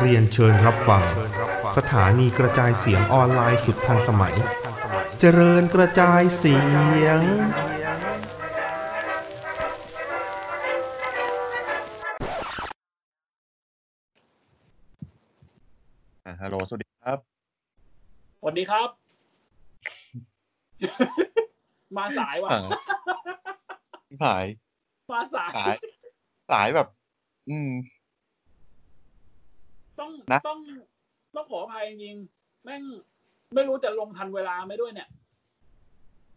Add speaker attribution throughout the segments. Speaker 1: เรียนเชิญรับฟัง สถานีกระจายเสียงออนไลน์สุดทันสมัย เจริญกระจายเสียง
Speaker 2: อ่าฮัลโหล สวัสดีครับ
Speaker 3: สวัสดีครับ มาสายว่ะ
Speaker 2: อ่า สาย
Speaker 3: มาสาย
Speaker 2: สาย สายแบบ อืม
Speaker 3: ต้อง
Speaker 2: นะ
Speaker 3: ต้องต้องขออภัยจริงๆแม่งไม่รู้จะลงทันเวลาไหมด้วยเนี่ย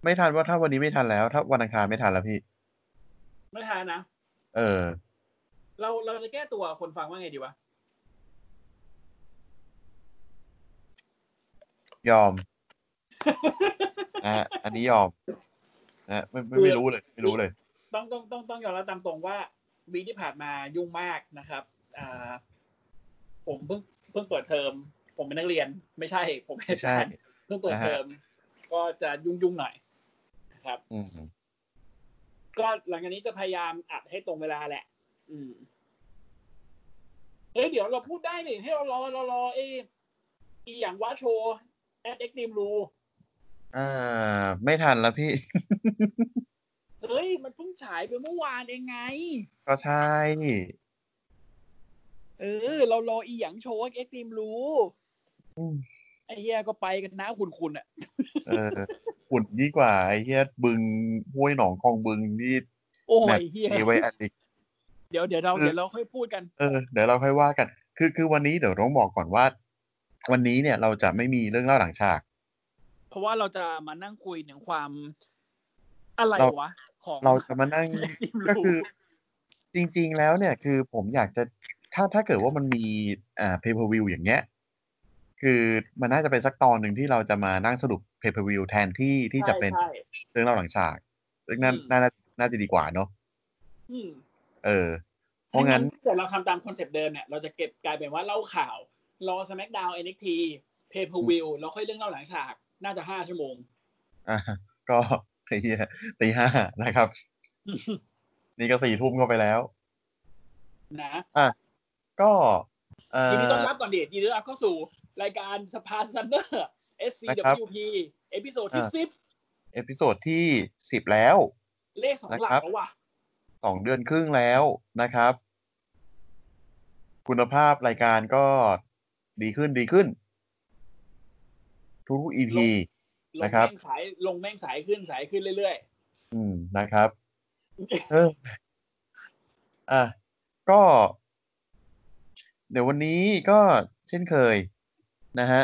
Speaker 2: ไม่ทันว่าถ้าวันนี้ไม่ทันแล้ว ถ้าวันอังคารไม่ทันแล้วพี่
Speaker 3: ไม่ทันนะ
Speaker 2: เออ
Speaker 3: เราเราจะแก้ตัวคนฟังว่าไงดีวะ
Speaker 2: ยอม อ่ะอันนี้ยอมนะไม่ไม่
Speaker 3: คือ
Speaker 2: ไม่รู้เลย ไม่รู้เลย
Speaker 3: ต้องต้องต้องต้องยอมรับตามตรงว่าวีคที่ผ่านมายุ่งมากนะครับอ่าผมเพิ่งเพิ่งเปิดเทอม ผมเป็นนักเรียน ไม่ใช่ ผมเป็น
Speaker 2: ไม่
Speaker 3: อา
Speaker 2: ใช่
Speaker 3: จารย์เพิ่งเปิดเทอม ก็จะยุ่งยุ่งๆหน่อยนะครับ
Speaker 2: อืม
Speaker 3: ก็หลังจากนี้จะพยายามอัดให้ตรงเวลาแหละ อืมเอ้ยเดี๋ยวเราพูดได้นี่ให้เรารอรอรอเอยอีอย่างว่าโชว์แอดเอ็กซ์ดีมรู
Speaker 2: อ่า ไม่ทันแล้วพี่
Speaker 3: เฮ้ย มันเพิ่งฉายไปเมื่อวานเองไง
Speaker 2: ก็ใช่
Speaker 3: เออ เรารออีอย่างโชว์เอ็กซ์ดีมรู
Speaker 2: อืม
Speaker 3: ไอ้เหี้ยก็ไปกันนะคุณคุณอ่ะ
Speaker 2: เออหุ่นยิ่งกว่าไอ้เหี้ยบึงห้วยหนองคลองบึงที่
Speaker 3: โอ้
Speaker 2: แม
Speaker 3: ย
Speaker 2: ตช์
Speaker 3: เหี้ย
Speaker 2: นี้ไว้อัดอีก
Speaker 3: เดี๋ยวเดี๋ยวเรา
Speaker 2: เออ
Speaker 3: เดี๋ยวเราค่อยพูดกัน
Speaker 2: เออเดี๋ยวเราค่อยว่ากัน คือคือวันนี้เดี๋ยวต้องบอกก่อนว่า วันนี้เนี่ยเราจะไม่มีเรื่องเล่าหลังฉาก
Speaker 3: เพราะว่าเราจะมานั่งคุยถึงความอะไร
Speaker 2: เรา
Speaker 3: วะ ของ
Speaker 2: เรา จะมานั่ง
Speaker 3: Act Dream
Speaker 2: ก็
Speaker 3: Rule
Speaker 2: คือ จริง ๆ แล้วเนี่ยคือผมอยากจะถ้าถ้าเกิดว่ามันมีอ่าเพย์เพอร์วิวอย่างเงี้ย คือมันน่าจะเป็นสักตอนหนึ่งที่เราจะมานั่งสรุปเพย์เพอร์วิวแทนที่ที่จะเป็น
Speaker 3: ใช่ใช่
Speaker 2: เรื่องเล่าหลังฉากซึ่งนั่น
Speaker 3: อืม
Speaker 2: น่าน่าน่าจะดีกว่าเนาะ
Speaker 3: อืม
Speaker 2: เออ เพราะงั้น
Speaker 3: แต่เราทำตามคอนเซปต์เดิมเนี่ย เราจะเก็บกลายเป็นว่าเล่าข่าว รอ SmackDown NXT Pay Per View แล้วค่อยเรื่องเล่าหลังฉาก น่าจะห้าชั่วโมง
Speaker 2: อ่ะก็ไอ้เหี้ยตีห้านะครับ นี่ก็สี่ทุ่มเข้าไปแล้ว
Speaker 3: นะ
Speaker 2: ก็เอ่
Speaker 3: ทีนี้ต้อน
Speaker 2: อ
Speaker 3: รับก่อนดิทีนี้เราก็สู่รายการสภาซันเดอร์
Speaker 2: นะครับ
Speaker 3: SCWP เอพิโซดที่
Speaker 2: อ่า
Speaker 3: สิบ
Speaker 2: เอพิโซดที่สิบแล้ว
Speaker 3: เลขสองหลั
Speaker 2: นะ
Speaker 3: ก
Speaker 2: ครับ
Speaker 3: แล้วว่ะ
Speaker 2: สองเดือนครึ่งแล้วนะครับ คุณภาพรายการก็ดีขึ้นดีขึ้น ทุกๆ EP
Speaker 3: ลง
Speaker 2: นะครั
Speaker 3: แม่
Speaker 2: บ
Speaker 3: งสาย ลงแม่งสายขึ้นสายขึ้นเรื่อย
Speaker 2: อืม นะครับ เอออ่ะก็ เดี๋ยววันนี้ก็เช่นเคยนะฮะ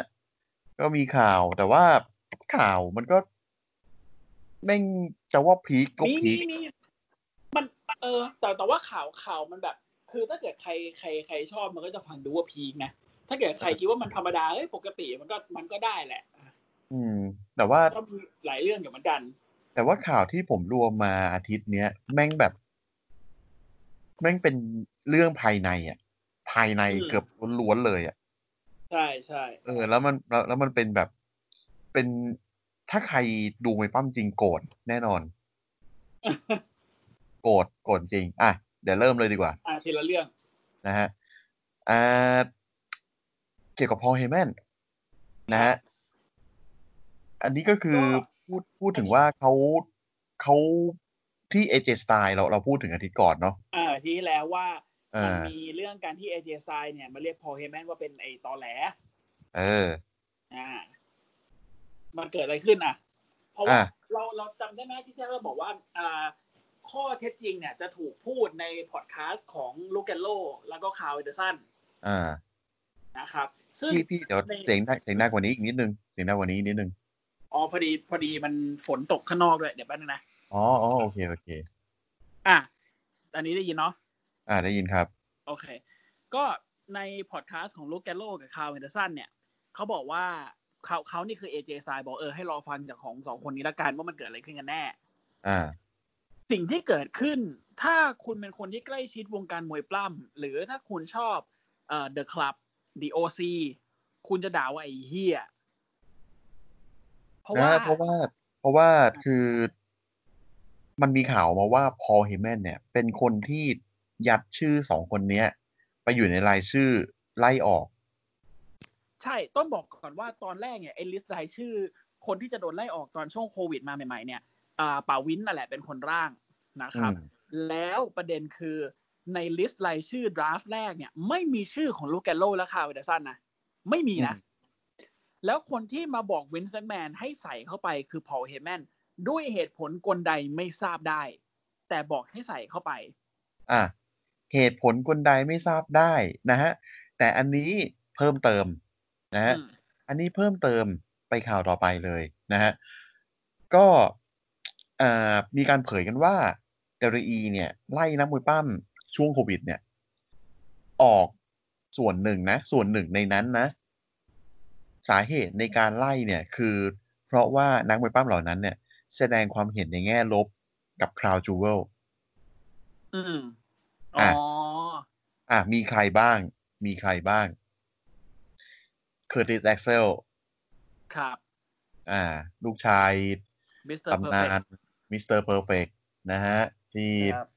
Speaker 2: ก็มีข่าวแต่ว่าข่าวมันก็แม่งจะว่าพีคก็
Speaker 3: ๆ มี
Speaker 2: พี
Speaker 3: มี
Speaker 2: ค
Speaker 3: มีมันเออ แต่แต่ว่าข่าวข่าวมันแบบ คือถ้าเกิดใครใครใครชอบมันก็จะฟังดูว่าพีคนะ ถ้าเกิดใครคิดว่ามันธรรมดาเอ้ยปกติมันก็มันก็ได้แหละ
Speaker 2: อืม แต่ว่า
Speaker 3: ก็มีหลายเรื่องอยู่เหมือนกัน
Speaker 2: แต่ว่าข่าวที่ผมรวมมาอาทิตย์เนี้ยแม่งแบบ แม่งเป็นเรื่องภายในอ่ะ ภายในเกือบล้วนๆเลยอ่ะ
Speaker 3: ใช่ใช่
Speaker 2: เออ แล้วมันแล้วแล้วมันเป็นแบบเป็นถ้าใครดูไม่ปั้มจริงโกรธแน่นอน โกรธโกรธจริง อ่ะ เดี๋ยวเริ่มเลยดีกว่า
Speaker 3: อ่าทีละเรื่อง
Speaker 2: นะฮะอ่าเกี่ยวกับพอเฮแมนนะฮะ อันนี้ก็คือพูดพูดถึงว่าเขาเขาที่เอเจสไตล์เราเราพูดถึงอาทิตย์ก่อนเนาะ
Speaker 3: อ่าทีที่แล้วว่า
Speaker 2: เอ
Speaker 3: มัน
Speaker 2: อ
Speaker 3: มีเรื่องการที่เอเจสไตน์เนี่ยมาเรียกพอเฮแมนว่าเป็นไอ้ตอแหล
Speaker 2: เออ
Speaker 3: อ่า มันเกิดอะไรขึ้นอ่ะ เพราะว่า
Speaker 2: อ่ะ
Speaker 3: เราเราจำได้ไหมที่เราบอกว่า อ่า ข้อเท็จจริงเนี่ยจะถูกพูดในพอดแคสต์ของลูกแกนโลแล้วก็คาวเอเดอร์สัน
Speaker 2: อ่า
Speaker 3: นะครับ ซึ่ง
Speaker 2: พี่พี่เดี๋ยว
Speaker 3: ใน
Speaker 2: เสียงดังเสียงดังกว่านี้อีกนิดนึงเสียงดังกว่านี้อีกนิดนึง
Speaker 3: อ๋อพอดีพอดีมันฝนตกข้างนอกด้วยเดี๋ยวแป๊บนึงนะ
Speaker 2: อ๋ออ๋อโอเคโอเค
Speaker 3: อ่ะอันนี้ได้ยินเนาะ
Speaker 2: อ่าได้ยินครับ
Speaker 3: โอเค ก็ในพอดแคสต์ของลูกแกโลกับคาวเอนเดอร์สันเนี่ย เขาบอกว่าเขาเขานี่คือเอเจสายบอกเออให้รอฟังจากของสองคนนี้ละกันว่ามันเกิดอะไรขึ้นกันแน่
Speaker 2: อ่า
Speaker 3: สิ่งที่เกิดขึ้น ถ้าคุณเป็นคนที่ใกล้ชิดวงการมวยปล้ำหรือถ้าคุณชอบเอ่อ The Club The OC คุณจะด่าว่าไอ้เฮียเพราะว่า
Speaker 2: นะเพราะว่าเพราะว่าคือ มันมีข่าวมาว่าพอลเฮเมนเนี่ย เป็นคนที่ยัดชื่อสองคนเนี้ย ไปอยู่ในรายชื่อไล่ออก
Speaker 3: ใช่ต้องบอกก่อนว่าตอนแรกเนี่ยไอ้ลิสต์รายชื่อ คนที่จะโดนไล่ออกตอนช่วงโควิดมาใหม่ๆเนี่ยอ่าป่าวินนั่นแหละเป็นคนร่างนะครับ แล้วประเด็นคือในลิสต์รายชื่อดราฟต์แรกเนี่ย ไม่มีชื่อของลูกแกโลและคาร์เวเดอร์สันนะไม่มีนะ
Speaker 2: อืม
Speaker 3: แล้วคนที่มาบอกวินส์แมนแมนให้ใส่เข้าไปคือพอลเฮแมนด้วยเหตุผลกลใดไม่ทราบได้ แต่บอกให้ใส่เข้าไป
Speaker 2: อ่ะเหตุผลคนใดไม่ทราบได้นะฮะ แต่อันนี้เพิ่มเติมนะฮะ
Speaker 3: อืม
Speaker 2: อันนี้เพิ่มเติมไปข่าวต่อไปเลยนะฮะ ก็เอ่อมีการเผยกันว่า WWE เนี่ย ไล่นักมวยปั้มช่วงโควิด เนี่ย ออกส่วนหนึ่งนะ ส่วนหนึ่งในนั้นนะ สาเหตุในการไล่เนี่ย คือเพราะว่านักมวยปั้มเหล่านั้นเนี่ย แสดงความเห็นในแง่ลบกับคราวจูเวล
Speaker 3: อืมอ๋อ
Speaker 2: อ่ะมีใครบ้าง มีใครบ้างเคอร์ติสแอ็กเซล
Speaker 3: ครับ
Speaker 2: อ่า ลูกชาย
Speaker 3: มิสเตอร์เพอ
Speaker 2: ตำ
Speaker 3: ร์เฟ
Speaker 2: นานมิสเตอร์เพอร์เฟกนะฮะ ที่
Speaker 3: ครับ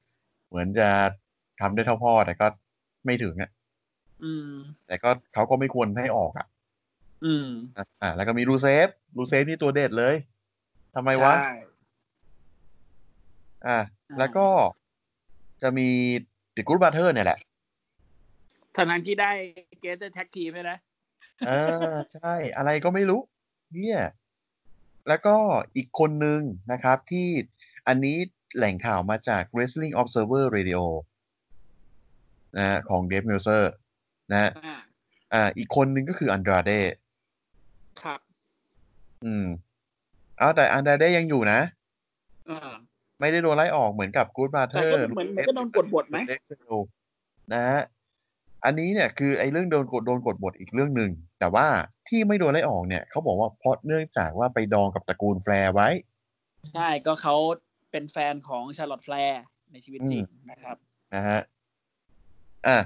Speaker 2: เหมือนจะทำได้เท่าพ่อ แต่ก็ไม่ถึงอ่ะ
Speaker 3: อืม
Speaker 2: แต่ก็เขาก็ไม่ควรให้ออกอ่ะ
Speaker 3: อืม
Speaker 2: อ่า แล้วก็มีรูเซฟ รูเซฟที่ตัวเด็ดเลยทำไมวะ
Speaker 3: ใช่
Speaker 2: อ่า
Speaker 3: อ่า
Speaker 2: แล้วก็จะมีดิกูดบัตเทอร์เนี่ยแหละ
Speaker 3: ทางนั้นที่ได้เกสแท็กทีมใช่ไหม
Speaker 2: เออใช่ อะไรก็ไม่รู้เนี่ยแล้วก็อีกคนนึงนะครับที่อันนี้แหล่งข่าวมาจาก Wrestling Observer Radio นะฮะของ Dave Meltzer นะฮะ
Speaker 3: อ่า
Speaker 2: อ่าอีกคนนึงก็คืออันดราเด
Speaker 3: ครับ
Speaker 2: อืมเอาแต่อันดราเดยังอยู่นะ
Speaker 3: อ่า
Speaker 2: ไม่ได้โดนไล่ออกเหมือนกับ Good
Speaker 3: แต่
Speaker 2: Brother
Speaker 3: ก็เหมือนเหมือนก็โดนกดบทไหม
Speaker 2: เอ็กเซลนะฮะ อันนี้เนี่ยคือไอ้เรื่องโดนกดโดนกดบทอีกเรื่องหนึ่ง แต่ว่าที่ไม่โดนไล่ออกเนี่ยเขาบอกว่าเพราะเนื่องจากว่าไปดองกับตระกูลแฟร์ไว้
Speaker 3: ใช่ก็เขาเป็นแฟนของชาร์ลอตแฟร์ในชีวิตจริงนะครับ
Speaker 2: นะฮะ อ่ะ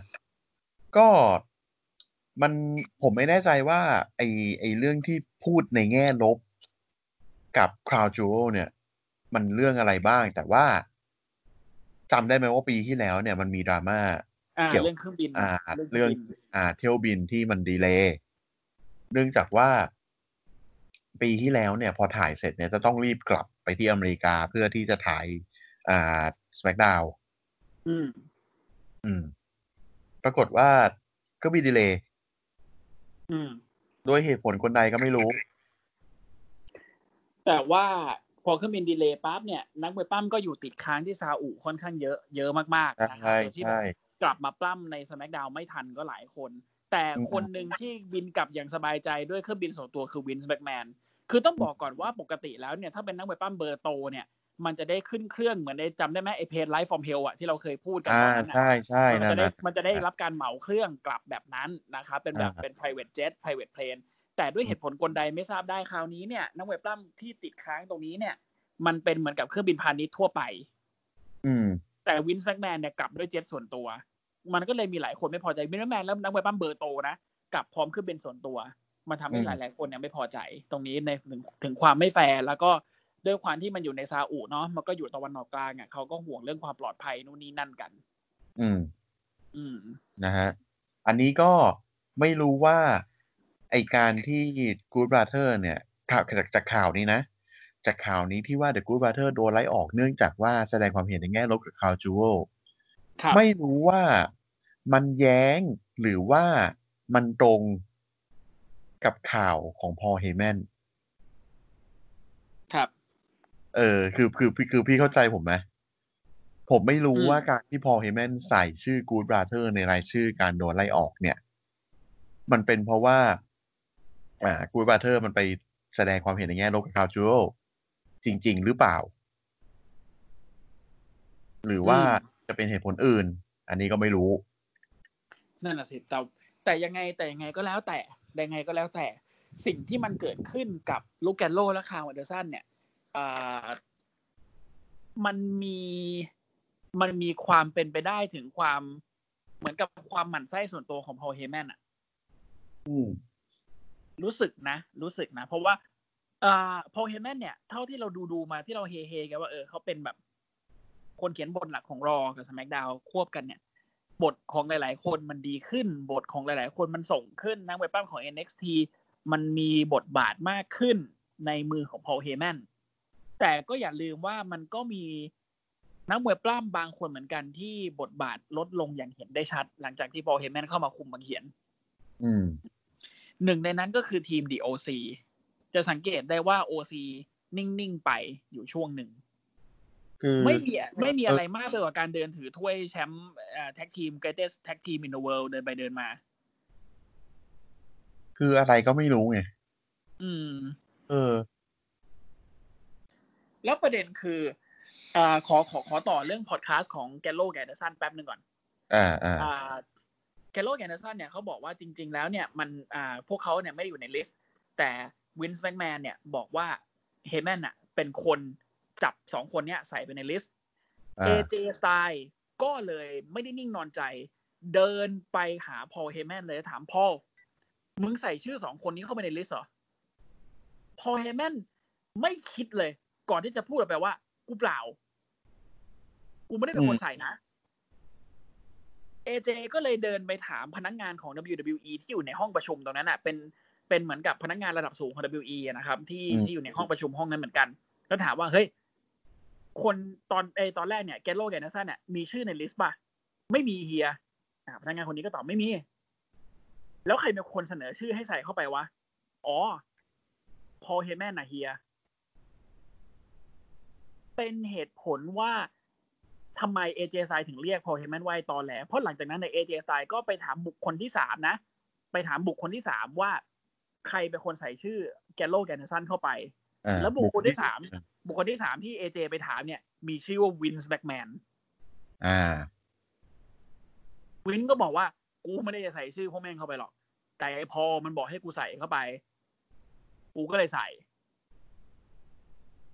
Speaker 2: ก็มันผมไม่แน่ใจว่า ไอ้ไอ้เรื่องที่พูดในแง่ลบกับ Crown Jewel เนี่ย มันเรื่องอะไรบ้าง แต่ว่าจำได้ไหมว่าปีที่แล้วเนี่ยมันมีดราม่า
Speaker 3: อ่า
Speaker 2: เกี่ยว
Speaker 3: เรื่องเครื่องบิน
Speaker 2: อ่า
Speaker 3: เครื่องบิน
Speaker 2: เรื่ง อ่าเที่ยวบินที่มันดีเลย์เนื่องจากว่าปีที่แล้วเนี่ย พอถ่ายเสร็จเนี่ยจะต้องรีบกลับไปที่อเมริกาเพื่อที่จะถ่ายอ่า SmackDown
Speaker 3: อืม
Speaker 2: อืม ปรากฏว่าก็มีดีเลย์
Speaker 3: อืม
Speaker 2: ด้วยเหตุผลคนใดก็ไม่รู้
Speaker 3: แต่ว่าพอเครื่องบินดีเลย์ปั๊บเนี่ย นักมวยปั้มก็อยู่ติดค้างที่ซาอุค่อนข้างเยอะเยอะมากๆนะครั
Speaker 2: ใช่
Speaker 3: โดยที่แบ
Speaker 2: ใช่
Speaker 3: บกลับมาปล้ำในสแมกดาวไม่ทันก็หลายคน แต่
Speaker 2: อืม
Speaker 3: คนหนึ่งที่บินกลับอย่างสบายใจด้วยเครื่องบินส่วนตัวคือวินส์แบ็กแมนคือต้องบอกก่อนว่าปกติแล้วเนี่ย ถ้าเป็นนักมวยปั้มเบอร์โตเนี่ย มันจะได้ขึ้นเครื่องเหมือนได้จำได้ไหมไอเพจไลฟ์ฟอร์มเฮลอะที่เราเคยพูดกัน
Speaker 2: อ่า
Speaker 3: ตอนนั้นอะ
Speaker 2: ใช่ใช่
Speaker 3: มัน
Speaker 2: นั่น
Speaker 3: จะได้
Speaker 2: นะ
Speaker 3: มันจะได้รับการเหมาเครื่องกลับแบบนั้นนะครับเป็นแบบ
Speaker 2: อ่า
Speaker 3: เป็น private jet private plane แต่ด้วยเหตุผลกลใดไม่ทราบได้คราวนี้เนี่ยนักเว็บปล้ำที่ติดค้างตรงนี้เนี่ย มันเป็นเหมือนกับเครื่องบินพาณิชย์ทั่วไป
Speaker 2: อืม
Speaker 3: แต่วินส์แมกแมนเนี่ยกลับด้วยเจ็ตส่วนตัว มันก็เลยมีหลายคนไม่พอใจวินส์แมนแล้วนักเว็บปล้ำเบอร์โตนะกลับพร้อมเครื่องบินส่วนตัว มันทำให้
Speaker 2: อืม
Speaker 3: หลายหลายๆคนเนี่ยไม่พอใจตรงนี้ในถึงถึงความไม่แฟร์แล้วก็ด้วยความที่มันอยู่ในซาอุเนาะมันก็อยู่ตะวันออกกลางอ่ะเขาก็ห่วงเรื่องความปลอดภัยนู่นนี่นั่นกัน
Speaker 2: อืม
Speaker 3: อืม
Speaker 2: นะฮะ อันนี้ก็ไม่รู้ว่า ไอการที่ Good Brother เนี่ยข่าวจากจากข่าวนี้นะ จากข่าวนี้ที่ว่า The Good Brother โดนไล่ออกเนื่องจากว่าแสดงความเห็นในแง่ลบกับ Crown Jewel
Speaker 3: ครับ
Speaker 2: ไม่รู้ว่ามันแย้งหรือว่ามันตรงกับข่าวของพอเฮแมน
Speaker 3: ครับ
Speaker 2: เออคือคือคือคือพี่เข้าใจผมไหมผมไม่รู้
Speaker 3: อืม
Speaker 2: ว่าการที่พอลเฮเมนใส่ชื่อกู o ดบราเธอร์ในรายชื่อการโดนไล่ออกเนี่ย มันเป็นเพราะว่า อ่ากูดบราเธอร์มันไปแสดงความเห็นในแง่ลบกับคาวจูโรจริง ๆ หรือเปล่า หรือว่าจะเป็นเหตุผลอื่น อันนี้ก็ไม่รู้
Speaker 3: นั่นน่ะสิแต่แต่ยังไงแต่ยังไงก็แล้วแต่ยังไงก็แล้วแต่สิ่งที่มันเกิดขึ้นกับลูกแกนโลและคาร์ลวันเดอร์สันเนี่ยอ่ามันมีมันมีความเป็นไปได้ถึงความเหมือนกับความหมั่นไส้ส่วนตัวของพอลเฮแมนอะ
Speaker 2: อืม
Speaker 3: รู้สึกนะ รู้สึกนะ เพราะว่าอ่าพอลเฮแมนเนี่ย เท่าที่เราดูดูๆมาที่เราเฮเฮๆกันว่าเออเขาเป็นแบบ คนเขียนบทหลักของรอกับสมักดาวควบกันเนี่ย บทของหลาย ๆ คนมันดีขึ้น บทของหลาย ๆ คนมันส่งขึ้นนักเวทปั้มของ NXT มันมีบทบาทมากขึ้นในมือของพอลเฮแมนแต่ก็อย่าลืมว่ามันก็มีนักมวยปล้ำบางคนเหมือนกันที่บทบาทลดลงอย่างเห็นได้ชัด หลังจากที่พอลเฮแมนเข้ามาคุมบางเหียน
Speaker 2: อืม
Speaker 3: หนึ่งในนั้นก็คือทีม The OC จะสังเกตได้ว่า OC นิ่ง ๆ ไปอยู่ช่วงหนึ่ง
Speaker 2: คือ
Speaker 3: ไม่มีไม่มีอะไรมากไปกว่าการเดินถือถ้วยแชมป์แท็กทีม Greatest Tag Team in the World เดินไปเดินมา
Speaker 2: คืออะไรก็ไม่รู้ไง
Speaker 3: อืม
Speaker 2: เออ
Speaker 3: แล้วประเด็นคืออ่าขอขอขอต่อเรื่องพอดแคสต์ของแกลโลแกนเดอร์สันแป๊บหนึ่งก่อน
Speaker 2: อ่าอ่า
Speaker 3: อ่าแกลโลแกนเดอร์สันเนี่ยเขาบอกว่าจริง ๆ แล้วเนี่ยมันอ่าพวกเขาเนี่ยไม่ได้อยู่ในลิสต์ แต่วินส์แมกแมนเนี่ยบอกว่าเฮแมนน่ะเป็นคนจับสองคนเนี่ยใส่ไปในลิสต์
Speaker 2: อ่า
Speaker 3: AJ Style ก็เลยไม่ได้นิ่งนอนใจ เดินไปหาพอลเฮแมนเลยถามพอลมึงใส่ชื่อสองคนนี้เข้าไปในลิสต์เหรอ พอลเฮแมนไม่คิดเลย ก่อนที่จะพูดออกไปว่า กูเปล่า กูไม่ได้เป็นคนใส่นะ AJ ก็เลยเดินไปถามพนักงานของ WWE ที่อยู่ในห้องประชุมตรงนั้นอ่ะ เป็นเป็นเหมือนกับพนักงานระดับสูงของ WWE อะนะครับ ที่
Speaker 2: อืม
Speaker 3: ที่อยู่ในห้องประชุมห้องนั้นเหมือนกัน ก็ถามว่าเฮ้ย คนตอนไอยตอนแรกเนี่ยแกโลแกนนัสซันเนี่ยมีชื่อในลิสต์ป่ะ ไม่มีเฮียอ่าพนักงานคนนี้ก็ตอบไม่มี แล้วใครเป็นคนเสนอชื่อให้ใส่เข้าไปวะ อ๋อ พอลเฮแมนนะเฮีย เป็นเหตุผลว่าทำไมเอเจไซถึงเรียกพอลเฮแมนว่าไอ้ตอนแหลเพราะหลังจากนั้นในเอเจไซก็ไปถามบุคคลที่สามนะ ไปถามบุคคลที่สามว่า ใครเป็นคนใส่ชื่อแกโลแกนนัสซันเข้าไป
Speaker 2: อ่า
Speaker 3: แล้วบุคคลที่สาม บุคคลที่สามที่เอเจไปถามเนี่ย มีชื่อว่าวินส์แบ็กแมน
Speaker 2: อ่า
Speaker 3: วินก็บอกว่ากูไม่ได้จะใส่ชื่อพวกแม่งเข้าไปหรอก แต่ไอพอมันบอกให้กูใส่เข้าไป กูก็เลยใส่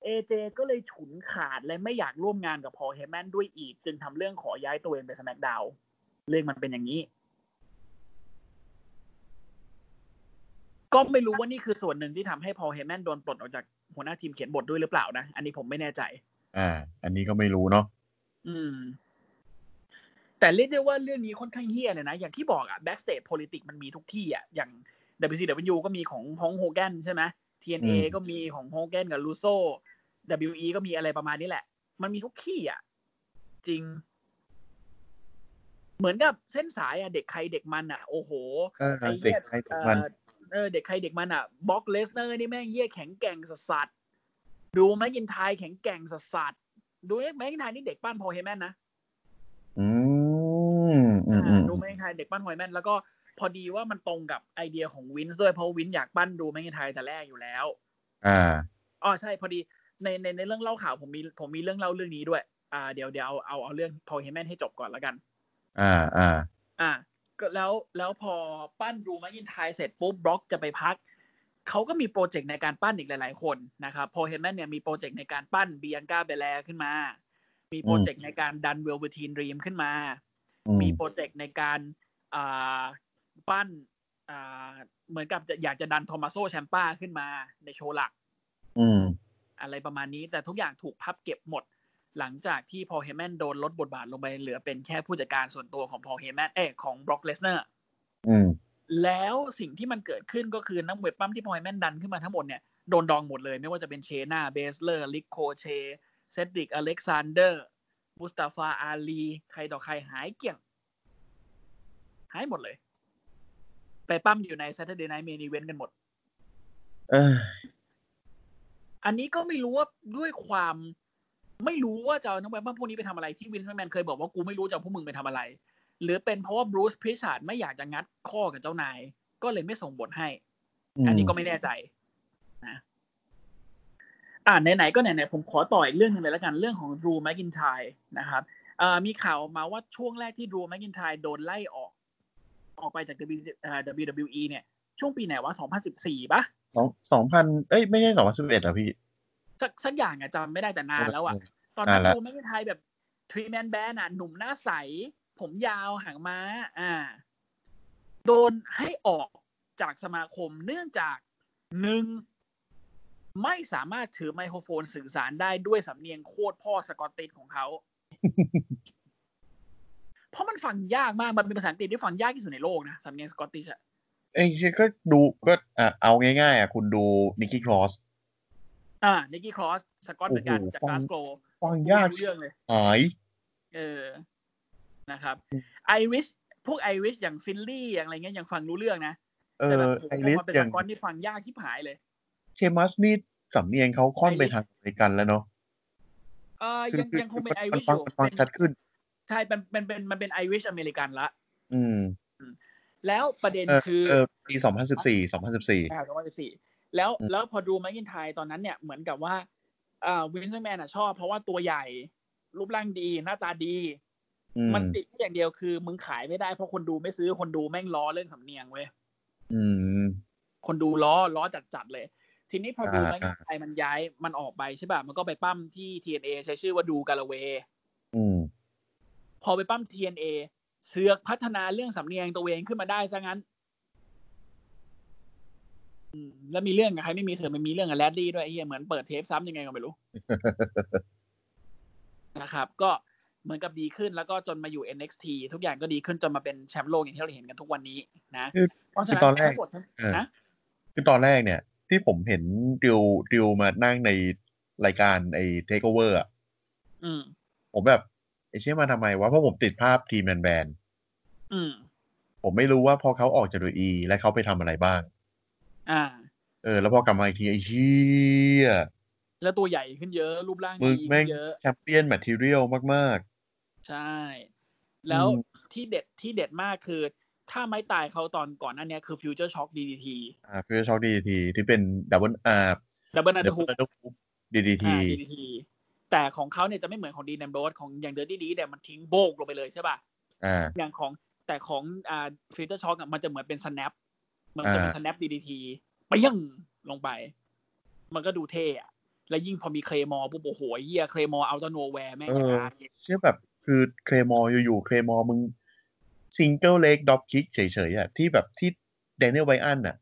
Speaker 3: เอเจก็เลยฉุนขาดและไม่อยากร่วมงานกับพอลเฮมแมนด้วยอีก จึงทำเรื่องขอย้ายตัวเองไปสแมกดาวเรื่องมันเป็นอย่างนี้ ก็ไม่รู้ว่านี่คือส่วนหนึ่งที่ทำให้พอลเฮมแมนโดนปลดออกจากหัวหน้าทีมเขียนบทด้วยหรือเปล่านะ อันนี้ผมไม่แน่ใจ
Speaker 2: อ่า อันนี้ก็ไม่รู้เนาะ
Speaker 3: อืม แต่เรียกได้ว่าเรื่องนี้ค่อนข้างเฮี้ยเลยนะ อย่างที่บอกอะ backstage politics มันมีทุกที่อะอย่าง WCW ก็มีของฮองโฮแกนใช่ไหม TNA ก็มีของโฮแกนกับลูโซ WE ก็มีอะไรประมาณนี้แหละ มันมีทุกที่อะจริง เหมือนกับเส้นสายอะเด็กใครเด็กมันอะโอ้โห
Speaker 2: เออ
Speaker 3: ไอ้เหี้
Speaker 2: เด็ก
Speaker 3: ย
Speaker 2: ใครเด็กมัน
Speaker 3: เอ่อเออเด็กใครเด็กมันอ่ะบ็อกเลสเนอร์นี่แม่งเหี้ยแข็งแกร่งสัสสัสๆดูแม็กกินไทยแข็งแกร่งสัสสัสๆดูแม็กกินไทยนี่เด็กปั้นพอลเฮแมนนะ
Speaker 2: อืมอืมอืม
Speaker 3: ดูแมงไทยเด็กปั้นหอยแม่นแล้วก็พอดีว่ามันตรงกับไอเดียของวินส์ด้วยเพราะวินอยากปั้นดูแมงไทยแต่แรกอยู่แล้ว
Speaker 2: อ่า
Speaker 3: อ๋อใช่พอดีในในในเรื่องเล่าข่าวผมมีผมมีเรื่องเล่าเรื่องนี้ด้วย อ่าเดี๋ยวเดี๋ยวเอาเอาเอาเรื่องพอเฮมแมนให้จบก่อนแล้วกัน
Speaker 2: อ่า อ่า
Speaker 3: อ่าก็แล้วแล้วพอปั้นดูแมกกินไทยเสร็จปุ๊บบล็อกจะไปพัก เขาก็มีโปรเจกต์ในการปั้นอีกหลาย ๆ คนนะครับพอเฮมแมนเนี่ยมีโปรเจกต์ในการปั้นเบียงกาเบลแลขึ้นมา มีโปรเจกต์ในการดันเวลเวทีนรีมขึ้นมา
Speaker 2: อืม
Speaker 3: มีโปรเจกต์ในการอ่าปั้นอ่าเหมือนกับจะอยากจะดันโทมัสโซแชมป้าขึ้นมาในโชว์หลัก
Speaker 2: อืม
Speaker 3: อะไรประมาณนี้ แต่ทุกอย่างถูกพับเก็บหมด หลังจากที่พอลเฮมแมนโดนลดบทบาทลงไปเหลือเป็นแค่ผู้จัดการส่วนตัวของพอลเฮมแมนเอ้ยของบล็อกเลสเนอร์
Speaker 2: อืม
Speaker 3: แล้วสิ่งที่มันเกิดขึ้นก็คือนักมวยปั้มที่พอลเฮมแมนดันขึ้นมาทั้งหมดเนี่ยโดนดองหมดเลย ไม่ว่าจะเป็นเชนาเบสเลอร์ลิคโคเชเซดริกอเล็กซานเดอร์มุสตาฟาอาลีใครต่อใครหายเกลี่ยง หายหมดเลย ไปปั้มอยู่ใน Saturday Night Main Event กันหมด
Speaker 2: เออ
Speaker 3: อันนี้ก็ไม่รู้ว่าด้วยความไม่รู้ว่าจะเอานักแบดปั้มพวกนี้ไปทำอะไรที่วินส์แมนเคยบอกว่ากูไม่รู้จะเอาพวกมึงไปทำอะไร หรือเป็นเพราะว่าบรูซพริชาร์ดไม่อยากจะงัดข้อกับเจ้านาย ก็เลยไม่ส่งบทให้
Speaker 2: อั
Speaker 3: อันนี้ก็ไม่แน่ใจนะอ่าไหนๆก็ไหนๆผมขอต่ออีกเรื่องหนึงเลยละกันเรื่องของรูแมกินไทนะครับเอ่อมีข่าวมาว่าช่วงแรกที่รูแมกินไทโดนไล่ออก ออกไปจาก W เอ่อ WWE เนี่ย ช่วงปีไหนวะ2014ปะ
Speaker 2: สองสองพันเอ้ย ไม่ใช่สองพันสิบเอ็ดหรอพี่
Speaker 3: สักสักอย่างอะจำไม่ได้แต่นานแล้วอะตอน
Speaker 2: นา
Speaker 3: นั้น
Speaker 2: นแล้ว
Speaker 3: รูแมกินไทแบบทรีแมนแบนอะหนุ่มหน้าใส ผมยาวหางม้า อ่า โดนให้ออกจากสมาคมเนื่องจากหนึ่ง ไม่สามารถถือไมโครโฟนสื่อสารได้ด้วยสำเนียงโคตรพ่อสกอตติชของเขา เพราะมันฟังยากมาก มันเป็นภาษาอังกฤษที่ฟังยากที่สุดในโลกนะสำเนียงสกอตติชอะ
Speaker 2: เอ้ยก็ดูก็อ่ะเอาง่ายๆอ่ะคุณดูนิกกี้คลอส
Speaker 3: อ่านิกกี้ครอสสกอตเหมือนกัน
Speaker 2: โอ้โห
Speaker 3: จาก
Speaker 2: ฟัง
Speaker 3: กลาสโกล
Speaker 2: ฟังยาก
Speaker 3: เรื่องเลย
Speaker 2: หาย
Speaker 3: เออ นะครับไอริชพวกไอริชอย่างฟินลี่อย่างอะไรเงี้ยยังฟังรู้เรื่องนะ
Speaker 2: เอ
Speaker 3: แต่
Speaker 2: อ
Speaker 3: แบบ
Speaker 2: ไอริส
Speaker 3: พเป็น
Speaker 2: อ
Speaker 3: ส
Speaker 2: ย่าง
Speaker 3: กอตที่ฟังยากที่หายเลย
Speaker 2: เชมัสนี่สำเนียงเขาค่อนไป
Speaker 3: Irish
Speaker 2: ทางอเมริกันแล้วเนาะ
Speaker 3: เออยังยังคงเป็นไอ
Speaker 2: มั
Speaker 3: ริช
Speaker 2: ฟั
Speaker 3: อง ยู่
Speaker 2: มันฟังชัดขึ้น
Speaker 3: ใช่เป็นเป็นเป็นมันเป็นไอริชอเมริกันละ
Speaker 2: อืม
Speaker 3: แล้วประเด็น
Speaker 2: เออ
Speaker 3: คือ
Speaker 2: เออปีสองพันสิบสี่สองพันสิบสี่
Speaker 3: อ่าสองพันสิบสี่แล้ว
Speaker 2: อืม
Speaker 3: แล้วพอดูแมกกินไทยตอนนั้นเนี่ยเหมือนกับว่าอ่าวินเซอร์แมนอ่ะชอบ เพราะว่าตัวใหญ่ รูปร่างดีหน้าตาดี มันติดแค่อย่างเดียวคือมึงขายไม่ได้เพราะคนดูไม่ซื้อคนดูแม่งล้อเรื่องสำเนียงเว้ย
Speaker 2: อืม
Speaker 3: คนดูล้อล้อจัดจัดๆเลย ทีนี้พอดู
Speaker 2: อ่า
Speaker 3: แมกกินไทยมันย้ายมันออกไปใช่ป่ะมันก็ไปปั้มที่ TNA ใช้ชื่อว่าดูกาละเว
Speaker 2: อืม
Speaker 3: พอไปปั้ม TNA เสือกพัฒนาเรื่องสำเนียงตัวเองขึ้นมาได้ซะงั้นอืมแล้วมีเรื่องกับใครไม่มีเสือกมันมีเรื่องกับแรดดี้ด้วยไอ้เหี้ยเหมือนเปิดเทปซ้ำยังไงก็ไม่ รู้ นะครับ ก็เหมือนกับดีขึ้นแล้วก็จนมาอยู่ NXT ทุกอย่างก็ดีขึ้นจนมาเป็นแชมป์โลกอย่างที่เราเห็นกันทุกวันนี้นะ
Speaker 2: คือ
Speaker 3: เพราะฉะ
Speaker 2: คือ
Speaker 3: นั้
Speaker 2: ตอน นแรก
Speaker 3: ทั้งหมดทั้ง
Speaker 2: เออ
Speaker 3: นะ
Speaker 2: คือตอนแรกเนี่ย ที่ผมเห็นดิวดิวมานั่งในรายการไอ้เทคโอเวอร์
Speaker 3: อืม
Speaker 2: ผมแบบไอ้เชี่ยมาทำไมวะ เพราะผมติดภาพทีมแมนแบน
Speaker 3: อืม
Speaker 2: ๆผมไม่รู้ว่าพอเขาออกจากดูอีแล้วเขาไปทำอะไรบ้าง
Speaker 3: อ่า
Speaker 2: เออ แล้วพอกลับมาอีกทีไอ้เชี่ย
Speaker 3: แล้วตัวใหญ่ขึ้นเยอะ รูปร่าง
Speaker 2: มึ
Speaker 3: ดี
Speaker 2: ง
Speaker 3: ขึ้
Speaker 2: แม่ง
Speaker 3: นเยอะ
Speaker 2: แชมเปี้ยนแมทเทียลมาก
Speaker 3: ใช่ แล้ว
Speaker 2: อืม
Speaker 3: ที่เด็ดที่เด็ดมากคือ ถ้าไม่ตายเขาตอนก่อนหนั้นเนี่ยคือฟิวเจอร์ช็อคดีดีที
Speaker 2: ๆ อ่าฟิวเจอร์ช็อคดีทีที่เป็นดับเบิลอาร์
Speaker 3: ดับเบิลนัท
Speaker 2: ดับ
Speaker 3: ฮุ
Speaker 2: เบิ
Speaker 3: ก
Speaker 2: ลดีดีที
Speaker 3: ดีดีทีแต่ของเขาเนี่ยจะไม่เหมือนของดีนแอมโรสของอย่างเดอร์ดี้ดีเนี่ยมันทิ้งโบกลงไปเลยใช่ป่ะ
Speaker 2: อ่า
Speaker 3: อย่างของแต่ของอ่าฟิวเจอร์ช็อคมันจะเหมือนเป็นสแนปมันจะเป็น
Speaker 2: อ่า
Speaker 3: สแนปดีดีทีไปยั่งลงไป มันก็ดูเท่อะแล้วยิ่งพอมีเคลมอร์ปุ๊บโอ้โหเฮียเคลมอร์เอาตโนแวร์แม่ง
Speaker 2: เอ
Speaker 3: จะ
Speaker 2: อ
Speaker 3: ตาย
Speaker 2: เชื่อแบบคือเคลมอร์อยู่ๆเคลมอร์มึงซิงเกิลเล d กด็อปคิกเฉยๆอ่ะที่แบบที่แดเนียลไวอันอ่ะ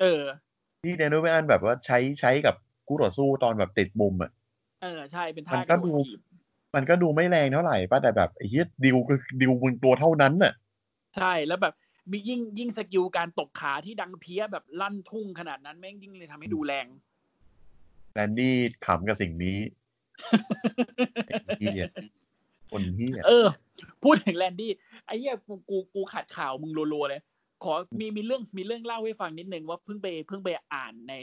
Speaker 3: เออ
Speaker 2: ที่แดเนียลไวอันแบบว่าใช้ใช้กับคู่ต่อสู้ตอนแบบติดมุมอ่ะ
Speaker 3: เออใช่เป็น
Speaker 2: มั
Speaker 3: ท่าน ก
Speaker 2: ก็
Speaker 3: ระโด
Speaker 2: ดู
Speaker 3: ดถีบ
Speaker 2: มันก็ดูไม่แรงเท่าไหร่ป่ะแต่แบบไอ้เฮียดิว ก็ดิวมึงตัวเท่านั้นน่ะ
Speaker 3: ใช่แล้วแบบมียิ่งยิ่งสกิลการตกขาที่ดังเพี้ยแบบลั่นทุ่งขนาดนั้นแม่งยิ่งเลยทำให้ดูแรง
Speaker 2: แลนดี้ขำกับสิ่งนี้ไอ้เฮียคนเฮีย
Speaker 3: เออ พูดถึงแลนดี้ไอ้เหี้ยกูกูกูขาดข่าวมึงรัวๆเลย ขอมีมีเรื่องมีเรื่องเล่าให้ฟังนิดนึงว่าเพิ่งไปเพิ่งไปอ่านใน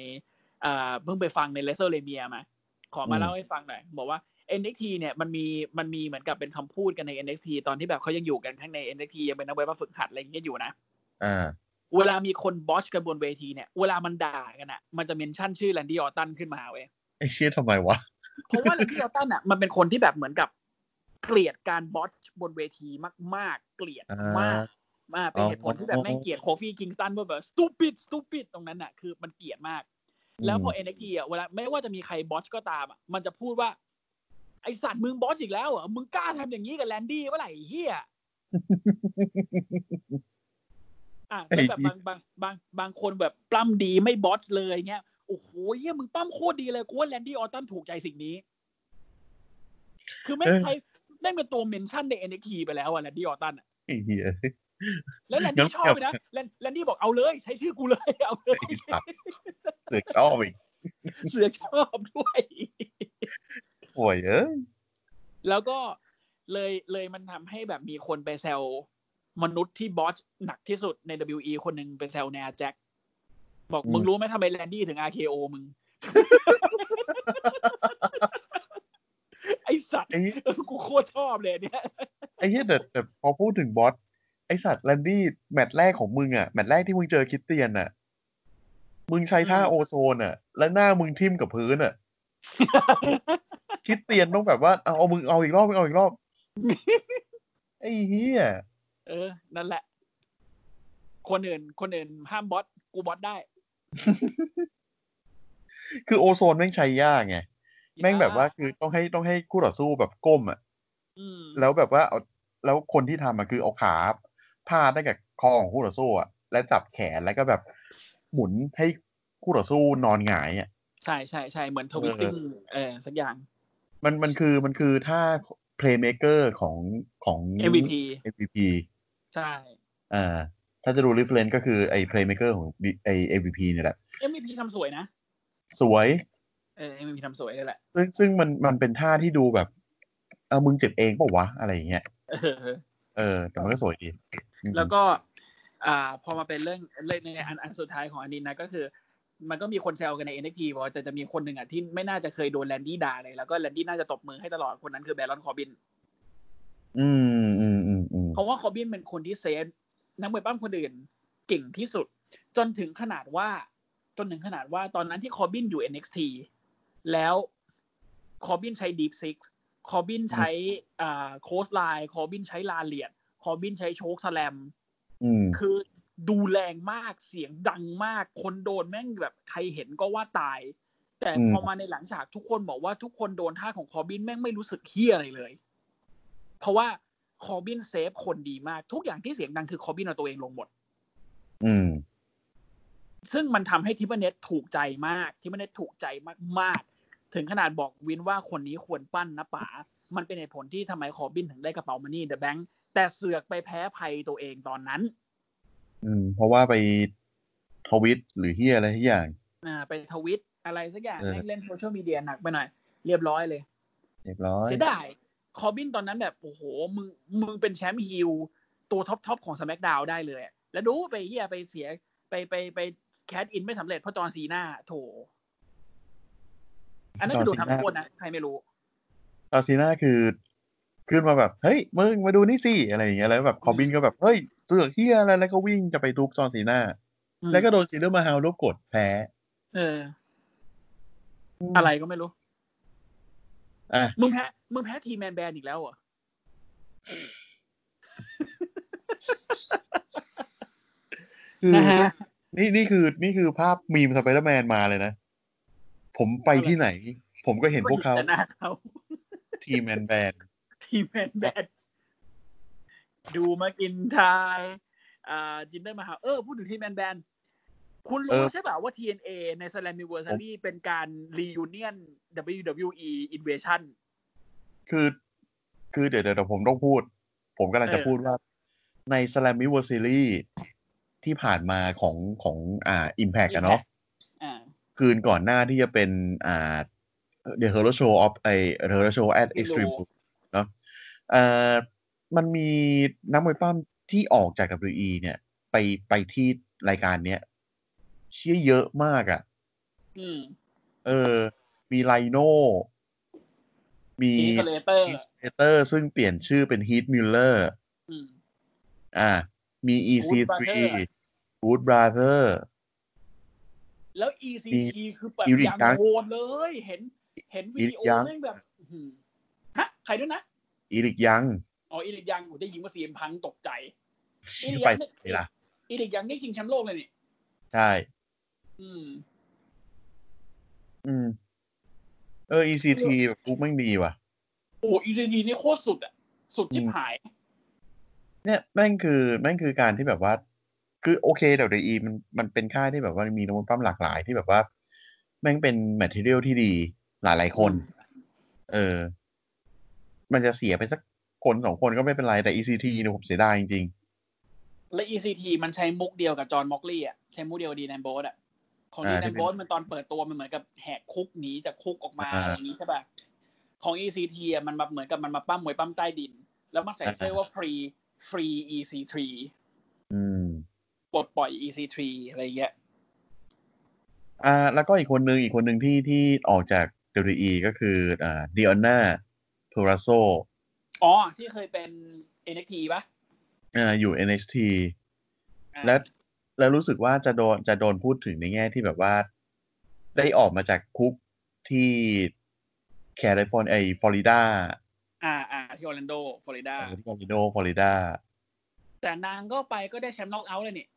Speaker 3: อ่าเพิ่งไปฟังในเลเซอร์เลเมียมา ขอมาเล่าให้ฟังหน่อย บอกว่า NXT เนี่ยมันมีมันมีเหมือนกับเป็นคำพูดกันใน NXT ตอนที่แบบเขายังอยู่กันข้างใน NXT ยังเป็นนักเวทฝึกหัดอะไรอย่างเงี้ยอยู่นะ
Speaker 2: อ่า
Speaker 3: เวลามีคนบอชกันบนเวทีเนี่ย เวลามันด่ากันอ่ะ มันจะเมนชั่นชื่อแลนดี้ออตตันขึ้นมาเว้ย
Speaker 2: ไอ้เชี่ยทำไมวะ
Speaker 3: เพราะว่าแลนดี้ออตตันอ่ะ มันเป็นคนที่แบบเหมือนกับ เกลียดการบอชบนเวทีมาก ๆ เกลียดมากมากเป็นเหตุผลที่แบบแม่งเกลียดโคฟี่กิงสตันว่าแบบ stupid stupid ตรงนั้นอ่ะ คือมันเกลียดมาก แล้วพอ NXT อ่ะเวลาไม่ว่าจะมีใครบอชก็ตามอ่ะ มันจะพูดว่า ไอสัตว์มึงบอชอีกแล้วเหรอมึงกล้าทำอย่างนี้กับแลนดี้เมื่อไหร่ไอ้เฮีย อ่ะแล้วแบบบางบางบางบางคนแบบปล้ำดีไม่บอสเลยเงี้ยโอ้โหเฮียมึงปล้ำโคตรดีเลยกูว่าแลนดี้ออตตันถูกใจสิ่งนี้ คือแม่ง
Speaker 2: เออ
Speaker 3: ใครแม่งเป็นตัวเมนชั่นใน NXT ไปแล้วอะแลนดี้ออตตันอะ
Speaker 2: ไอ้เฮีย
Speaker 3: แล้วแลน
Speaker 2: งั้
Speaker 3: ดี้
Speaker 2: น
Speaker 3: ชอบไปนะแลนแลนดี้บอกเอาเลย ใช้ชื่อกูเลย เอาเลย
Speaker 2: ไอ้สัตว์ เสือกชอบอีก
Speaker 3: เสือกชอบด้วย
Speaker 2: ป่วยเอ้ย
Speaker 3: แล้วก็เลยเลยมันทำให้แบบมีคนไปแซวมนุษย์ที่บอสหนักที่สุดใน WE คนหนึ่งไปแซวแนร์แจ็คบอก
Speaker 2: อืม
Speaker 3: มึงรู้ไหมทำไมแลนดี้ถึง RKO มึง ไอสัตว์
Speaker 2: ไอ้
Speaker 3: เออกูโคตรชอบเลยเนี่ย
Speaker 2: ไอ้เหี้ยแต่แต่พอพูดถึงบอสไอสัตว์แลนดี้แมตช์แรกของมึงอ่ะ แมตช์แรกที่มึงเจอคริดเตียนอ่ะ มึงใช้ท่า
Speaker 3: อืม
Speaker 2: โอโซนอ่ะ แล้วหน้ามึงทิ่มกับพื้นอ่ะ คริดเตียนต้องแบบว่าเอาเอามึงเอาอีกรอบมึงเอาอีกรอบ ไอ้เหี้ย
Speaker 3: เออ นั่นแหละ คนอื่น คนอื่นห้ามบอสกูบอสได้
Speaker 2: คือโอโซนแม่งใช้ยากไงแม่งแบบว่าคือต้องให้ต้องให้คู่ต่อสู้แบบก้มอ่ะ
Speaker 3: อืม
Speaker 2: แล้วแบบว่าเอาแล้วคนที่ทำอะคือเอาขาพาดได้กับคอของคู่ต่อสู้อ่ะแล้วจับแขนแล้วก็แบบหมุนให้คู่ต่อสู้นอนหงายอ่ะ
Speaker 3: ใช่ใช่ใช่เหมือนทวิสติ้งเออสักอย่าง
Speaker 2: มันมันคือมันคือท่า playmaker ของของ
Speaker 3: MVP
Speaker 2: MVP
Speaker 3: ใช่
Speaker 2: อ่า ถ้าจะดู reference ก็คือไอ้ playmaker ของไอ้ MVP เนี่ยแหละ
Speaker 3: MVP ทำสวยนะ
Speaker 2: สวย
Speaker 3: เออ MVP ทำสวยเลยแหละ
Speaker 2: ซึ่งซึ่งมันมันเป็นท่าที่ดูแบบเอามึงเจ็บเองเปล่าวะ อะไรอย่างเงี้ย
Speaker 3: เออ
Speaker 2: เออ แต่มันก็สวยดีอืม
Speaker 3: แล้วก็ อ่า พอมาเป็นเรื่องเรื่องในอันอันสุดท้ายของอันนี้นะก็คือ มันก็มีคนแซวกันใน NXT ว่าแต่จะมีคนหนึ่งอ่ะที่ไม่น่าจะเคยโดนแลนดี้ด่าเลย แล้วก็แลนดี้น่าจะตบมือให้ตลอดคนนั้นคือแบรอนคอร์บิน
Speaker 2: อืมอืมอืมอืม
Speaker 3: เพราะว่าคอร์บินเป็นคนที่เซฟนักมวยปั้มคนอื่นเก่งที่สุด จนถึงขนาดว่า จนถึงขนาดว่าตอนนั้นที่คอร์บินอยู่ NXT แล้วคอร์บินใช้ Deep Six คอร์บินใช้อ่าโคสไลน์คอร์บินใช้ลาเลียดคอร์บินใช้โชคสแลม
Speaker 2: อืม
Speaker 3: คือดูแรงมากเสียงดังมาก คนโดนแม่งแบบใครเห็นก็ว่าตาย แต่พอมาในหลังฉากทุกคนบอกว่าทุกคนโดนท่าของคอร์บินแม่งไม่รู้สึกเฮี้ยอะไรเลย เพราะว่าคอร์บินเซฟคนดีมาก ทุกอย่างที่เสียงดังคือคอร์บินเอาตัวเองลงหมด
Speaker 2: อืม
Speaker 3: ซึ่งมันทำให้ทิปเปอร์เน็ตถูกใจมาก ทิปเปอร์เน็ตถูกใจมากๆ ถึงขนาดบอกวินว่าคนนี้ควรปั้นนะป๋า มันเป็นเหตุผลที่ทำไมคอร์บินถึงได้กระเป๋ามันนี่เดอะแบงค์แต่เสือกไปแพ้ภัยตัวเองตอนนั้น
Speaker 2: อืม เพราะว่าไปทวิตหรือเฮียอะไรทุกอย่าง
Speaker 3: อ่าไปทวิตอะไรสักอย่าง
Speaker 2: เออ
Speaker 3: แม่งเล่นโซเชียลมีเดียหนักไปหน่อย เรียบร้อยเลย
Speaker 2: เรียบร้อย
Speaker 3: เสียดายคอร์บินตอนนั้นแบบ โอ้โห มึงมึงเป็นแชมป์ฮิลตัวท็อปทอปของสแม k ดาวได้เลยอะแล้วดูไปเฮียไปเสียไปไปไปแคดอินไม่สำเร็จเพราะจอห์นซีน่าโถ อันนั้นคือดู
Speaker 2: จอห์นซีน่า
Speaker 3: ทำโทษนะ ใครไม่รู้
Speaker 2: ตาซีน่าคือขึ้นมาแบบเฮ้ยมึงมาดูนี่สิอะไรอย่างเงี้ยแล้วแบบคอร์บินก็แบบเฮ้ยเสือกเฮียอะไรแล้วก็วิ่งจะไปทุบจอห์นซีน่า
Speaker 3: อืม
Speaker 2: แล้วก็โดนซีเดอร์มาฮาวลบกดแพ้
Speaker 3: เออ อะไรก็ไม่รู้
Speaker 2: อ่ะ
Speaker 3: มึงแพ้มึงแพ้ทีแมนแบนอีกแล้วเหรอ
Speaker 2: คือ
Speaker 3: นะฮะ
Speaker 2: นี่นี่คือนี่คือภาพมีมสไปเดอร์แมนมาเลยนะ ผมไปที่ไหน ผมก็เห็นพวกเขา
Speaker 3: ชนะเขา
Speaker 2: ทีมแมนแบน
Speaker 3: ทีแมนแบนดูมากินไทยอ่าจินเดอร์มาหาเออ พูดถึงทีแมนแบนคุณรู้ใช่ป่าว่า TNA ใน s l a m m i v e r s a r y เป็นการ reunion WWE Invasion
Speaker 2: คือ คือเดี๋ยวเดี๋ยวเดี๋ยวผมต้องพูด ผมกำลังจะ
Speaker 3: เออ
Speaker 2: พูดว่า ในสแลมมิวซีรีส์ที่ผ่านมาของของอ่าอิมแพกอะเนาะ
Speaker 3: อ่า
Speaker 2: คืนก่อนหน้าที่จะเป็นอ่า The Hero Show of ไอ The Hero Show at Extreme
Speaker 3: Hero
Speaker 2: Rules เนาะเอ่อมันมีนักมวยปั้มที่ออกจาก WWE เนี่ย ไปไปที่รายการเนี้ยเชี่ยเยอะมากอะ่ะ
Speaker 3: อืม
Speaker 2: เออ มีไลโน่มี
Speaker 3: อีสเลเตอร์
Speaker 2: อีสเตเตอร์ซึ่งเปลี่ยนชื่อเป็นฮีทมิลเลอร์
Speaker 3: อืม
Speaker 2: อ่า มี
Speaker 3: Good
Speaker 2: EC3
Speaker 3: Brother
Speaker 2: Good Brother
Speaker 3: แล้ว ECT คือแบบ
Speaker 2: อีริก
Speaker 3: อย่าง
Speaker 2: ยัง
Speaker 3: โหดเลย เห็น เห็นวิดี
Speaker 2: อี
Speaker 3: โอ
Speaker 2: ริกยัง
Speaker 3: แม่งแบบอื้อหือฮะ ใครด้วยนะ
Speaker 2: อีริกยัง
Speaker 3: อ๋ออีริกยังผมได้ยินว่าซีเอ็มพังตกใจ อีริก
Speaker 2: ไป
Speaker 3: ยัง
Speaker 2: ไหนล่ะ
Speaker 3: อีริกยังได้ชิงแชมป์โลกเลยนี่
Speaker 2: ใช่
Speaker 3: อืม
Speaker 2: อืม เออ ECT แบบกูไม่งดีว่ะ
Speaker 3: โอ้อีริกยังนี่โคตรสุดอ่ะ สุดชิบหาย
Speaker 2: เนี่ยแม่งคือแม่งคือการที่แบบว่า คือโอเค WWE มันมันเป็นค่ายที่แบบว่ามีนักมวยปั้มหลากหลายที่แบบว่า แม่งเป็นแมทเทียลที่ดีหลายหลายๆคน เออ มันจะเสียไปสักคนสองคนก็ไม่เป็นไร แต่ ECT เนี่ยผมเสียดายจริง
Speaker 3: และ ECT มันใช้มุกเดียวกับจอห์นม็อกลี่อ่ะ ใช้มุกเดียวกับดีแนนโบสอ่ะ ของดีแนนโบสมันตอนเปิดตัวมันเหมือนกับแหกคุกหนีจากคุกออกมาอะไรอย่างนี้ใช่ป่ะ ของ ECT อ่ะมันแบบเหมือนกับมันมาปั้มมวยปั้มใต้ดิน แล้วมันใส่เสื้อว่า free free EC3
Speaker 2: ๆ อืม
Speaker 3: ปลดปล่อย EC3 อะไรอย่างเงี้ย
Speaker 2: อ่า แล้วก็อีกคนนึงอีกคนนึงที่ที่ออกจาก WWE ก็คืออ่าดิออนนาโทราโซ
Speaker 3: อ๋อ ที่เคยเป็น NXT ปะ
Speaker 2: อ่าอยู่ NXT
Speaker 3: อ่า
Speaker 2: และแล้วรู้สึกว่าจะโดนจะโดนพูดถึงในแง่ที่แบบว่า ได้ออกมาจากคุกที่แคลิฟอร์เนียไอฟลอริดา
Speaker 3: อ่าอ่าที่ออร์แลนโดฟลอริดา
Speaker 2: ที่คอริโดฟลอริดา
Speaker 3: แต่นางก็ไปก็ได้แชมป์น็อกเอาท์เลยนี่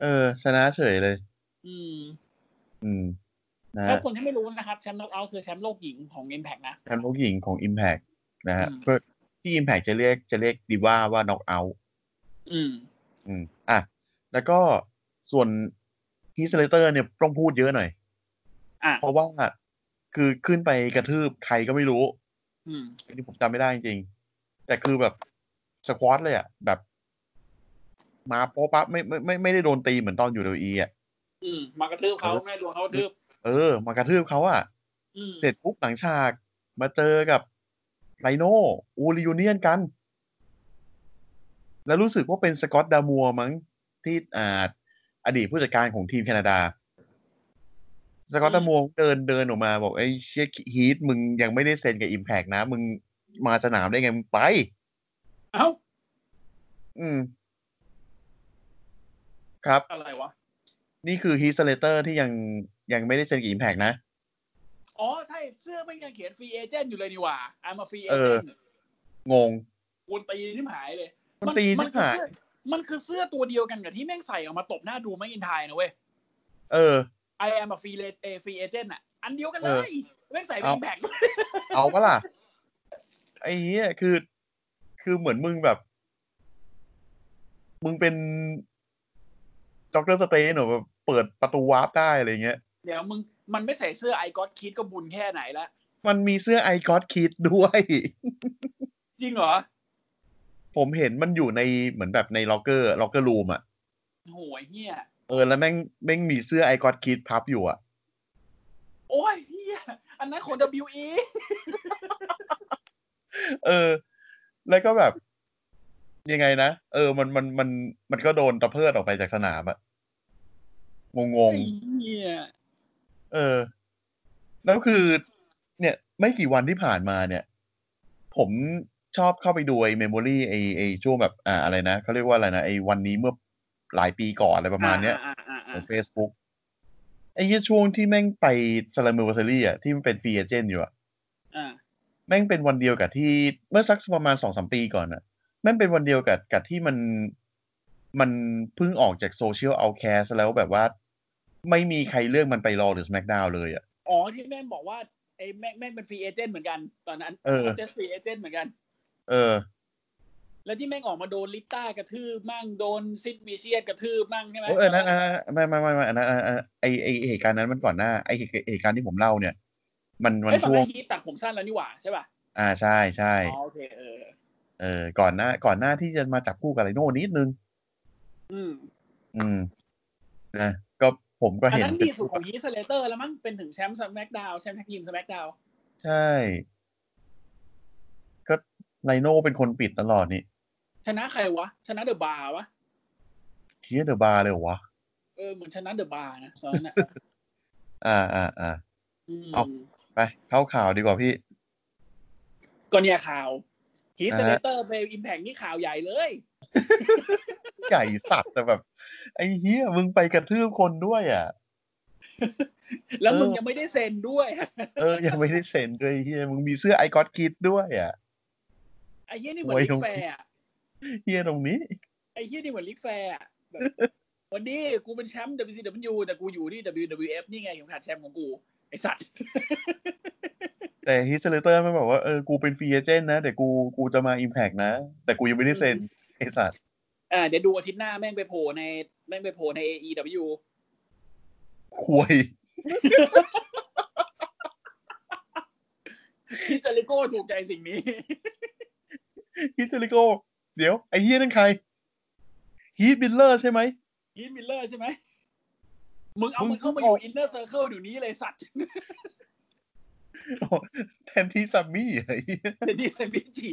Speaker 2: เออ ชนะเฉยเลย
Speaker 3: อืม
Speaker 2: อืม นะ
Speaker 3: ถ้า
Speaker 2: ฮะ
Speaker 3: คนที่ไม่รู้นะครับ แชมป์น็อกเอาท์คือแชมป์โลกหญิงของ Impact นะ
Speaker 2: แชมป์โลกหญิงของ Impact นะฮะ
Speaker 3: อืม
Speaker 2: เพื่อที่ Impact จะเรียกจะเรียกดีว่าว่าน็อกเอาท์
Speaker 3: อืม
Speaker 2: อืม อ่ะ แล้วก็ส่วนฮีสเลเตอร์เนี่ยต้องพูดเยอะหน่อย
Speaker 3: อ่ะ
Speaker 2: เพราะว่าคือขึ้นไปกระทืบใครก็ไม่รู้
Speaker 3: อืม
Speaker 2: อันนี้ผมจำไม่ได้จริงๆแต่คือแบบสควอตเลยอ่ะ แบบ มาโป๊ะปั๊บไม่ไมไม่ไม่ได้โดนตีเหมือนตอนอยู่เดอีอ่ะ
Speaker 3: อืม มากระทืบเขาแม่โดนเขากระทืบ
Speaker 2: เออ มากระทืบเขาอ่ะ
Speaker 3: อืม
Speaker 2: เสร็จปุ๊บหลังฉากมาเจอกับไรโน่อูริยูเนียนกัน แล้วรู้สึกว่าเป็นสกอตดามัวมั้งที่อาอดีตผู้จัดการของทีมแคนาดา สกอตดามัวเดินเดินออกมาบอกไอ้เชียฮีทมึงยังไม่ได้เซ็นกับอิมแพกนะ มึงมาสนามได้ไง มึงไป
Speaker 3: เอ้า
Speaker 2: อืม ครับ
Speaker 3: อะไรวะ
Speaker 2: นี่คือฮีสเลเตอร์ที่ยังยังไม่ได้เซ็นกับอิมแพกนะ
Speaker 3: อ๋อ ใช่เสื้อมันยังเขียนฟรีเอเจนต์อยู่เลยนี่หว่าอามาฟรีเอ
Speaker 2: เอ
Speaker 3: เจ
Speaker 2: อ
Speaker 3: นต์
Speaker 2: งง
Speaker 3: กูตีนี่หายเลย
Speaker 2: มันตี
Speaker 3: มั
Speaker 2: ที่
Speaker 3: คือ
Speaker 2: หาย
Speaker 3: เสื้อมันคือเสื้อตัวเดียวกันกับที่แม่งใส่ออกมาตบหน้าดูแม่งอินไทยนะเว้ย
Speaker 2: เออ
Speaker 3: I am a free a free agent อ่ะ อันเดียวกันเลย แม่งใส่
Speaker 2: เอา
Speaker 3: เป็นแบก
Speaker 2: เอาปะล่ะ ไอ้เนี้ยคือ คือเหมือนมึงแบบ มึงเป็นด็อกเตอร์สเตนหรอแบบเปิดประตูวาร์ปได้อะไรเงี้ย
Speaker 3: เดี๋ยวมึง มันไม่ใส่เสื้อไอ o อ k คิดก็บุญแค่ไหนละ
Speaker 2: มันมีเสื้อไอคอ k คิดด้วย
Speaker 3: จริงเหรอ
Speaker 2: ผมเห็นมันอยู่ในเหมือนแบบในล็อกเกอร์ล็อกเกอร์รูมอ่ะ
Speaker 3: โหยเฮีย
Speaker 2: เออ แล้วแม่งแม่งมีเสื้อไอคอ k คิดพับอยู่อ่ะ
Speaker 3: โอ้ยเฮียอันนั้นของ WE
Speaker 2: เออ แล้วก็แบบ ยังไงนะ เออ มันมันมันมันก็โดนตะเพิดออกไปจากสนามอะงงง
Speaker 3: ไอ้เฮีย
Speaker 2: ๆเออ แล้วคือ เนี่ย ไม่กี่วันที่ผ่านมาเนี่ย ผมชอบเข้าไปดูไอ้เมมโมรี่ไอ้ไอ้ช่วงแบบ อ่าอะไรนะเขาเรียกว่าอะไรนะไอ้วันนี้เมื่อหลายปีก่อนอะไรประมาณเนี้ย
Speaker 3: อ่อ่า
Speaker 2: ข
Speaker 3: อ่า
Speaker 2: อง Facebook ไอ้เหี้ยช่วงที่แม่งไปซาลาเมอร์วาซารี่อ่ะที่มันเป็นฟรีเอเจนต์อยู่อะ
Speaker 3: อ่า
Speaker 2: แม่งเป็นวันเดียวกับที่เมื่อสักประมาณสองสามปีก่อนน่ะแม่งเป็นวันเดียวกับกับที่มันมันเพิ่งออกจากโซเชียลเอาแคสแล้วแบบว่า ไม่มีใครเลือกมันไปรอหรือสแมกดาวเลยอ่ะ
Speaker 3: อ๋อที่แม่งบอกว่าไอ้แม่งแม่งเป็นฟรีเอเจนต์เหมือนกัน ตอนนั้น
Speaker 2: เออ
Speaker 3: นฟรีเอเจนต์เหมือนกัน
Speaker 2: เออ
Speaker 3: แล้วที่แม่งออกมาโดนลิต้ากระทืบมั่งโดนซิดมิเชียนกระทืบมั่งใช่ไหม
Speaker 2: โอ้ยเออนั้นอ่ะไม่ไม่ไม่ไม่อันนั้นอ่ะอ่ะไอไอไอ้เหตุการณ์นั้นมันก่อนหน้าไอเหตุเหตุการณ์ที่ผมเล่าเนี่ย มันมัน
Speaker 3: ไอ้ยตอน
Speaker 2: ช่ว
Speaker 3: นั้
Speaker 2: ง
Speaker 3: นฮีทตัดผมสั้นแล้วนี่หว่าใช่ป่ะ
Speaker 2: อ่าใช่ใช่
Speaker 3: อ๋อโอเคเออ
Speaker 2: เออก่อนหน้า ก่อนหน้าที่จะมาจับคู่กับไรโน่นิดนึง
Speaker 3: อืม
Speaker 2: อืมนะก็ผมก็
Speaker 3: อัน
Speaker 2: เห็น
Speaker 3: นั้นดีสุดของยีสเลเตอร์แล้วมั้งเป็นถึงแชมป์สแมกดาวแชมป์แท็กทีมสแมกดาว
Speaker 2: ใช่ ก็ไรโน่เป็นคนปิดตลอดนี่
Speaker 3: ชนะใครวะ ชนะเดอะบาร์วะ
Speaker 2: เคียเดอะบาร์เลยเหรอวะ
Speaker 3: เออเหมือนชนะเดอะบาร์นะตอนนั้นน่ะ
Speaker 2: อ่าอ่าอ่า
Speaker 3: อืม
Speaker 2: เอา ไป เข้าข่าวดีกว่าพี่
Speaker 3: ก็เนี่ยข่าวฮีส
Speaker 2: อ่า
Speaker 3: เล
Speaker 2: ฮะ
Speaker 3: เตอร์ไปอิมแพกนี่ข่าวใหญ่เลย
Speaker 2: ใหญ่สัตว์แต่แบบ ไอ้เฮียมึงไปกระทืบคนด้วยอ่ะ
Speaker 3: แล้วมึง
Speaker 2: เออ
Speaker 3: ยังไม่ได้เซ็นด้วย
Speaker 2: เออ ยังไม่ได้เซ็นด้วยไอ้เฮียมึงมีเสื้อไอคอนคิดด้วยอ่ะ
Speaker 3: ไอ้เฮียนี่เหมือน
Speaker 2: โอ้ย
Speaker 3: ลิกแฟร์อะ
Speaker 2: เฮียตรงนี้
Speaker 3: ไอ้เฮียนี่เหมือนลิกแฟร์อะ แบบวันนี้กูเป็นแชมป์ WCW แต่กูอยู่ที่ WWF นี่ไงเข็มขัดแชมป์ของกู ไอสัตว์
Speaker 2: แต่ฮิสเลเตอร์มันบอกว่า เออ กูเป็นฟรีเอเจนต์นะ แต่กูกูจะมาอิมแพกนะ แต่กูยังไม่ได้เซ็นไอสัตว์
Speaker 3: อ่าเดี๋ยวดูอาทิตย์หน้าแม่งไปโผล่ในแม่งไปโผล่ใน AEW
Speaker 2: ควย
Speaker 3: คิดจะลิโก้ถูกใจสิ่งนี้
Speaker 2: ฮิสเลโก เดี๋ยว ไอเฮียนั่นใครฮีทบิลเลอร์ใช่ไหม
Speaker 3: ยีนมิลเลอร์ใช่ไหม มึงเอา
Speaker 2: มึง
Speaker 3: มันเข้ามาอยู่อินเนอร์เซอร์เคิลเดี๋ยวนี้เลยสัตว์
Speaker 2: แทนที่ซัมมี่ ไอ้เหี้ย
Speaker 3: เดนนิสมิจี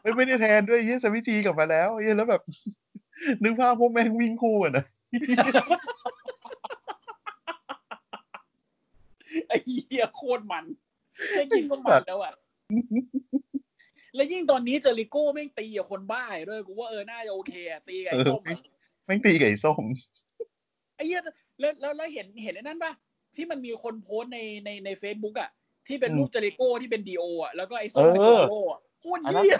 Speaker 2: เอ้ยไม่ได้แทนด้วยเฮียสมิธีกลับมาแล้วเฮียแล้วแบบ นึกภาพพวกแม่งวิ่งคู่กันนะ
Speaker 3: ไอ้เหี้ยโคตรมันแค่กินก็มันแล้ว อ่ะ แล้วยิ่งตอนนี้เจอริโก้แม่งตีกับคนบ้าอีกด้วยกูว่าเออน่าจะโอเคอะตีกับไอ้ส้มอะ
Speaker 2: แม่งตีไก่ส้ม
Speaker 3: ไอ้เหี้ยแล้วแล้วแล้วเห็นเห็นไอ้นั่นปะที่มันมีคนโพสต์ในในในเฟซบุ๊กอ่ะ ที่เป็นรูปเจอริโก้ที่เป็นดีโออ่ะแล้วก็ไอ้ส้มเป็น
Speaker 2: เอ
Speaker 3: โซ
Speaker 2: อ
Speaker 3: โล่อะโคตร
Speaker 2: อันนั้น
Speaker 3: เหี้ย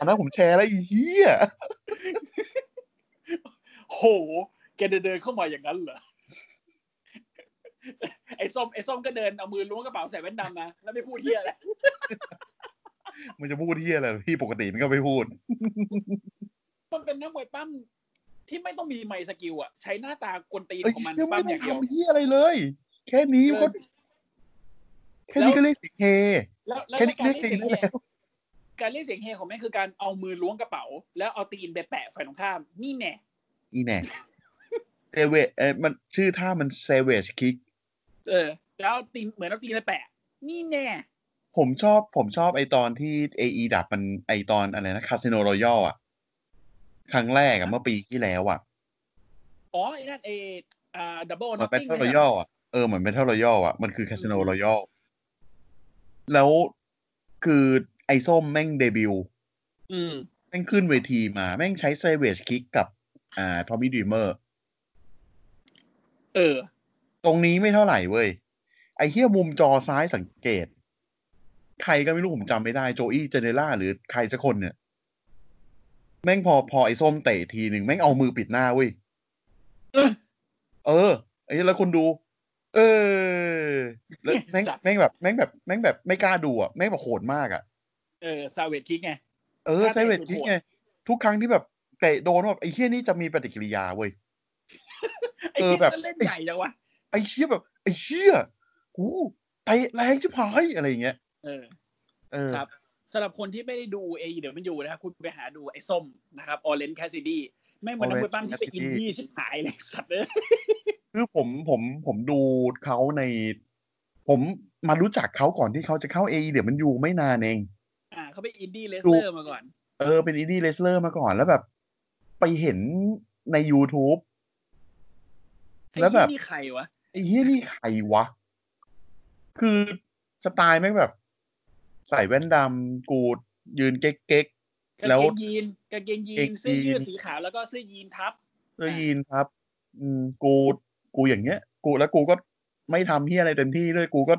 Speaker 2: อันนั้นผมแชร์แล้วไอีเฮีย
Speaker 3: โห แกเดินเดินเข้ามาอย่างนั้นเหรอ ไอ้ส้มไอ้ส้มก็เดินเอามือล้วงกระเป๋าใส่แว่นดำนะแล้วไม่พูดเหี้ยอะไร
Speaker 2: มันจะพูดเฮียอะไรพี่ปกติมันก็ไม่พูด
Speaker 3: มันเป็นนักมวยปั้มที่ไม่ต้องมีไมค์สกิลอะใช้หน้าตากวนตีน
Speaker 2: เอ้ย
Speaker 3: ของมัน
Speaker 2: เฮียไม่
Speaker 3: ปั้ม
Speaker 2: ต้อง
Speaker 3: อย่างเดียว
Speaker 2: ทำเฮียอะไรเลย แค่นี้ก็แค่นี้ก็เรียกเสิเฮ
Speaker 3: แล้วแล้ว
Speaker 2: แค่นี้
Speaker 3: การ
Speaker 2: เรียกตี
Speaker 3: เรียกเสี
Speaker 2: น
Speaker 3: ยง
Speaker 2: ได้
Speaker 3: เฮ
Speaker 2: แล้ว
Speaker 3: การเรียกเสียงเฮของแม่งคือการเอามือล้วงกระเป๋า แล้วเอาตีนไปแปะฝ่ายตรงข้าม นี่แน่
Speaker 2: อีแน่เซเวเออมันชื่อท่ามันเซเวชคิก
Speaker 3: เออ แล้วเอาตีนเหมือนเอาตีนไปแปะ นี่แน่
Speaker 2: ผมชอบผมชอบไอตอนที่ AE ดับมันไอตอนอะไรนะคาสิโนรอยัลอ่ะ ครั้งแรกอ่ะ เมื่อปีที่แล้วอ่ะ
Speaker 3: อ๋อไอ้นั่นเอออ่าดับเบิล
Speaker 2: เหมื
Speaker 3: น็
Speaker 2: อ
Speaker 3: อน ต
Speaker 2: เป็น
Speaker 3: ติ้ง
Speaker 2: เท่ารอยัลอ่ะ เออเหมือนเป็นเท่ารอยัลอ่ะ มันคือคาสิโนรอยัลแล้วคือไอส้มแม่งเดบิวต์
Speaker 3: อืม
Speaker 2: แม่งขึ้นเวทีมา แม่งใช้เซเวชคิกกับ อ่าทอมมี่ดีเมอร์
Speaker 3: เออ
Speaker 2: ตรงนี้ไม่เท่าไหร่เว้ย ไอเฮียมุมจอซ้ายสังเกต ใครก็ไม่รู้ผมจำไม่ได้โจอี้เจเนล่าหรือใครสักคนเนี่ย แม่งพอพอไอ้ส้มเตะทีหนึ่งแม่งเอามือปิดหน้าเว้ย
Speaker 3: เออ
Speaker 2: เออ ไอ้แล้วคนดู เออ แล้วแม่ง
Speaker 3: สัตว์
Speaker 2: แม่งแบบแม่งแบบแม่งแบบไม่กล้าดูอ่ะ แม่งแบบโหดมากอ่ะ
Speaker 3: เออซาเวทคิกไง
Speaker 2: เออ
Speaker 3: ถ้า
Speaker 2: ไซเวท
Speaker 3: เตะโหด
Speaker 2: คิกไง ทุกครั้งที่แบบเตะโดนแบบไอ้เฮียนี่จะมีปฏิกิริยาเว้ย
Speaker 3: ไอ้
Speaker 2: เออ
Speaker 3: เหี้ย
Speaker 2: แบบ
Speaker 3: มันเล่นใหญ่จังวะ
Speaker 2: ไอ้เชี่ยแบบไอ้เชี่ยโอ้เตะแรงชิบหายอะไรอย่างเงี้ย
Speaker 3: เออ
Speaker 2: เออ
Speaker 3: ครับ สำหรับคนที่ไม่ได้ดูเอเดี๋ยวมันอยู่นะครับคุณไปหาดูไอ้ส้มนะครับออเรนแคสซิดี้แม่งเหมือนนัก
Speaker 2: Orange
Speaker 3: มวยปั้มที่เป็นอิน
Speaker 2: Cassidy
Speaker 3: ดี้ชิบหายเลยสัตว์เลย
Speaker 2: คือผมผมผมดูเขาใน ผมมารู้จักเขาก่อนที่เขาจะเข้าเอเดี๋ยวมันอยู่ไม่นานเอง
Speaker 3: อ่าเขาเป็นอินดี้เลส
Speaker 2: ดู
Speaker 3: เตอร์มาก่อน
Speaker 2: เออเป็นอินดี้เลสเลอร์มาก่อนแล้วแบบ ไปเห็นใน YouTube แล้
Speaker 3: แล้ว ว
Speaker 2: แบ
Speaker 3: แบบ บนี่ใครวะ
Speaker 2: ไอ้เฮียนี่ใครวะ คือสไตล์แม่งแบบ ใส่แว่นดำกูดยืนเก๊ก
Speaker 3: กา
Speaker 2: ๆ
Speaker 3: ง
Speaker 2: แล้ว
Speaker 3: เกงยีนกางเกงยี
Speaker 2: กางเก
Speaker 3: น
Speaker 2: งยีน
Speaker 3: เสื้อยืดสีขาวแล้วก็เสื้อยีนทับ
Speaker 2: เสื้อยีนครับ อืมกูกูอย่างเงี้ย กูแล้วกูก็ไม่ทำเฮียอะไรเต็มที่ด้วยกูก็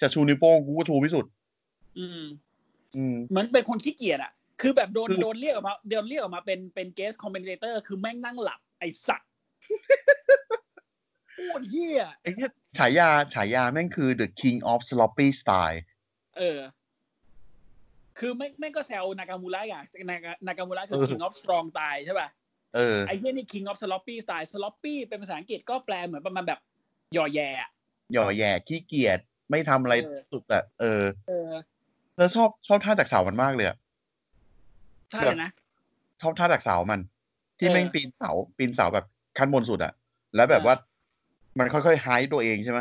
Speaker 2: จะชูนิ้วโป้งกูก็ชูพิสุด
Speaker 3: อืม
Speaker 2: อืม
Speaker 3: เหมือนเป็นคนขี้เกียจอะคือแบบโดน
Speaker 2: คือ
Speaker 3: โดนเรียกออกมาโดนเรียกออกมาเป็นเป็นเกสคอมเมนเตอร์คือแม่งนั่งหลับไอ้สัต ว์ โคตรเหี้ย
Speaker 2: ไอ้เหี้ยฉายาฉายาแม่งคือ the king of sloppy style
Speaker 3: เออ คือแม่งแม่งก็แซวนากามูระอ่ะนากานากามูระคือ
Speaker 2: เออ
Speaker 3: คิงออฟสตรองตายใช่ป่ะ
Speaker 2: เออ
Speaker 3: ไอ้เหี้ยนี่ King of Sloppy Style Sloppy เป็นภาษาอังกฤษก็แปลเหมือนประมาณแบบหย่อแย่อะ
Speaker 2: หย่อแหย่ขี้เกียจไม่ทำอะไรสุดอะเออ
Speaker 3: เออ
Speaker 2: แล้วชอบชอบท่าจากเสามันมากเลยอะ
Speaker 3: ถ้าเลยนะ
Speaker 2: ชอบท่าจากเสามัน ที่
Speaker 3: เออ
Speaker 2: แม่งปีนเสาปีนเสาแบบขั้นบนสุดอะแล้วแบบ
Speaker 3: อ่า
Speaker 2: ว่า มันค่อยๆหายตัวเองใช่ไหม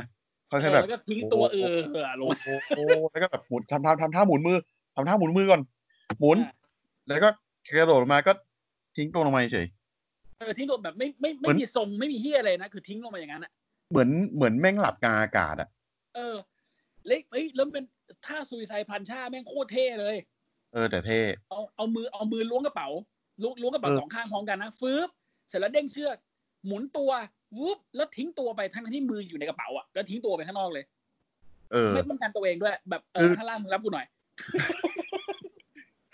Speaker 2: ค่
Speaker 3: เอ
Speaker 2: อย
Speaker 3: อ
Speaker 2: ๆแบ
Speaker 3: แล้
Speaker 2: บ
Speaker 3: วก็ทิ้งตัวเออเออลง
Speaker 2: โอ้โหโอ้โหแล้วก็แบบหมุนทำทำทำท่าหมุนมือทำท่าหมุนมือก่อน หมุน
Speaker 3: อ่า
Speaker 2: แล้วก็กระโดดลงมาก็ทิ้งตัวลงมาเฉย
Speaker 3: เออทิ้งตัวแบบไม่ไม่ไม่
Speaker 2: เหมือน
Speaker 3: มีทรงไม่มีเฮียอะไรนะคือทิ้งลงมาอย่างนั้นอะ
Speaker 2: เหมือนเหมือนแม่งหลับกลางอากาศอะ
Speaker 3: เออเล็กเอ้ยแล้วเป็นท่าซูซายพันชาแม่งโคตรเท่เลย
Speaker 2: เออแต่เท่
Speaker 3: เอาเอามือเอามือล้วงกระเป๋าล้วงล้วงกระเป๋า
Speaker 2: เออ
Speaker 3: สองข้างพร้อมกันนะฟืบเสร็จแล้วเด้งเชือกหมุนตัววุบแล้วทิ้งตัวไปทั้งที่มืออยู่ในกระเป๋าอะแล้วทิ้งตัวไปข้างนอกเลย
Speaker 2: เออ
Speaker 3: ไม่ป้องกันตัวเองด้วย แบบเอ
Speaker 2: คือ อ
Speaker 3: ข้างล่างมึงรับกูหน่อย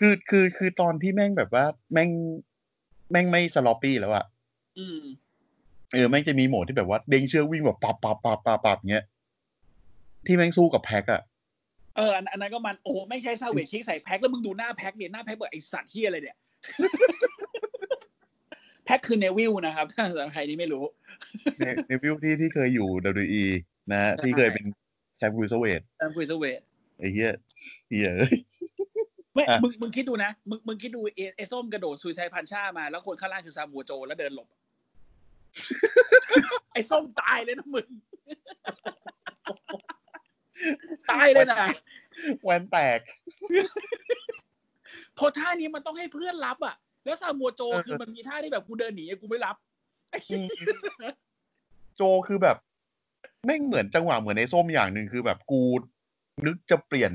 Speaker 2: คือคือคือตอนที่แม่งแบบว่าแม่งแม่งไม่สลอปปี้แล้วอะ
Speaker 3: อืม
Speaker 2: เออแม่งจะมีโหมดที่แบบว่าเด้งเชือกวิ่งแบบปับปับปับปับปับเงี้ยที่แม่งสู้กับแพ็กอะ
Speaker 3: เอออันอันนั้นก็มันโอ้โหไม่ใช่ซาเวจชิกใส่แพ็คแล้วมึงดูหน้าแพ็คเนี่ยหน้าแพ็คแบบไอสัตว์เฮียอะไรเนี่ย แพ็คคือเนวิลนะครับ ถ้าสำหรับใครที่ไม่รู้
Speaker 2: ใน ในวิวที่ที่เคยอยู่ WWE นะฮะ
Speaker 3: ใช่
Speaker 2: ที่เคยเป็นแชมป์ครูซเวต
Speaker 3: ตามคุยซาเวจ
Speaker 2: ไอ้เหี้ยเหี้ย
Speaker 3: ไม่
Speaker 2: อ่ะ
Speaker 3: มึงมึงคิดดูนะ มึงมึงคิดดูเอไอส้มกระโดดซูซายพันชามา แล้วคนข้างล่างคือซามัวโจแล้วเดินหล บ ไอส้มตายเลยนะมึง ตายเลยนะ
Speaker 2: แวนแตก
Speaker 3: พอท่านี้มันต้องให้เพื่อนรับอ่ะ แล้วซามัวโจ
Speaker 2: เออ
Speaker 3: คือมันมีท่าที่แบบกูเดินหนีกูไม่รับ
Speaker 2: โจคือแบบ แม่งเหมือนจังหวะเหมือนในส้มอย่างหนึ่งคือแบบกูนึกจะเปลี่ยน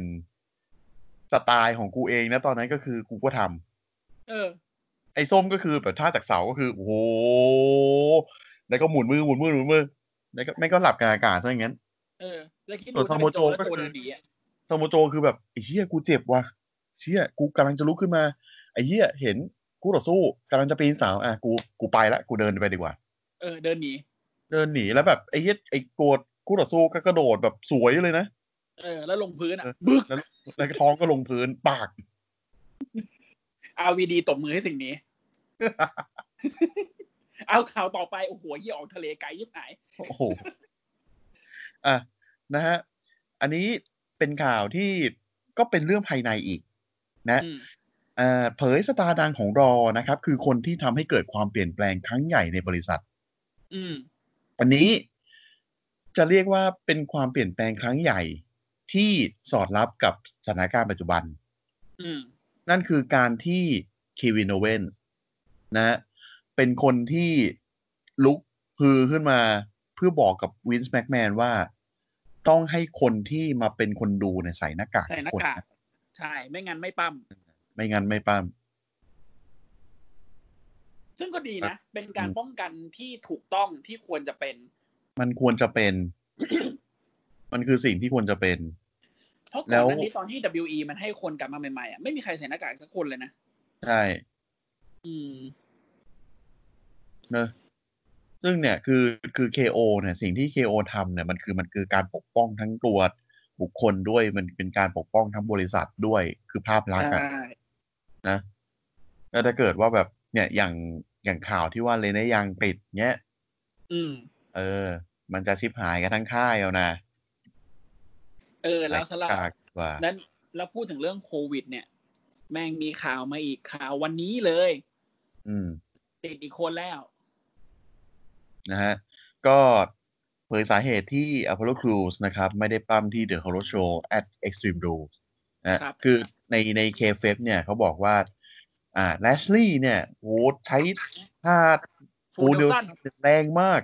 Speaker 2: สไตล์ของกูเองนะตอนนั้นก็คือกูก็ทำ
Speaker 3: เออ
Speaker 2: ไอ้ส้มก็คือแบบท่าจากเสาก็คือโอ้โหแล้วก็หมุนมือหมุนมือหมุนมือแล้วก็แม่งก็หลับกลางอากาศซะอย่างงั้น
Speaker 3: เออ แล้วคิด
Speaker 2: ส่
Speaker 3: ดู
Speaker 2: วน
Speaker 3: ถ้า
Speaker 2: ซามั
Speaker 3: เป็
Speaker 2: วโจ
Speaker 3: นโจแล้ว
Speaker 2: ก็
Speaker 3: โจ
Speaker 2: คือ
Speaker 3: เดินหนีอ่ะ
Speaker 2: ซามโจคือแบบไอ้เชี่ยกูเจ็บว่ะเชี่ยกูกำลังจะลุกขึ้นมาไอ้เหี้ยเห็นกูต่อสู้กำลังจะปีนเสาอ่ะกูกูไปละกูเดินไปดีกว่า
Speaker 3: เออเดินหนี
Speaker 2: เดินหนีแล้วแบบไอ้เหี้ยไอ้โกรธกูต่อสู้ก็กระโดดแบบสวยเลยนะ
Speaker 3: เออ แล้วลงพื้นอ่ะ
Speaker 2: เออ
Speaker 3: บึก
Speaker 2: แล้วก็ท้องก็ลงพื้นปาก
Speaker 3: อาวีดีตบมือให้สิ่ งนี้ เอาข่าวต่อไป โอ้โหเฮียออกทะเลไกลยิบหาย
Speaker 2: โอ้โห อ่ะ นะฮะ อันนี้เป็นข่าวที่ ก็เป็นเรื่องภายในอีก นะ
Speaker 3: อืม
Speaker 2: เอ่อเผยสตาร์ดังของรอนะครับ คือคนที่ทำให้เกิดความเปลี่ยนแปลงครั้งใหญ่ในบริษัท
Speaker 3: อืม
Speaker 2: วันนี้จะเรียกว่าเป็นความเปลี่ยนแปลงครั้งใหญ่ที่สอดรับกับสถานการณ์ปัจจุบัน
Speaker 3: อืม
Speaker 2: นั่นคือการที่เควินโอเวนนะ เป็นคนที่ลุกฮือขึ้นมาเพื่อบอกกับวินส์แม็กแมนว่าต้องให้คนที่มาเป็นคนดูเนี่ยใส่หน้ากาก
Speaker 3: ใส่หน้ากากใช่ไม่งั้นไม่ปั๊ม
Speaker 2: ไม่งั้นไม่ปั้ม
Speaker 3: ซึ่งก็ดี
Speaker 2: ครั
Speaker 3: นะ
Speaker 2: บ
Speaker 3: เป็นการป้องกันที่ถูกต้องที่ควรจะเป็น
Speaker 2: มันควรจะเป็น มันคือสิ่งที่ควรจะเป็น
Speaker 3: เพราะก่
Speaker 2: แล้
Speaker 3: อน
Speaker 2: ว
Speaker 3: หน้านี้ตอนที่ WE มันให้คนกลับมาใหม่ๆอ่ะไม่มีใครใส่หน้ากากสักคนเลยนะ
Speaker 2: ใช่
Speaker 3: อืม
Speaker 2: เนอะซึ่งเนี่ยคือคือ KO เนี่ย สิ่งที่ KO ทำเนี่ยมันคือมันคือการปกป้องทั้งตัวบุคคลด้วยมันเป็นการปกป้องทั้งบริษัทด้วยคือภาพลักษณ์อะ
Speaker 3: ใช่
Speaker 2: นะแล้วถ้าเกิดว่าแบบเนี่ยอย่างอย่างข่าวที่ว่าเลนได้ยังติดเนี้ย
Speaker 3: อืม
Speaker 2: เออ มันจะชิบหายกันทั้งค่ายเอานะ
Speaker 3: เออ แล้วสำหรับ
Speaker 2: กากกว่า
Speaker 3: นั้นแล้วพูดถึงเรื่องโควิด เนี่ย แม่งมีข่าวมาอีกข่าววันนี้เลย
Speaker 2: อืม
Speaker 3: ติดอีกคนแล้ว
Speaker 2: นะฮะ ก็เผยสาเหตุที่ Apollo Crews นะครับ ไม่ได้ปั้มที่ The Horror Show at Extreme Rules นะครับ คือในใน KF เนี่ยเขาบอกว่า อ่า Lashley เนี่ยโหใช้ท่า
Speaker 3: ฟูลเดลสัน
Speaker 2: แรงมาก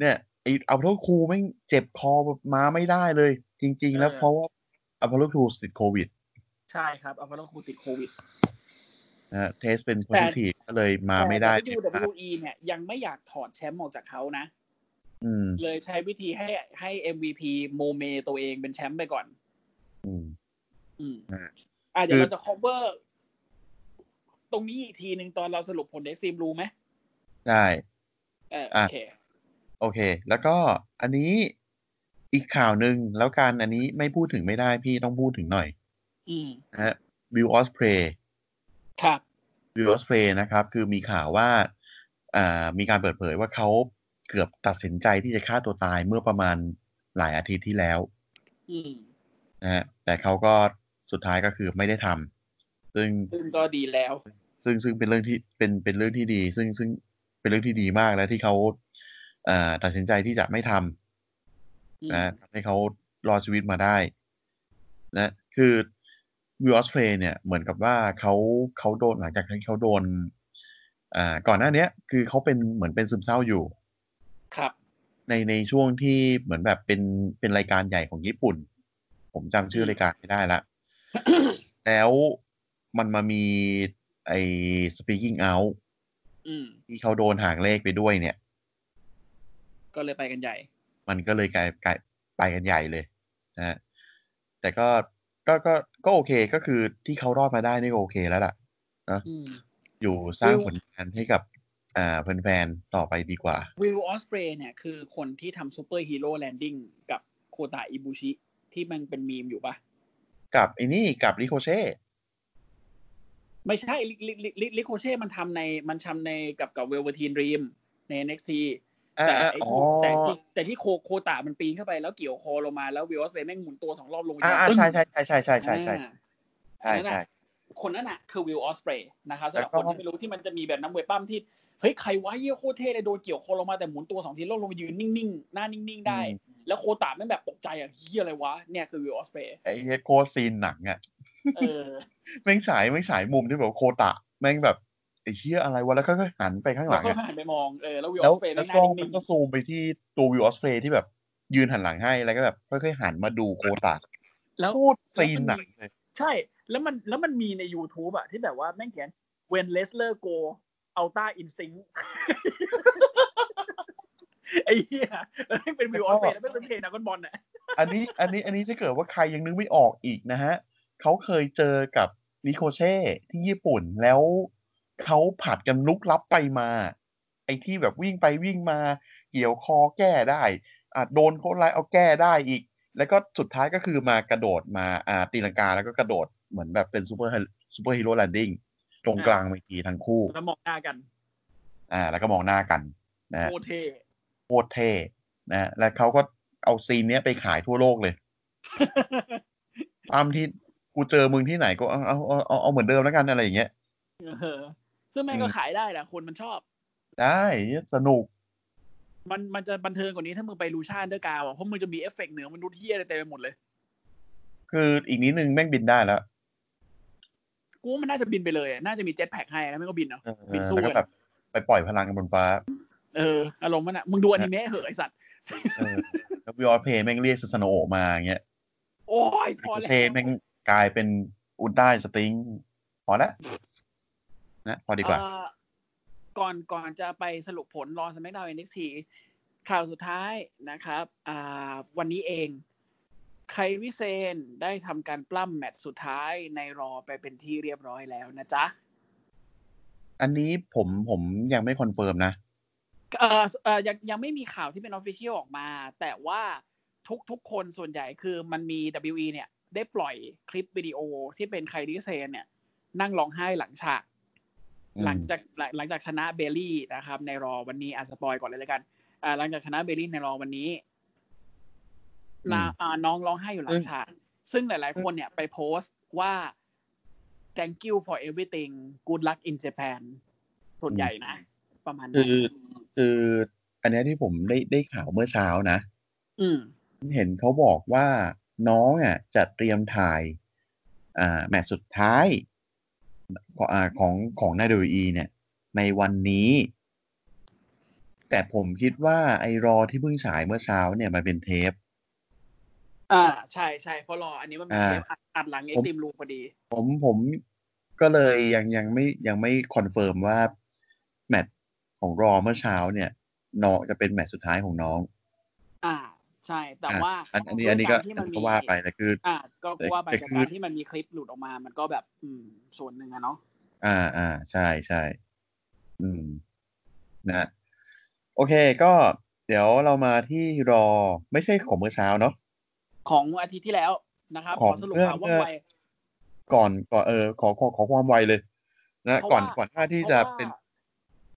Speaker 2: เนี่ยไออัพโลครูไม่งเจ็บคอแบบมาไม่ได้เลย จริง ๆ แล้วเพราะว่าอัพโลครูติดโควิด
Speaker 3: ใช่ครับอัปโลคูติดโควิด
Speaker 2: นะฮะเทสเป็นโพ
Speaker 3: แต่
Speaker 2: ซิทีฟก็เลยมาไม่ได้
Speaker 3: แต่ WWE เนี่ยยังไม่อยากถอดแชมป์ออกจากเขานะ
Speaker 2: อืม
Speaker 3: เลยใช้วิธีให้ให้ MVP โมเมตัวเองเป็นแชมป์ไปก่อน
Speaker 2: อืม
Speaker 3: อืม
Speaker 2: อ่า
Speaker 3: อ่าเดี๋ยว
Speaker 2: คือ
Speaker 3: เราจะ cover ตรงนี้อีกทีหนึ่งตอนเราสรุปผลเด็กซีมรู้ไหม
Speaker 2: ได้
Speaker 3: เออโอ
Speaker 2: อ่ะ
Speaker 3: เค
Speaker 2: โอเค แล้วก็อันนี้อีกข่าวหนึ่งแล้วกันอันนี้ไม่พูดถึงไม่ได้พี่ต้องพูดถึงหน่อย
Speaker 3: อืม
Speaker 2: นะฮะวิวออสเพล
Speaker 3: ครับ
Speaker 2: วิวอสเพลย์นะครับ คือมีข่าวว่าอ่ามีการเปิดเผยว่าเขาเกือบตัดสินใจที่จะฆ่าตัวตายเมื่อประมาณหลายอาทิตย์ที่แล้ว
Speaker 3: อืม
Speaker 2: นะฮะแต่เขาก็สุดท้ายก็คือไม่ได้ทำซึ่ง
Speaker 3: ซึ่งก็ดีแล้ว
Speaker 2: ซึ่งซึ่งเป็นเรื่องที่เป็นเป็นเรื่องที่ดี ซึ่งซึ่งเป็นเรื่องที่ดีมากแล้วที่เขาอ่าตัดสินใจที่จะไม่ทำ
Speaker 3: อืม
Speaker 2: นะทำให้เขารอดชีวิตมาได้ นะ คือวิวออสเพลเนี่ย เหมือนกับว่าเขาเขาโดนหลังจากที่เขาโดน อ่า ก่อนหน้าเนี้ย คือเขาเป็นเหมือนเป็นซึมเศร้าอยู่
Speaker 3: ครับ
Speaker 2: ในในช่วงที่เหมือนแบบเป็นเป็นรายการใหญ่ของญี่ปุ่น ผมจำชื่อรายการไม่ได้ละ แล้วมันมามีไอ้ speaking out
Speaker 3: อืม
Speaker 2: ที่เขาโดนหางเลขไปด้วยเนี่ย
Speaker 3: ก็เลยไปกันใหญ่
Speaker 2: มันก็เลยกลายกลายไปกันใหญ่เลยนะฮะแต่ก็ก็ก็ก็โอเคก็คือที่เขารอดมาได้นี่ก็โอเคแล้วล่ะ
Speaker 3: อืม
Speaker 2: อยู่สร้างผลงานให้กับ อ่าแฟนๆต่อไปดีกว่า
Speaker 3: วิลออสเปรย์เนี่ยคือคนที่ทำซูเปอร์ฮีโร่แลนดิ้งกับโคตาอิบุชิ ที่มันเป็นมีมอยู่ปะ
Speaker 2: กับไอ้นี่กับริโคเช่
Speaker 3: ไม่ใช่ลิลิลิลิลิโคเช่มันทำในมันทำในกับกับเวลเวอร์ทีนรีมใน NXT
Speaker 2: อา
Speaker 3: แต่
Speaker 2: อ่า
Speaker 3: ไอ้
Speaker 2: อ๋อ
Speaker 3: ที่แต่ที่แต่ที่โคโคตะมันปีนเข้าไปแล้วเกี่ยวคอลงมาแล้ววิลออสเปรย์แม่งหมุนตัวสองรอบลงไป
Speaker 2: อ่าอ่า
Speaker 3: ปึ้ง
Speaker 2: ใช่ใช่ใช่ใช่ใช่ใช่ใช่
Speaker 3: อ่า
Speaker 2: ใช่ใช่
Speaker 3: คนนั้นอ่ะคือวิลออสเปรย์นะครับสำหรับ
Speaker 2: แล้
Speaker 3: ค
Speaker 2: วนก็
Speaker 3: ที่ไม่รู้ที่มันจะมีแบบน้ำมวยปั้มที่ เฮ้ย ใครวะเยี่ยโคตรเท่เลยโดนเกี่ยวโคลงมาแต่หมุนตัวสองทีแล้วลงมายืนนิ่งๆ หน้านิ่งๆ ได้ แล้วโคตาไม่งแบบตกใจอ่ะเฮียอะไรวะ เนี่ยคือวิลออสเปรย์
Speaker 2: ไอ้เฮดโคซีนหนังอ่ะ
Speaker 3: เออ
Speaker 2: แม่งฉายแม่งฉายมุมที่แบบโคตะ แม่งแบบไอ้เชี่ยอะไรวะแล้วก็หันไปข้างห
Speaker 3: แล้
Speaker 2: ลั
Speaker 3: ว
Speaker 2: ง
Speaker 3: ก็
Speaker 2: อะ
Speaker 3: หันไปมองเออแล้ววิลอ
Speaker 2: แล้ว
Speaker 3: อสเปรย์
Speaker 2: แล้
Speaker 3: ไม่
Speaker 2: ว
Speaker 3: งหน้าก
Speaker 2: ล้องมั
Speaker 3: นิ่
Speaker 2: น
Speaker 3: ง
Speaker 2: ก็ซูมไปที่ตัววิวออสเพลที่แบบยืนหันหลังให้ แล้วก็แบบค่อยๆหันมาดูโคตา
Speaker 3: ๆ แล้ว
Speaker 2: โคตรซีนหนังเลย
Speaker 3: ใช่ แล้วมันแล้วมันมีใน YouTube อ่ะ ที่แบบว่าแม่งเขียน when wrestler go ultra instinct ไอ้เหี้ยแล้วแม่งเป็นวิลออสเปรย์แล้วแม่งเป็นเพลงนักบอลน่ะ
Speaker 2: อันนี้อันนี้อันนี้ถ้าเกิดว่าใครยังนึกไม่ออกอีกนะฮะเขาเคยเจอกับนิโคเช่ที่ญี่ปุ่นแล้วเขาผัดกันลุกลับไปมา ไอ้ที่แบบวิ่งไปวิ่งมา เกี่ยวคอแก้ได้อาจโดนโคตรไลน์เอาแก้ได้อีก แล้วก็สุดท้ายก็คือมากระโดดมาอ่าตีลังกาแล้วก็กระโดดเหมือนแบบเป็นซูเปอร์ซูเปอร์ฮีโร่แลนดิ้งตรงกลางเวทีทั้งคู่
Speaker 3: แล้วมองหน้ากัน
Speaker 2: อ่าแล้วก็มองหน้ากันนะฮะ
Speaker 3: โคตรเท่
Speaker 2: โคตรเท่นะฮะแล้วเขาก็เอาซีนเนี้ยไปขายทั่วโลกเลย ปั้มที่ กูเจอมึงที่ไหนก็เอาเอาเอาเอาเอาเหมือนเดิมแล้วกันอะไรอย่างเงี้ย
Speaker 3: เออซึ่งแม่งก็
Speaker 2: อืม
Speaker 3: ขายได้แหละคนมันชอบ
Speaker 2: ได้สนุก
Speaker 3: มันมันจะบันเทิงกว่านี้ถ้ามึงไปลูชานเดอร์กาวอะเพราะมึงจะมีเอฟเฟกต์เหนือมนุษย์เฮียอะไรเต็มไปหมดเลย
Speaker 2: คืออีกนิดนึงแม่งบินได้แล้ว
Speaker 3: กูว่ามันน่าจะบินไปเลยอะน่าจะมีเจ็ตแพ็กให้แล้วแม่งก็บินเอา
Speaker 2: เออ
Speaker 3: บินสู้
Speaker 2: แล้วก็
Speaker 3: กั
Speaker 2: แบ
Speaker 3: น
Speaker 2: บไปปล่อยพลังกันบนฟ้า
Speaker 3: เอออารมณ์มันอะมึงดูอนิเมะเหอะไอสัตว์
Speaker 2: เออแล้ววิออเพย์แม่งเรียกสุสานโอะมาอย่างเงี้ย
Speaker 3: โอ้ยพอ
Speaker 2: พิ
Speaker 3: แล้ว
Speaker 2: เช่แม่งกลายเป็นอุดได้สติงพอละนะพอดีกว่า
Speaker 3: เอ่อก่อนก่อนจะไปสรุปผลรอสมัคดาวเอ็นเอ็กซีข่าวสุดท้ายนะครับ อ่า วันนี้เองไควิเซนได้ทำการปล้ำแมตช์สุดท้ายในรอไปเป็นที่เรียบร้อยแล้วนะจ๊ะ
Speaker 2: อันนี้ผมผมยังไม่คอนเฟิร์มนะ
Speaker 3: เอ่อเอ่อยังยังไม่มีข่าวที่เป็นออฟฟิเชียลออกมา แต่ว่าทุกทุกคนส่วนใหญ่คือมันมี WE เนี่ย ได้ปล่อยคลิปวิดีโอที่เป็นไคลดิเซนเนี่ย นั่งร้องไห้หลังฉาก
Speaker 2: อืม
Speaker 3: หลังจากหลังหลังจากชนะเบลลี่นะครับ ในรอวันนี้อ่ะสปอยก่อนเลยแล้วกันอ่าหลังจากชนะเบลลี่ในรอวันนี้นาอ่าน้องร้องไห้อยู่หลังฉาก ซึ่งหลาย ๆ คนเนี่ยไปโพสต์ว่า thank you for everything good luck in Japan ส่วนใหญ่นะ ประมาณ
Speaker 2: คื
Speaker 3: นั้น
Speaker 2: อคือ อันเนี้ยที่ผมได้ได้ข่าวเมื่อเช้านะ
Speaker 3: อืม
Speaker 2: เห็นเขาบอกว่าน้องอ่ะจะเตรียมถ่ายอ่าแมตช์สุดท้ายของอ่าของของนาดูอีเนี่ย ในวันนี้ แต่ผมคิดว่าไอรอที่เพิ่งฉายเมื่อเช้าเนี่ยมันเป็นเทป
Speaker 3: อ่าใช่ใช่เพราะรออันนี้มันมี
Speaker 2: อ่า
Speaker 3: เทปอัดอัดหลังไอ
Speaker 2: ผม
Speaker 3: ติมลูพอดี
Speaker 2: ผมผมก็เลยยังยังไม่ยังไม่คอนเฟิร์มว่าแมตช์ของรอเมื่อเช้าเนี่ยน้องจะเป็นแมตช์สุดท้ายของน้อง
Speaker 3: อ่า ใช่ แต่
Speaker 2: อ่ะ
Speaker 3: ว่า
Speaker 2: อันอันนี้อันนี้ก็
Speaker 3: ด้วยารที่
Speaker 2: อั
Speaker 3: มัน น
Speaker 2: นี้
Speaker 3: มี
Speaker 2: ก็ว่าไปแต่คือ
Speaker 3: อ่า ก็ว่าไป
Speaker 2: แต่
Speaker 3: จาก
Speaker 2: คือ
Speaker 3: การที่มันมีคลิปหลุดออกมา มันก็แบบ อืม ส่วนหนึ่งอะเนาะ
Speaker 2: อ่าอ่าใช่ใช่อืม นะ โอเคก็ เดี๋ยวเรามาที่รอไม่ใช่ของเมื่อเช้าเนาะ
Speaker 3: ของอาทิตย์ที่แล้วนะครับ
Speaker 2: ข
Speaker 3: ข
Speaker 2: อ
Speaker 3: อง สรุป
Speaker 2: เรื่อง
Speaker 3: ข่าวว่า
Speaker 2: เรื่อง
Speaker 3: ไว
Speaker 2: ก่อนก่อนเออขอขอขอความไวเลย นะ
Speaker 3: เพราะ
Speaker 2: ก่อน
Speaker 3: ว่า
Speaker 2: ก่อนหน้าที่
Speaker 3: เพ
Speaker 2: จะ
Speaker 3: ราะว่า
Speaker 2: เป็น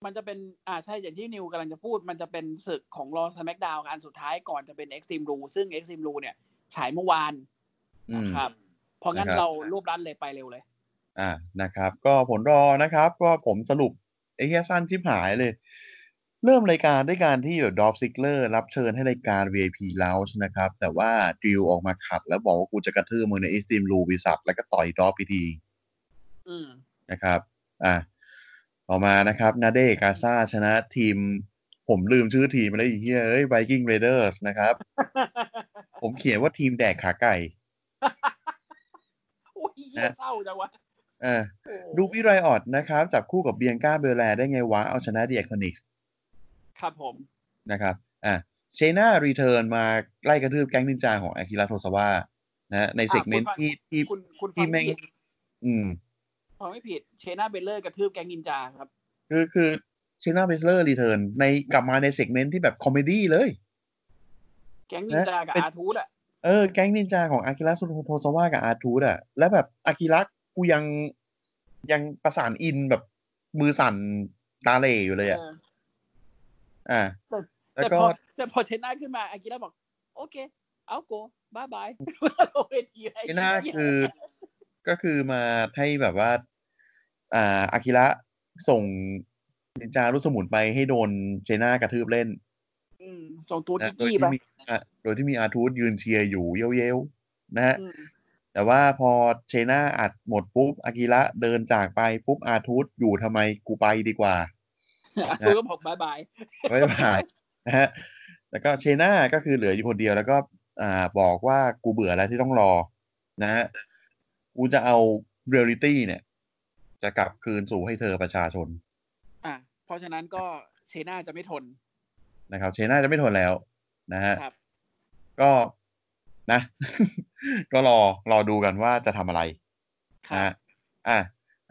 Speaker 3: มันจะเป็น อ่าใช่ อย่างที่นิวกำลังจะพูด มันจะเป็นศึกของรอสแมกดาวอันสุดท้ายก่อนจะเป็นเอ็กซ์ต e มรูซึ่งเอ็กซ์ต e มรูเนี่ย ฉายเมื่อวาน
Speaker 2: อืม
Speaker 3: นะครับ เพราะงั้น
Speaker 2: นะครับ
Speaker 3: เรารวบรัดเลยไปเร็วเลย
Speaker 2: อ่านะครับ ก็ผลรอนะครับ ก็ผมสรุปไอ้เฮียสั้นชิบหายเลย เริ่มรายการด้วยการที่แบบดอฟซิกเลอร์รับเชิญให้รายการ VIP Lounge นะครับ แต่ว่าดิวออกมาขัดแล้วบอกว่ากูจะกระทืบมึงในอิสติมรูบิสับแล้วก็ต่อยดอฟไปที
Speaker 3: อืม
Speaker 2: นะครับ อ่ะต่อมานะครับ นาเดกาซาชนะทีม ผมลืมชื่อทีมไปแล้วอีกเฮียเอ้ยไ i กิ้งเรเดอร์สนะครับ ผมเขียนว่าทีมแดกขาไก่
Speaker 3: อุ้ยเหี้ยเศร้าจังวะ
Speaker 2: เออ
Speaker 3: โอ้
Speaker 2: ดูวิไรออดนะครับ จับคู่กับเบียงก้าเบลแลได้ไงวะ เอาชนะเดียคอนิก
Speaker 3: ครับผม
Speaker 2: นะครับ อ่ะเชน่ารีเทิร์นมาไล่กระทืบแก๊งนินจาของอากิระโทซาวะนะฮะในเซกเมนต์
Speaker 3: อ่ะคุณฟัง
Speaker 2: ที่ที่
Speaker 3: คุณคุณฟั
Speaker 2: ที่
Speaker 3: ง
Speaker 2: แม่
Speaker 3: ไม่
Speaker 2: ง
Speaker 3: ผิด
Speaker 2: อืม
Speaker 3: ฟังไม่ผิดเชน่าเบลเลอร์กระทืบแก๊งนินจาครับ
Speaker 2: คือคือเชน่าเบสเลอร์รีเทิร์นในกลับมาในเซกเมนต์ที่แบบคอมเมดี้เลย
Speaker 3: แก๊งนินจากับ
Speaker 2: เป็น
Speaker 3: อาทูดอ่ะ
Speaker 2: เออแก๊งนินจาของอากิระสุโทซาวะกับอาร์ทูดอะแล้วแบบอากิระกูยังยังประสานอินแบบมือสั่นตาเหล่อยู่เลยอะ
Speaker 3: เออ
Speaker 2: อ่า แล้ว
Speaker 3: แต่
Speaker 2: ก็
Speaker 3: พอแต่พอเชน่าขึ้นมาอากิระบอก โอเค เอาโกบายบ ายโอเวทีไอ้
Speaker 2: เช
Speaker 3: เหี้ย
Speaker 2: น่าคือก็คือมาให้แบบว่า อ่าอากิระส่งนินจารุกสมุนไปให้โดนเชน่ากระทืบเล่น
Speaker 3: มส่งตัว
Speaker 2: นะ
Speaker 3: กิ๊ก
Speaker 2: โดย
Speaker 3: กี้
Speaker 2: ที่
Speaker 3: ไป
Speaker 2: มีอ่ะโดยที่มีอาร์ทูดยืนเชียร์อยู่เย้ยวๆนะฮะ
Speaker 3: อืม
Speaker 2: แต่ว่าพอเชน่าอัดหมดปุ๊บอากิระเดินจากไปปุ๊บอาทูตอยู่ทำไมกูไปดีกว่า
Speaker 3: อาทูดก็บอกบายบาย
Speaker 2: ไม่ผ่าน นะฮะแล้วก็เชน่าก็คือเหลืออยู่คนเดียวแล้วก็อ่าบอกว่ากูเบื่อแล้วที่ต้องรอ นะฮะกูจะเอาเรียลิตี้เนี่ย จะกลับคืนสู่ให้เธอประชาชน
Speaker 3: อ่ะเพราะฉะนั้นก็เชน่าจะไม่ทน
Speaker 2: นะครับเชน่าจะไม่ทนแล้ว นะฮะ
Speaker 3: ครับ
Speaker 2: ก็นะ ก็รอรอดูกันว่าจะทำอะไร
Speaker 3: ครั
Speaker 2: นะ
Speaker 3: บ
Speaker 2: อ่ะ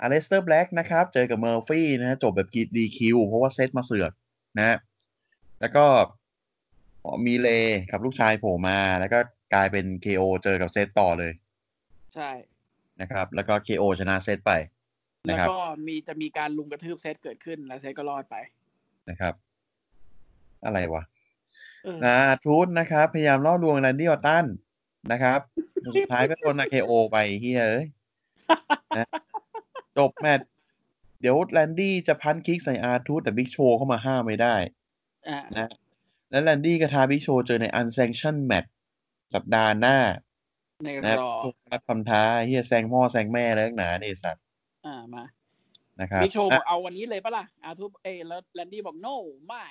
Speaker 2: อาเลสเตอร์แบล็กนะครับ เจอกับเมอร์ฟี่นะฮะจบแบบกีดดีคิวเพราะว่าเซตมาเสือกนะฮะแล้วก็มีเลกับลูกชายโผล่มา แล้วก็กลายเป็น KO เจอกับเซตต่อเลย
Speaker 3: ใช่
Speaker 2: นะครับ แล้วก็ KO ชนะเซตไป
Speaker 3: แล้
Speaker 2: นะ
Speaker 3: ว
Speaker 2: ครับ
Speaker 3: ก็มีจะมีการลุมกระทืบเซตเกิดขึ้น แล้วเซตก็รอดไป
Speaker 2: นะครับ อะไรวะ
Speaker 3: เออ
Speaker 2: นะทรูธนะครับ พยายามล่อลวงแรนดี้ออตตัน นะครับสุดท้ายก็โดน RKO ไปเฮียเอ้ยนะจบแมตช์เดี๋ยวแลนดี้จะพันคิกใส่อาร์ทูธแต่บิ๊กโชเข้ามาห้ามไม่ได้
Speaker 3: อ่า
Speaker 2: นะและแลนดี้กับทาบิโชเจอใน unsanctioned match สัปดาห์หน้า
Speaker 3: ใน
Speaker 2: นะ
Speaker 3: รอ
Speaker 2: รับคำท้าเฮียแซงพ่อแซงแม่แล้วหนาเนี่ยสัตว์
Speaker 3: อ่ามา
Speaker 2: นะครับ
Speaker 3: พี่โชว์บ
Speaker 2: อ่ะ
Speaker 3: อกเอาวันนี้เลยปะล่ะอาทุบเอยแล้วแลนดี้บอก no ไม่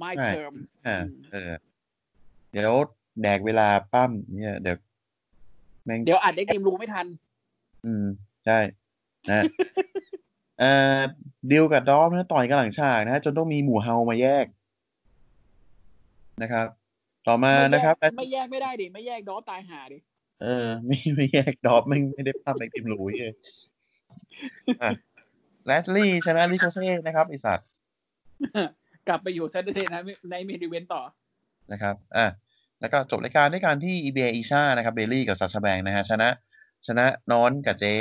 Speaker 3: my
Speaker 2: ไม่
Speaker 3: term
Speaker 2: อ่ะเออ เดี๋ยวแดกเวลาปั้มเนี่ยเดี๋ยวแม่ง
Speaker 3: เดี๋ยวอัดได้ทีมรู้ไม่ทัน
Speaker 2: อืมใช่นะ เอ่อดิวกับดอมนะต่อยกันหลังฉากนะฮะจนต้องมีหมู่เฮามาแยก นะครับ ต่อมา
Speaker 3: ไม่แยก
Speaker 2: นะครับ
Speaker 3: ไม่แยกไม่ได้ดิ ไม่แยกดอตายหาดิ
Speaker 2: เออ ไม่ไม่แยกดอปไม่ไม่ได้ภาพในทีมหลุยเลยแรดลี่ชนะลิโคเซ่นะครับไอสัตว์
Speaker 3: กลับไปอยู่ Saturday นะในเมดิเวนต่อ
Speaker 2: นะครับอ่ะแล้วก็จบรายการด้วยการที่อีเบอีชานะครับเบลลี่กับซาชาแบงค์นะฮะชนะชนะน้อนกับเจ๊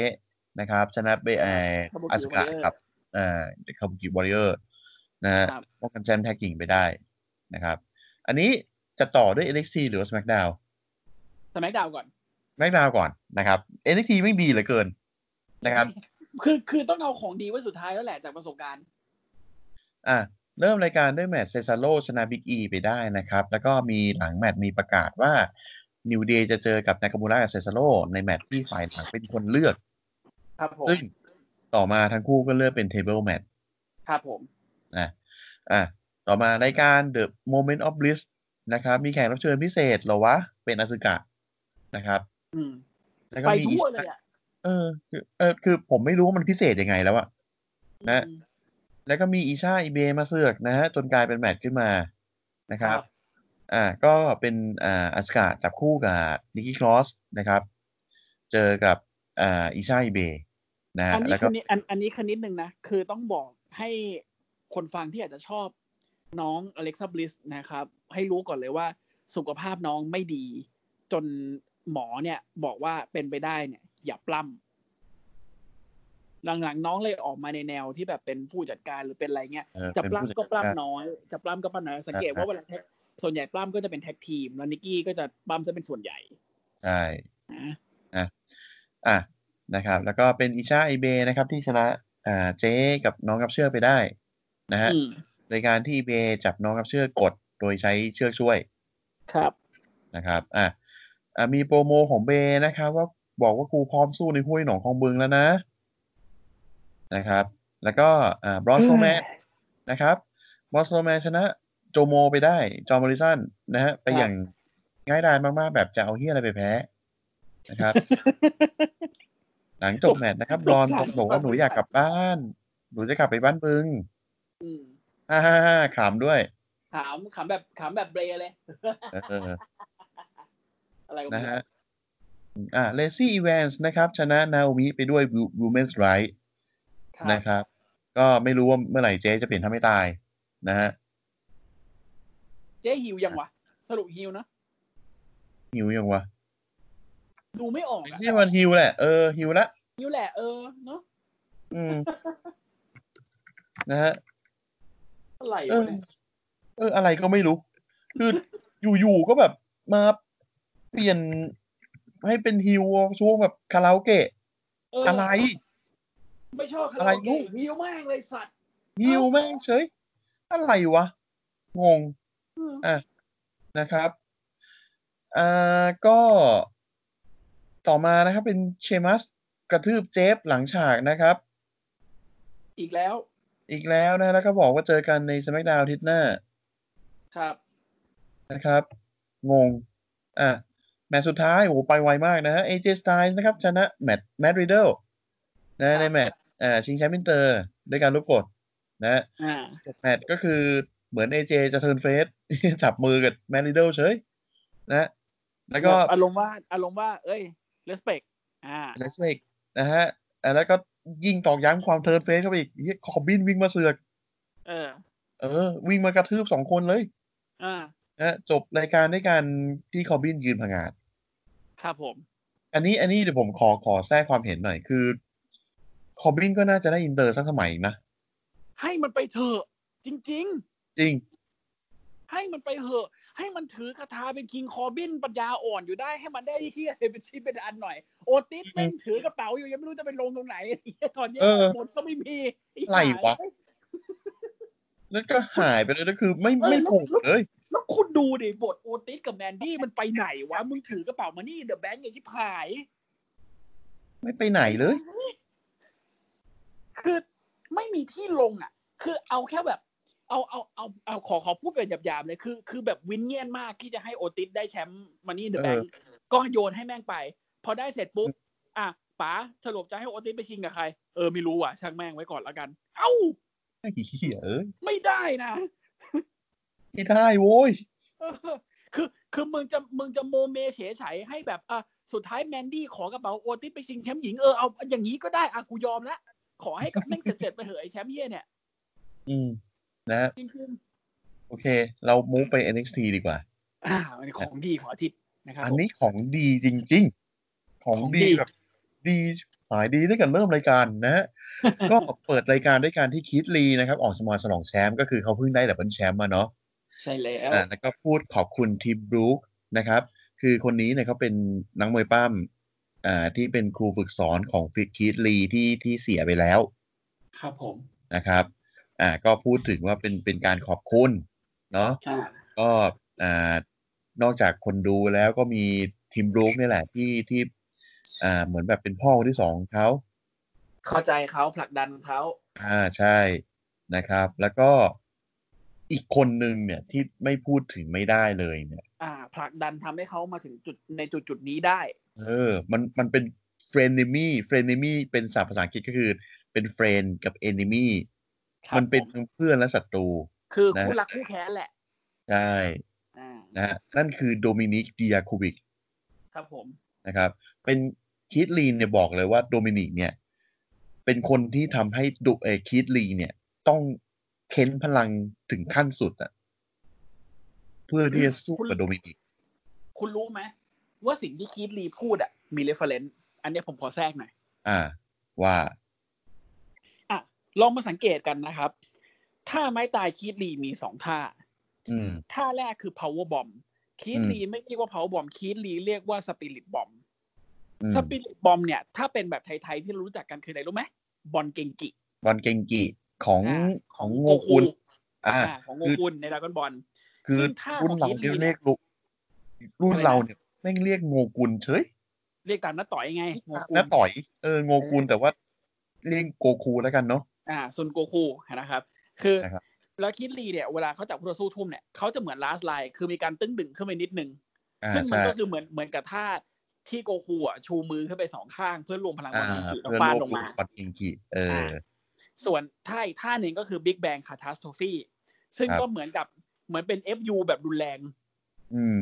Speaker 2: นะครับ ชนะเบเออ
Speaker 3: Kabuki
Speaker 2: อาสกะ
Speaker 3: Warrior
Speaker 2: กับเอ่อคาบุกิวอริเออร์นะฮะ
Speaker 3: ครับ
Speaker 2: ป้องกันแชมป์แท็กกิ่งไปได้นะครับ อันนี้จะต่อด้วย NXT หรือว่า SmackDown
Speaker 3: สมัยดาวก่อน
Speaker 2: SmackDown ก่อนนะครับ NXT ไม่งดีเหลือเกินนะครับ
Speaker 3: คือคือต้องเอาของดีไว้สุดท้ายแล้วแหละจากประสบการณ์
Speaker 2: อ่ะเริ่มรายการด้วยแมตช์เซซาโลชนะบิ๊กอีไปได้นะครับ แล้วก็มีหลังแมตช์มีประกาศว่านิวเดย์จะเจอกับนากามูระกับเซซาโลในแมตช์ที่ฝ่ายหลังเป็นคนเลือก
Speaker 3: ครับผม
Speaker 2: ซึ่งต่อมาทั้งคู่ก็เลือกเป็นเทเบิลแมตช์
Speaker 3: ครับผม
Speaker 2: นะอ่ะต่อมารายการ The Moment of Bliss นะครับ มีแขกรับเชิญพิเศษเหรอวะ เป็นอสุกะนะครับ
Speaker 3: อืม
Speaker 2: แล้วก็
Speaker 3: ไป
Speaker 2: มี
Speaker 3: ทั่วเลยอ่ะ
Speaker 2: เออคือเออคือผมไม่รู้ว่ามันพิเศษยังไงแล้วอะ นะ
Speaker 3: อืม
Speaker 2: แล้วก็มีอีชาอีเบมาเสือกนะฮะจนกลายเป็นแมตช์ขึ้นมานะครับ
Speaker 3: ครับ
Speaker 2: อ่าก็เป็นอ่าอาสกาจับคู่กับนิกกี้ครอสนะครับ เจอกับอ่าอีชาอีเบนะฮะ
Speaker 3: อันนี้
Speaker 2: แล้ว
Speaker 3: คื
Speaker 2: ก็
Speaker 3: อนิดอันอันนี้คือนิดนึงนะ คือต้องบอกให้คนฟังที่อาจจะชอบน้องอเล็กซ์บลิสนะครับ ให้รู้ก่อนเลยว่าสุขภาพน้องไม่ดี จนหมอเนี่ยบอกว่าเป็นไปได้เนี่ย อย่าปล้ำหลังๆน้องเลยออกมาในแนวที่แบบเป็นผู้จัดการหรือเป็นอะไรเงี้ย
Speaker 2: เออ
Speaker 3: จะ
Speaker 2: เป็น
Speaker 3: ปล้ำ
Speaker 2: ผู้จั
Speaker 3: ก็
Speaker 2: ดา
Speaker 3: ป
Speaker 2: ร
Speaker 3: ล้ำน้อย จะปล้ำก็ปล้ำน้อย สังเกต
Speaker 2: อ่า
Speaker 3: ว่าเวลาแท็กส่วนใหญ่ปล้ำก็จะเป็นแท็กทีม แล้วนิกกี้ก็จะปล้ำจะเป็นส่วนใหญ่
Speaker 2: ใช่
Speaker 3: นะ
Speaker 2: อ่ะนะครับ แล้วก็เป็นอีชาอีเบนะครับที่ชนะอ่าเจ๊กับน้องกับเชือกไปได้นะฮะ
Speaker 3: อืม
Speaker 2: โดยการที่อีเบจับน้องกับเชือกกดโดยใช้เชือกช่วย
Speaker 3: ครับ
Speaker 2: นะครับ อ่ะอ่ะมีโปรโมของเบย์นะครับ ว่าบอกว่ากูพร้อมสู้ในห้วยหนองคลองบึงแล้วนะ นะครับ แล้วก็อ่าบรอสโซแมนนะครับบรอสโซแมนชนะโจโมไปได้ จอมบริสันนะฮะ ไปอย่างง่ายดายมากๆ แบบจะเอาเฮียอะไรไปแพ้นะครับ หลังจบแมตช์นะครับ บรอนบอกว่าหนูอยากกลับบ้าน หนูจะกลับไปบ้านบึง
Speaker 3: อืม
Speaker 2: ฮ่าฮ่าฮ่าขำด้วย
Speaker 3: ถามขำแบบขำแบบเบรเลย
Speaker 2: เออ
Speaker 3: อะไรของ
Speaker 2: นะ
Speaker 3: มึง
Speaker 2: ฮะ อ่าเลซี่อีแวนส์นะครับ ชนะนาโอมิไปด้วยวูเมนส์ไรท์
Speaker 3: ครับ
Speaker 2: นะครับ ก็ไม่รู้ว่าเมื่อไหร่เจ๊จะเปลี่ยนท่าไม่ตาย นะฮะ
Speaker 3: เจ๊ฮิวยังวะ สรุปฮิวนะ
Speaker 2: ฮิวยังวะ
Speaker 3: ดูไม่ออก
Speaker 2: ไม่
Speaker 3: อะ
Speaker 2: ใช่วันฮิวแหละ เออฮิวละ
Speaker 3: ฮิวแหละเออเนาะ
Speaker 2: อืม นะฮะ
Speaker 3: อะไร
Speaker 2: เอ
Speaker 3: วะ
Speaker 2: อ
Speaker 3: เนี่ย
Speaker 2: เออ อะไรก็ไม่รู้ คือ อยู่ๆก็แบบมาเปลี่ยนให้เป็นฮิวช่วงแบบคาราโอเกะ
Speaker 3: เอออ
Speaker 2: อะไร
Speaker 3: ไม่ชอบคา
Speaker 2: อะไร
Speaker 3: ราโอ
Speaker 2: ลู
Speaker 3: เกะ
Speaker 2: ก
Speaker 3: ฮิวมากเลยสัตว์
Speaker 2: ฮิวแม่งเฉย อะไรวะ งง
Speaker 3: เออ
Speaker 2: นะครับ อ่า ก็ต่อมานะครับ เป็นเชมัสกระทืบเจฟหลังฉากนะครับ
Speaker 3: อีกแล้ว
Speaker 2: อีกแล้วนะ แล้วก็บอกว่าเจอกันในสมักดาวทิตย์หน้า
Speaker 3: ครับ
Speaker 2: นะครับ งง อ่ะ แมตช์สุดท้าย โอ้โหไปไวมากนะฮะเอเจสไตน์นะครับ ชนะแมตต์แมตต์ริดเดิลนะในแมตต์อ่าชิงแชมป์อินเตอร์ด้วยการลูกกดนะฮะ
Speaker 3: อ่า
Speaker 2: จบแมตต์ก็คือเหมือนเอเจจะเทิร์นเฟส จับมือกับแมตต์ริดเดิลเฉยนะฮะแล้วก็
Speaker 3: อารมณ์ว่าอารมณ์ว่า เอ้ยเลสเปกอ่า
Speaker 2: เลสเวกนะฮะอ่ะแล้วก็ยิ่งตอกย้ำความเทิร์นเฟสเข้าไปอีกเหี้ยคอมบินวิ่งมาเสือก
Speaker 3: เออ
Speaker 2: เออ วิ่งมากระทืบสองคนเลย
Speaker 3: อ่า
Speaker 2: นะฮะจบรายการด้วยการที่คอมบินยืนผงาด
Speaker 3: ครับผม
Speaker 2: อันนี้อันนี้เดี๋ยวผมขอขอแทรกความเห็นหน่อยคือ คอมบินก็น่าจะได้อินเตอร์สักสมัยนะ
Speaker 3: ให้มันไปเถอะจริง
Speaker 2: จริง
Speaker 3: ๆ ให้มันไปเหอะ ให้มันถือคาถาเป็นคิงคอร์บินปัญญาอ่อนอยู่ได้ให้มันได้เฮียอะไรเป็นชิ้นเป็นอันหน่อย โอติสแม่งถือกระเป๋าอยู่ยังไม่รู้จะไปลงตรงไหนไอ้เหี้ยตอนเนี้ย
Speaker 2: เออ
Speaker 3: หมดก็ไม่มีอ้
Speaker 2: อะไรวะ
Speaker 3: หาย
Speaker 2: แล้วก็หายไปเลยแล้วคือไม่
Speaker 3: เออ
Speaker 2: ไม่
Speaker 3: แล้ว
Speaker 2: โผล่เลย
Speaker 3: แล้วคุณดูดิบทโอติสกับแมนดี้มันไปไหนวะมึงถือกระเป๋ามานี่เดอะแบงค์อย่าชิบหาย
Speaker 2: ไม่ไปไหนเลย
Speaker 3: คือไม่มีที่ลงอ่ะ คือเอาแค่แบบ เอาเอาเอาเอาขอขอพูดแบบหยาบๆเลยคือ คือแบบวินเงียนมากที่จะให้โอติสได้แชมป์มันนี่เดอะ
Speaker 2: เอ
Speaker 3: แบ
Speaker 2: อ
Speaker 3: งก์ก็โยนให้แม่งไป พอได้เสร็จปุ๊บ อ่ะป๋าสรุปจะให้โอติสไปชิงกับใคร เออไม่รู้ว่ะช่างแม่งไว้ก่อนละกัน เอ้า
Speaker 2: ไอ้เหี้ยเอ้ย
Speaker 3: ไม่ได้นะ
Speaker 2: ไม่ได้โว้ย
Speaker 3: เออคือคือมึงจะมึงจะโมเมเฉยไฉให้แบบอ่ะสุดท้ายแมนดี้ขอกระเป๋าโอติสไปชิงแชมป์หญิงเออเอาอย่างนี้ก็ได้อ่ะกูยอมละขอให้กับแม่งเสร็จๆไปเหอะไอ้แชมป์เหี้ยเนี่ย
Speaker 2: อืม นะฮะ
Speaker 3: จริง
Speaker 2: โอเค เรามูฟไป NXT ดีกว่า
Speaker 3: ๆอ่ามันของดีของอาทิตย์นะครับ
Speaker 2: อัน
Speaker 3: ผม
Speaker 2: นี้ของดีจริง ๆ ของ
Speaker 3: ของดี
Speaker 2: ดีแบบดีหายดีตั้งแต่เริ่มรายการนะ ฮะ ก็เปิดรายการด้วยการที่คิดลีนะครับ ออกสมอสนองแชมป์ก็คือเขาเพิ่งได้แต่เป็นแชมป์มาเนาะ
Speaker 3: ใช่แล้ว
Speaker 2: อ่าแล้วก็พูดขอบคุณทีมบรูคนะครับ คือคนนี้เนี่ยเขาเป็นนักมวยปั้มอ่าที่เป็นครูฝึกสอนของฟิกคิดลีที่ที่เสียไปแล้ว
Speaker 3: ครับผม
Speaker 2: นะครับอ่าก็พูดถึงว่าเป็นเป็นการขอบคุณเนาะ
Speaker 3: อ่า
Speaker 2: ก็อ่านอกจากคนดูแล้วก็มีทีมบรูคเนี่ยแหละที่ที่อ่าเหมือนแบบเป็นพ่อคนที่สองของเขา
Speaker 3: เข้าใจเขาผลักดันเขา
Speaker 2: อ่าใช่นะครับ แล้วก็อีกคนหนึ่งเนี่ยที่ไม่พูดถึงไม่ได้เลยเนี่ย
Speaker 3: อ่า ผลักดันทำให้เขามาถึงจุดในจุดจุดๆนี้ได้
Speaker 2: เออ มัน มันเป็น frenemy frenemy เป็นศัพท์ภาษาอังกฤษก็คือ เป็น friend กับ enemy
Speaker 3: ครับ
Speaker 2: มันเป็น
Speaker 3: ผ
Speaker 2: ทั้งเพื่อนและศัตรู
Speaker 3: คือ
Speaker 2: นะ
Speaker 3: คู่รักคู่แค้นแหละ
Speaker 2: ใช่
Speaker 3: อ่า
Speaker 2: นะฮะนั่นคือโดมินิกเดียคูบิก
Speaker 3: ครับผม
Speaker 2: นะครับ เป็นคิดลีนเนี่ยบอกเลยว่าโดมินิกเนี่ย เป็นคนที่ทำให้ดูเออคิดลีเนี่ย ต้องเค้นพลังถึงขั้นสุดอะเพื่อที่จะสู้กับโดมินิก
Speaker 3: คุณรู้ไหมว่าสิ่งที่คีดลีพูดอ่ะมีเรฟเฟรนซ์อันเนี้ยผมขอแทรกหน่อย
Speaker 2: อ่า ว่า
Speaker 3: อ่ะลองมาสังเกตกันนะครับ ท่าไม้ตายคีดลีมีสองท่า
Speaker 2: อืม
Speaker 3: ท่าแรกคือ power bomb คีดลีไม่เรียกว่า power bomb คีดลีเรียกว่า spirit bomb
Speaker 2: อืม
Speaker 3: spirit bomb เนี่ย ถ้าเป็นแบบไทยๆที่รู้จักกันคืออะไรรู้ไหมบอลเกงกิ
Speaker 2: บอลเกงกิของ
Speaker 3: อ่า
Speaker 2: ของโงกุลอ่า
Speaker 3: อ่าของโงกุลในดราก้อนบอล
Speaker 2: คือ
Speaker 3: ซึ่งถ้า
Speaker 2: รุ่นเรา
Speaker 3: ของคิ
Speaker 2: เนี่ย
Speaker 3: ดลี
Speaker 2: เรียกลุรุ่น
Speaker 3: อะไรนะ
Speaker 2: เราเนี่ยแม่งเรียกโงกุลเฉย
Speaker 3: เรียกตามน้าต่อยไงโงกุล
Speaker 2: น้าต่อยเออโงกุลแต่ว่าเรียกโกคูแล้วกันเนาะ
Speaker 3: อ่าซุนโกคูนะครับ คือ
Speaker 2: นะครับ
Speaker 3: แล้วคีดลีเนี่ยเวลาเขาจับคู่ต่อสู้ทุ่มเนี่ยเขาจะเหมือนลาสไลน์คือมีการตึ้งดึงขึ้นไปนิดนึง
Speaker 2: อ่า
Speaker 3: ซึ่งมัน
Speaker 2: ใช่
Speaker 3: ก็คือเหมือนเหมือนกับท่าที่โกคูอ่ะชูมือขึ้นไปสองข้างเพื่อรวมพลังวั
Speaker 2: อ่าน
Speaker 3: ที่ถือ
Speaker 2: เพื่อน
Speaker 3: ฟาด
Speaker 2: โล
Speaker 3: ล
Speaker 2: ก
Speaker 3: งมา
Speaker 2: บอลเกงกิเออ
Speaker 3: ส่วนท่าอีกท่าหนึ่งก็คือ Big Bang Catastrophe ซึ่ง
Speaker 2: ครับ
Speaker 3: ก็เหมือนกับเหมือนเป็น FU แบบรุนแรง
Speaker 2: อืม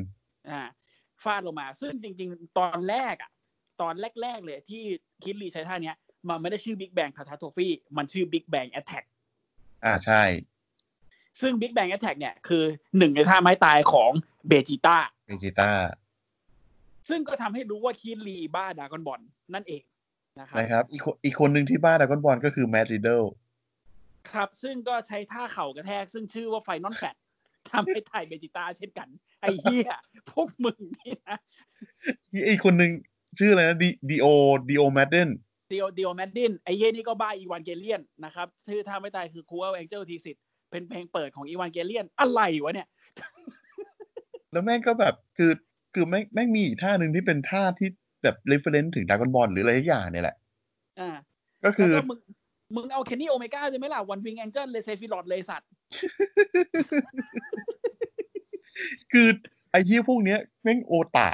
Speaker 3: อ่าฟาดลงมา ซึ่งจริงๆ ตอนแรกอ่ะ ตอนแรก ๆ เลยที่คิดลีใช้ท่าเนี้ย มันไม่ได้ชื่อ Big Bang Catastrophe มันชื่อ Big Bang Attack
Speaker 2: อ่าใช่
Speaker 3: ซึ่ง Big Bang Attack เนี่ยคือหนึ่งในท่าไม้ตายของเบจิต้า
Speaker 2: เบจิต้า
Speaker 3: ซึ่งก็ทำให้รู้ว่าคิดลีบ้าดรากอนบอลนั่นเองนะครับ
Speaker 2: นะครับ อีกคนอีกคนหนึ่งที่บ้านดรากอนบอลก็คือแมดริดเดิล
Speaker 3: ครับ ซึ่งก็ใช้ท่าเข่ากระแทก ซึ่งชื่อว่าไฟนอนแฟต ทำให้ถ่ายเบจิต้าเช่นกัน ไอ้เหี้ย พวกมึงนี่นะ
Speaker 2: อีกคนหนึ่งชื่ออะไรนะดีดีโอดีโอแมดเดน
Speaker 3: เดียวเดียวแมดดิน ไอ้เหี้ยนี่ก็บ้าอีวานเกเลียนนะครับ ชื่อท่าไม่ตายคือคูเอลแองเจลทีสิทธิ์เป็นเพลงเปิดของอีวานเกเลียน อะไรวะเนี่ย
Speaker 2: แล้วแม่งก็แบบคือคือแม่งแม่งมีอีกท่าหนึ่งที่เป็นท่าที่แบบเรฟเฟรนซ์ถึงดรากอนบอลหรืออะไรสักอย่างเนี่ยแหละ
Speaker 3: อ่า
Speaker 2: ก็คื
Speaker 3: แล้
Speaker 2: อ
Speaker 3: วก็มึง มึงเอาเคนนี่โอเมก้าใช่ไหมล่ะ วันวิงแองเจิลเลเซฟิลอดเลยสัตว์
Speaker 2: คือไอ้เหี้ยพวกเนี้ยแม่งโอตา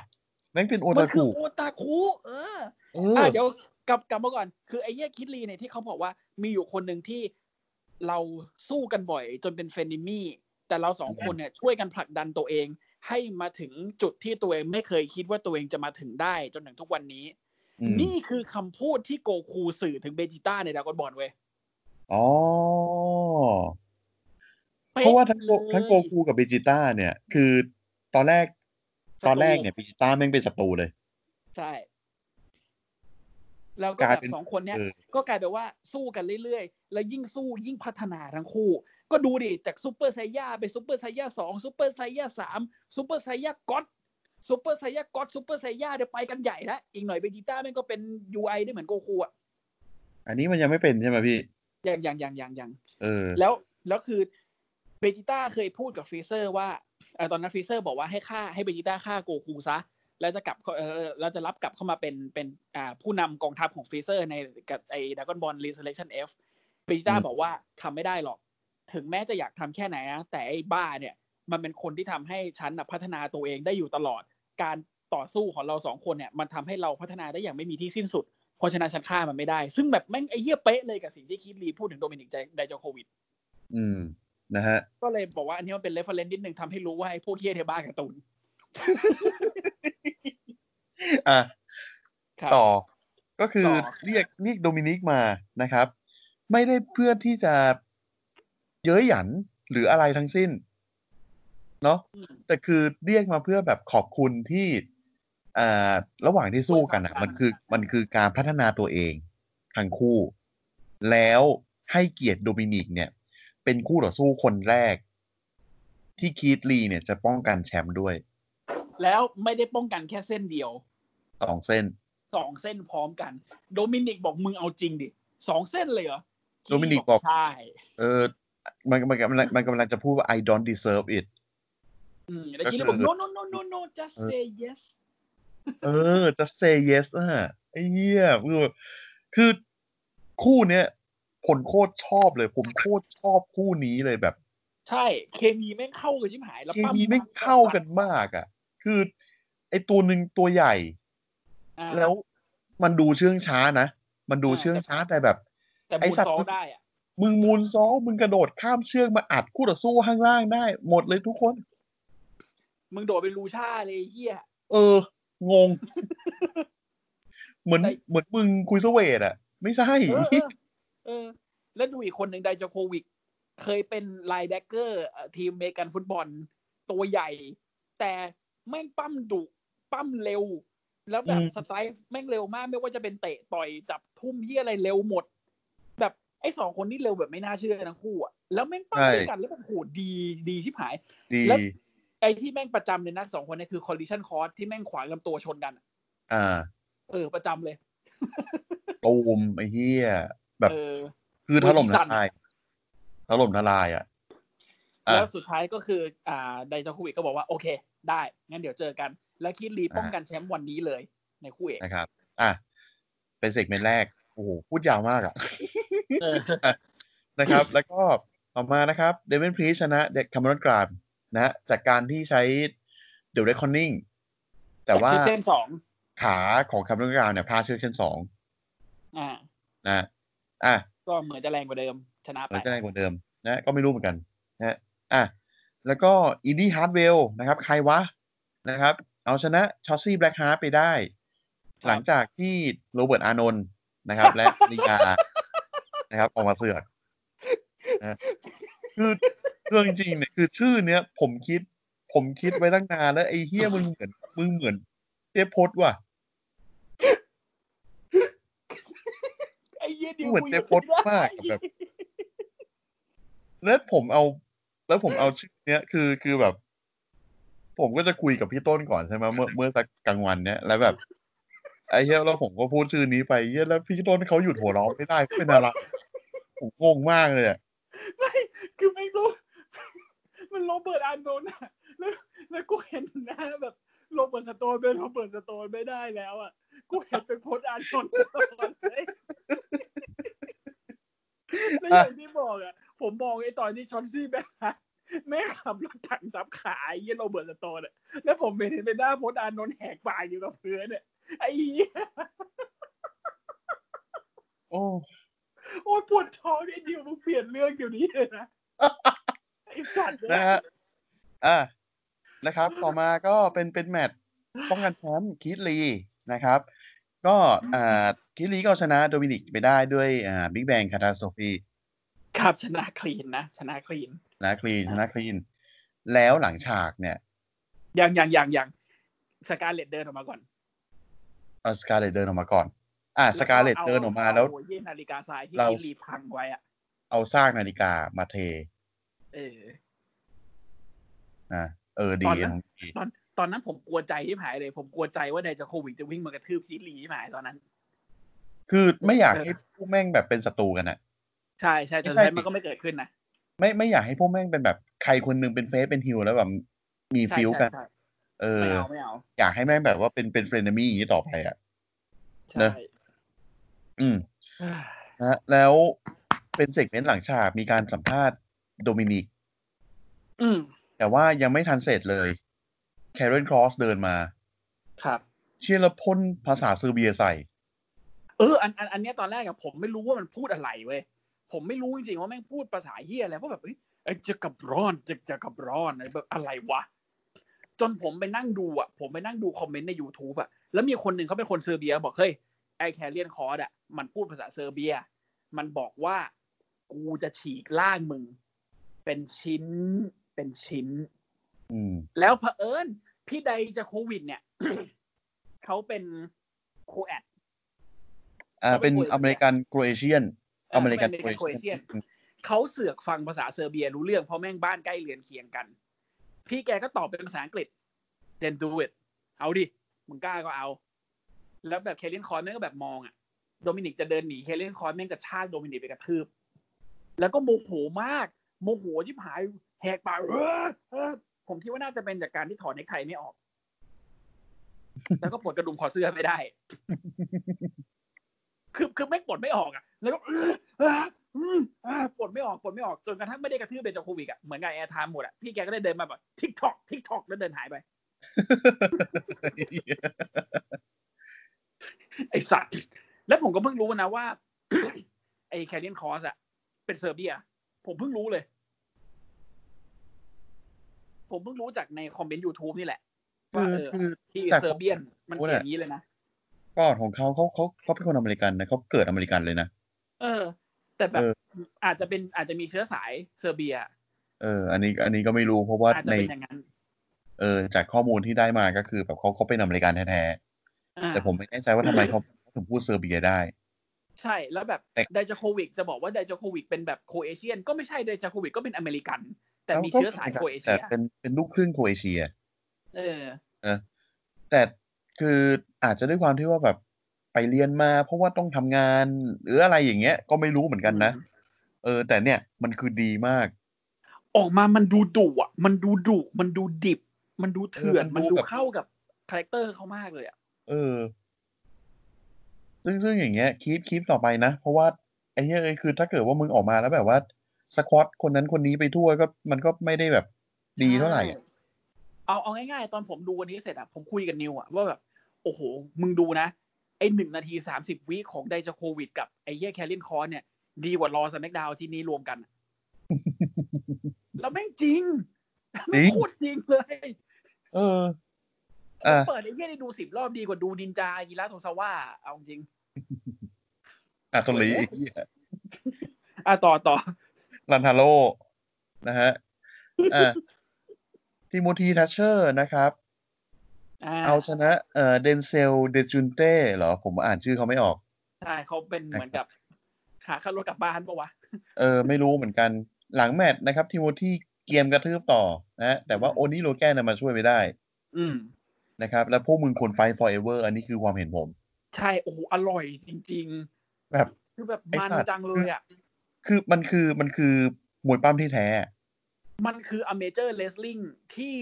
Speaker 2: แม่งเป็นโอ
Speaker 3: มั
Speaker 2: ตาน
Speaker 3: คือ
Speaker 2: คุ
Speaker 3: โอตาคุเออ
Speaker 2: เออ
Speaker 3: อ่ะเดี๋ยวกลับกลับมาก่อน คือไอ้เหี้ยคิดลีเนี่ยที่เขาบอกว่ามีอยู่คนหนึ่งที่เราสู้กันบ่อยจนเป็นเฟรนดิมี่ แต่เราสองคนเนี่ยช่วยกันผลักดันตัวเอง ให้มาถึงจุดที่ตัวเองไม่เคยคิดว่าตัวเองจะมาถึงได้จนถึงทุกวันนี้
Speaker 2: อืม
Speaker 3: นี่คือคำพูดที่โกคูสื่อถึงเบจิต้าในดรากอนบอลเว้ย
Speaker 2: อ๋อ
Speaker 3: ป๊
Speaker 2: เพราะว่าทั้งโก
Speaker 3: ลย
Speaker 2: ทั้งโกคูกับเบจิต้าเนี่ย คือตอนแรก
Speaker 3: ศัตรู
Speaker 2: ตอนแรกเนี่ยเบจิต้าแม่งเป็นศัตรูเลย
Speaker 3: ใช่ แล้วก็
Speaker 2: กลาย
Speaker 3: แบบ
Speaker 2: เป็น
Speaker 3: สองคนเนี้ย
Speaker 2: เออ
Speaker 3: ก็กลายเป็นว่าสู้กันเรื่อยๆ แล้วยิ่งสู้ยิ่งพัฒนาทั้งคู่ ก็ดูดิ จากซูเปอร์ไซย่าไปซูเปอร์ไซย่าสองซูเปอร์ไซย่าสามซูเปอร์ไซย่าก็อตซูเปอร์ไซย่าก็อตซูเปอร์ไซย่าเดี๋ยวไปกันใหญ่แล้วอีกหน่อยเบจิต้าแม่งก็เป็น UI ได้เหมือนโกคูอ่ะ
Speaker 2: อันนี้มันยังไม่เป็นใช่ไหมพี่
Speaker 3: อย่างอย่างอย่างอย่างอย่าง
Speaker 2: เออ
Speaker 3: แล้วแล้วคือเบจิต้าเคยพูดกับฟรีเซอร์ว่าเอ่อตอนนั้นฟรีเซอร์บอกว่าให้ฆ่าให้เบจิต้าฆ่าโกคูซะ แล้วจะกลับเข้าเอ่อแล้วจะรับกลับเข้ามาเป็นเป็นอ่าผู้นำกองทัพของฟรีเซอร์ในกับไอ้ดากอนบอลรีเซเลชันเอฟเบจิต้า
Speaker 2: อืม
Speaker 3: บอกว่าทำไม่ได้หรอก ถึงแม้จะอยากทำแค่ไหนนะแต่ไอ้บ้าเนี่ย มันเป็นคนที่ทำให้ฉันน่ะพัฒนาตัวเองได้อยู่ตลอด การต่อสู้ของเราสองคนเนี่ยมันทำให้เราพัฒนาได้อย่างไม่มีที่สิ้นสุด เพราะฉะนั้นฉันฆ่ามันไม่ได้ ซึ่งแบบแม่งไอ้เหี้ยเป๊ะเลยกับสิ่งที่คิดลีพูดถึงโดมินิกไดโจโควิด
Speaker 2: อืม นะฮะ
Speaker 3: ก็เลยบอกว่าอันนี้มันเป็นเรฟเฟรนซ์นิดหนึ่งทำให้รู้ว่าไอ้พวกเฮียเทบ้าการ์ตูน
Speaker 2: อ่ะ
Speaker 3: ครับ
Speaker 2: ต่อก็คือ
Speaker 3: ต่อ
Speaker 2: เรียกเรียกโดมินิกมานะครับ ไม่ได้เพื่อที่จะเย้ยหยันหรืออะไรทั้งสิ้นเนาะแต่คือเรียกมาเพื่อแบบขอบคุณที่อ่าระหว่างที่สู้กันอ่ะ มันคือมันคือการพัฒนาตัวเองทั้งคู่ แล้วให้เกียรติโดมินิกเนี่ย เป็นคู่ต่อสู้คนแรก ที่คีตลีเนี่ยจะป้องกันแชมป์ด้วย
Speaker 3: แล้วไม่ได้ป้องกันแค่เส้นเดียว
Speaker 2: สองเส้น
Speaker 3: สองเส้นพร้อมกัน โดมินิกบอกมึงเอาจริงดิสองเส้นเลยเหรอ
Speaker 2: โดมินิกบอก
Speaker 3: ใช่
Speaker 2: เออ มันมันกำลังมันกำลังจะพูดว่า I don't deserve it
Speaker 3: อืมแล้วคิดเลยบอก no no no no no just say yes
Speaker 2: เออ just say yes อ่ะไอ้เหี้ยคือคือคู่เนี้ยผมโคตรชอบเลย ผมโคตรชอบคู่นี้เลยแบบ
Speaker 3: ใช่เคมีแม่งเข้ากันชิบหายแล้ว
Speaker 2: เค
Speaker 3: ปั้
Speaker 2: มีไม่เข้ากันมากอ่ะ คือไอ้ตัวหนึ่งตัวใหญ่
Speaker 3: อ่า
Speaker 2: แล้วมันดูเชื่องช้านะ มันดูเชื่องช้าแต่แบบ
Speaker 3: แต่
Speaker 2: ไอ้
Speaker 3: บู
Speaker 2: สัตว์
Speaker 3: ซอลได้อะ
Speaker 2: มึงมูลซ้อมึงกระโดดข้ามเชือกมาอัดคู่ต่อสู้ข้างล่างได้ หมดเลยทุกคน
Speaker 3: มึงโดดเป็นลูชาเลยไอ้เฮีย
Speaker 2: เออ งง เหมือน
Speaker 3: แต่
Speaker 2: เหมือนมึงคุยสเวตอ่ะ ไม่ใช่
Speaker 3: เออเออ แล้วดูอีกคนหนึ่งไดจาโควิก เคยเป็นไลน์แดกเกอร์เอ่อทีมเมกันฟุตบอล ตัวใหญ่ แต่แม่งปั้มดุปั้มเร็ว แล้วแบ
Speaker 2: อื
Speaker 3: บ
Speaker 2: ม
Speaker 3: สไตล์แม่งเร็วมากไม่ว่าจะเป็นเตะต่อยจับทุ่มเยี่ยอะไรเร็วหมด แบบไอ้สองคนนี้เร็วแบบไม่น่าเชื่อทั้งคู่อะแล้วแม่งปั้มด้วยกันแล้วแบบโหดีดีชิบหาย
Speaker 2: ดี
Speaker 3: แล้ว ไอ้ที่แม่งประจำเลยนะสองคนนี้คือคอลลิชันคอร์สที่แม่งขวางลำตัวชนกันอะ
Speaker 2: อ่า
Speaker 3: เออประจำเลย
Speaker 2: ตูมไอ้เหี้ย แบบ
Speaker 3: เออ
Speaker 2: คือถล่ม
Speaker 3: มือที่
Speaker 2: ท
Speaker 3: สั่น
Speaker 2: ลายถล่มทลายอ่ะอ่ะ
Speaker 3: แล้วสุดท้ายก็คืออ่าไดจาคูวิกก็บอกว่าโอเค ได้งั้นเดี๋ยวเจอกัน แล้วคิดรี
Speaker 2: อ่า
Speaker 3: ป้องกันแชมป์วันนี้เลยในคู่เอก
Speaker 2: นะครับ อ่ะ เป็นเซกเมนต์แรก โอ้โห พูดยาวมากอ่ะ
Speaker 3: เออ
Speaker 2: นะครับ แล้วก็ต่อมานะครับ เดวินพรีชนะเด็กคาร์มอนกรามนะฮะจากการที่ใช้เดี๋ยวเรคคอนนิ่ง แต่ว่า
Speaker 3: จากเส้นสอง
Speaker 2: ขาของคาร์มอนกรามเนี่ยพลาดเชือกเส้นสอง
Speaker 3: อ่า
Speaker 2: นะ อ่ะ
Speaker 3: ก็เหมือนจะแรงกว่าเดิมชนะไป
Speaker 2: เออจะแรงกว่าเดิมนะก็ไม่รู้เหมือนกันนะอ่ะแล้วก็อินดี้ฮาร์ดเวลนะครับ ใครวะนะครับ เอาชนะชอสซี่แบล็กฮาร์ไปได้ หลังจากที่โรเบิร์ตอานนท์นะครับ และนิยา นะครับ ออกมาเสือกนะคือเรื่องจริงเนี่ยคือชื่อเนี้ย ผมคิด ผมคิดไว้ตั้งนานแล้ว ไอ้เฮียมึงเหมือนมึงเหมือนเจ๊พดว่ะ
Speaker 3: ไอ้เยี่ยดิว
Speaker 2: เหมือน
Speaker 3: กู
Speaker 2: เจ๊
Speaker 3: ยัง
Speaker 2: พดมาก
Speaker 3: ไม่
Speaker 2: แบ
Speaker 3: ได้
Speaker 2: บ แล้วผมเอา แล้วผมเอาชื่อเนี้ยคือคือแบบ ผมก็จะคุยกับพี่ต้นก่อนใช่ไหมเมื่อเมื่อสักกลางวันเนี้ยแล้วแบบ ไอ้เหี้ยแล้วผมก็พูดชื่อนี้ไปเหี้ยแล้วพี่ต้นเขาหยุดหัวเราะไม่ได้เป็นอะไรผมงงมากเลยอะ
Speaker 3: ไม่คือไม่รู้ มันโรเบิร์ตอานโดนท์อะแล้วแล้วกูเห็นหน้าแบบโรเบิร์ตสโตนเป็นโรเบิร์ตสโตนไม่ได้แล้วอ่ะกูเห็นเป็นพจน์อานนท์ตลอดเลย แล้วอย่างที่บอกอ่ะ ผมมองไอ้ตอนที่ชอนซี่แบ็คฮะแม่งขับรถถังทับขาไอ้เหี้ยโรเบิร์ตสโตนอ่ะแล้วผมเห็นเป็นหน้าพจน์อานนท์แหกปากอยู่กับเพื่อนเนี่ยไอ้เหี้ย
Speaker 2: โอ้
Speaker 3: โอ้ยปวดท้องไอ้เดียวมึงเปลี่ยนเรื่องเดี๋ยวนี้เลยนะไอ้สัตว์เย
Speaker 2: นะฮะอ่ะนะครับ ต่อมาก็เป็นเป็นแมตช์ป้องกันแชมป์คิดลีนะครับ ก็อ่าคิดลีก็เอาชนะโดมินิกไปได้ด้วยอ่าบิ๊กแบงคาตาสโตฟี
Speaker 3: ครับชนะคลีนนะชนะคลีน
Speaker 2: ชนะคลีนชนะคลีน แล้วหลังฉากเนี่ย
Speaker 3: อย่างอย่างอย่างอย่างสการเลตเดินออกมาก่อน
Speaker 2: เอาสกาเลตเดินออกมาก่อน อ่ะสกาเลตเดินออกมาแล้ว
Speaker 3: เย็นนาฬิกาทรายที่
Speaker 2: เรา
Speaker 3: คิรีพังไว้อะ
Speaker 2: เอาซากนาฬิกามาเท
Speaker 3: เออ
Speaker 2: อ่ะเออดี
Speaker 3: ตอนนั้น
Speaker 2: ของดี
Speaker 3: ตอนตอนนั้นผมกลัวใจที่หายเลย ผมกลัวใจว่าไดจะโควิดจะวิ่งมากระทืบที่ลีที่หายตอนนั้น
Speaker 2: คือไม่อยาก
Speaker 3: เออ
Speaker 2: ให้พวกแม่งแบบเป็นศัตรูกันอะ
Speaker 3: ใช่ใช่แต่
Speaker 2: ไม่
Speaker 3: สุ
Speaker 2: ใช่
Speaker 3: ดท้าย
Speaker 2: สิ
Speaker 3: มันก็ไม่เกิดขึ้นนะ
Speaker 2: ไม่ไม่อยากให้พวกแม่งเป็นแบบใครคนหนึงเป็นเฟซเป็นฮิวแล้วแบบมี
Speaker 3: ใช่
Speaker 2: ฟิล
Speaker 3: ใช่
Speaker 2: กัน
Speaker 3: ใช่
Speaker 2: เออ
Speaker 3: ไม่เอาไม่เอา
Speaker 2: อยากให้แม่งแบบว่าเป็นเป็นเฟรนด์มี่อย่างนี้ต่อไปอ่ะ
Speaker 3: ใช่
Speaker 2: นะ อืม
Speaker 3: เอ้ย
Speaker 2: นะฮะแล้วเป็นเซกเมนต์หลังฉากมีการสัมภาษณ์โดมินิก
Speaker 3: อืม
Speaker 2: แต่ว่ายังไม่ทันเสร็จเลยแค r รนครอสเดินมา
Speaker 3: ครับ
Speaker 2: เชียร์และพ่นภาษาเซอร์เบียใส่
Speaker 3: เอออันอันอันเนี้ยตอนแรกอะผมไม่รู้ว่ามันพูดอะไรเว้ยผมไม่รู้จริงๆว่าแม่งพูดภาษาเฮียอะไรเพราะแบบเอ้ยเอ้ยจะกับร้อนจะจะกับร้อนอะไรแบบอะไรวะ จนผมไปนั่งดูอะผมไปนั่งดูคอมเมนต์ใน YouTube อะแล้วมีคนหนึ่งเขาเป็นคนเซอร์เบียบอกเฮ้ยไอแคเรียนคอร์ดอะมันพูดภาษาเซอร์เบีย มันบอกว่ากูจะฉีกล่างมึง เป็นชิ้นเป็นชิ้น
Speaker 2: อืม
Speaker 3: แล้วเผอิญพี่ใดจะโควิด เนี่ย เขาเป็นโคแอด
Speaker 2: อ่า
Speaker 3: เขาเป็
Speaker 2: เป็น
Speaker 3: น
Speaker 2: อเมริกันโครเอเชียน
Speaker 3: เออ
Speaker 2: อเมริกัน
Speaker 3: เขา
Speaker 2: โคร
Speaker 3: เป็น
Speaker 2: เอเชียน
Speaker 3: Croatian เขาเสือกฟังภาษาเซอร์เบียรู้เรื่องเพราะแม่งบ้านใกล้เรือนเคียงกัน พี่แกก็ตอบเป็นภาษาอังกฤษ then do it เอาดิ มึงกล้าก็เอา แล้วแบบเคเลนคอนแม่งก็แบบมองอะโดมินิกจะเดินหนีเคเลนคอนแม่งกระชากโดมินิกไปกระทืบ แล้วก็โมโหมาก โมโหยิบหายแหกปากเออเออผมคิดว่าน่าจะเป็นจากการที่ถอดเนคไทไม่ออก แล้วก็ปลดกระดุมคอเสื้อไม่ได้ คือคือไม่ปลดไม่ออกอ่ะ แล้วก็อื้ออ่าอืมอ่าปลดไม่ออกปลดไม่ออกจนกระทั่งไม่ได้กระทืบเบนจาโควิกอ่ะเหมือนกับแอร์ไทม์หมดอ่ะพี่แกก็ได้เดินมาแบบทิกทอกทิกทอกแล้วเดินหายไป ไอสัตว์ แล้วผมก็เพิ่งรู้นะว่า ไอแคเรียนคอสอ่ะ เป็นเซอร์เบีย ผมเพิ่งรู้เลย ผมเพิ่งรู้จากในคอมเมนต์ YouTube นี่แหละ ว่าเออ
Speaker 2: คือ
Speaker 3: ที่
Speaker 2: จาก
Speaker 3: เซอร์เบียนมันเขียนอย่างนี้เลยนะ
Speaker 2: ประวัติของเขาเขาเขาเขาเป็นคนอเมริกันนะเขาเกิดอเมริกันเลยนะ
Speaker 3: เออ แต่แบบ
Speaker 2: เออ
Speaker 3: อาจจะเป็นอาจจะมีเชื้อสายเซอร์เบีย
Speaker 2: เออ อันนี้อันนี้ก็ไม่รู้เพราะว่า
Speaker 3: อาจจะ
Speaker 2: ใน
Speaker 3: เป็นอย่างนั้น
Speaker 2: เออจากข้อมูลที่ได้มาก็คือแบบเขาเขาเป็นอเมริกันแท้ๆ
Speaker 3: อ่า
Speaker 2: แต่ผมไม่แน่ใจว่าทำไมเขาเขาถึงพูดเซอร์เบียได้
Speaker 3: ใช่แล้วแบบ
Speaker 2: แต่
Speaker 3: ไดจาโควิกจะบอกว่าไดจาโควิกเป็นแบบโครเอเชียน ก็ไม่ใช่ไดจาโควิกก็เป็นอเมริกัน แต่มีเชื้อสายโครเอเชีย
Speaker 2: แต่เป็นเป็นลูกครึ่งโครเอเชีย
Speaker 3: เออ
Speaker 2: แต่คืออาจจะด้วยความที่ว่าแบบไปเรียนมาเพราะว่าต้องทำงาน หรืออะไรอย่างเงี้ย ก็ไม่รู้เหมือนกันนะ
Speaker 3: อืม
Speaker 2: เออ แต่เนี่ยมันคือดีมาก
Speaker 3: ออกมามันดูดุอ่ะ มันดูดุมันดูดิบ มันดูเถื่อน
Speaker 2: เออมั
Speaker 3: มันน
Speaker 2: ดู
Speaker 3: ดู
Speaker 2: แบบ
Speaker 3: เข้ากับคาแรคเตอร์เขามากเลยอ่ะ
Speaker 2: เออ ซึ่งซึ่งอย่างเงี้ยคีปคีปต่อไปนะ เพราะว่าไอ้เนี้ยเอ้ยคือถ้าเกิดว่ามึงออกมาแล้วแบบว่าสควอตคนนั้นคนนี้ไปทั่วก็มันก็ไม่ได้แบบดีเท่าไหร่อะ
Speaker 3: เอาเอาง่ายๆ ตอนผมดูวันนี้เสร็จอ่ะผมคุยกับนิวอ่ะว่าแบบโอ้โห มึงดูนะไอหนึ่งนาทีสามสิบวิของไดจาโควิกกับไอเย่แคลรินคอร์เนี่ย ดีกว่ารอสแมกดาวที่นี้รวม กันอะ แล้วแม่งจริงแม่งโคตรจริงเลย
Speaker 2: เออ
Speaker 3: ผม
Speaker 2: อ่ะ
Speaker 3: เปิดไอ้เหี้ยได้ดูสิบรอบดีกว่าดูดินจาอากิระโทซาวะเอาจริง
Speaker 2: อัตลีไอ้เหี้ย
Speaker 3: อ่ะต่อต่อ
Speaker 2: ลันทาโร่นะฮะอ่าติโมธีทัชเชอร์นะครับ
Speaker 3: อ่า
Speaker 2: เอาชนะเอ่อเดนเซลเดจุนเต้เหรอ ผมอ่านชื่อเขาไม่ออก
Speaker 3: ใช่เขาเป็นเห มือนกับ หาค่ารถกลับบ้านปะวะ
Speaker 2: เออ ไม่รู้เหมือนกัน หลังแมตช์นะครับทีโมที่เกมกระทืบต่อนะฮะแต่ว่าโอนิโลแกนนะมาช่วยไม่ได้
Speaker 3: อืม
Speaker 2: นะครับ แล้วพวกมึงคนไฟ forever อันนี้คือความเห็นผม
Speaker 3: ใช่ โอ้โห อร่อยจริง
Speaker 2: แบบ
Speaker 3: ๆ คือแบบ
Speaker 2: ไอ้
Speaker 3: มัน
Speaker 2: สัตว์
Speaker 3: จังเลยอ่ะ
Speaker 2: คือมันคือมันคือมวยปั้มที่แท้
Speaker 3: มันคืออเมเจอร์เลสลิงที่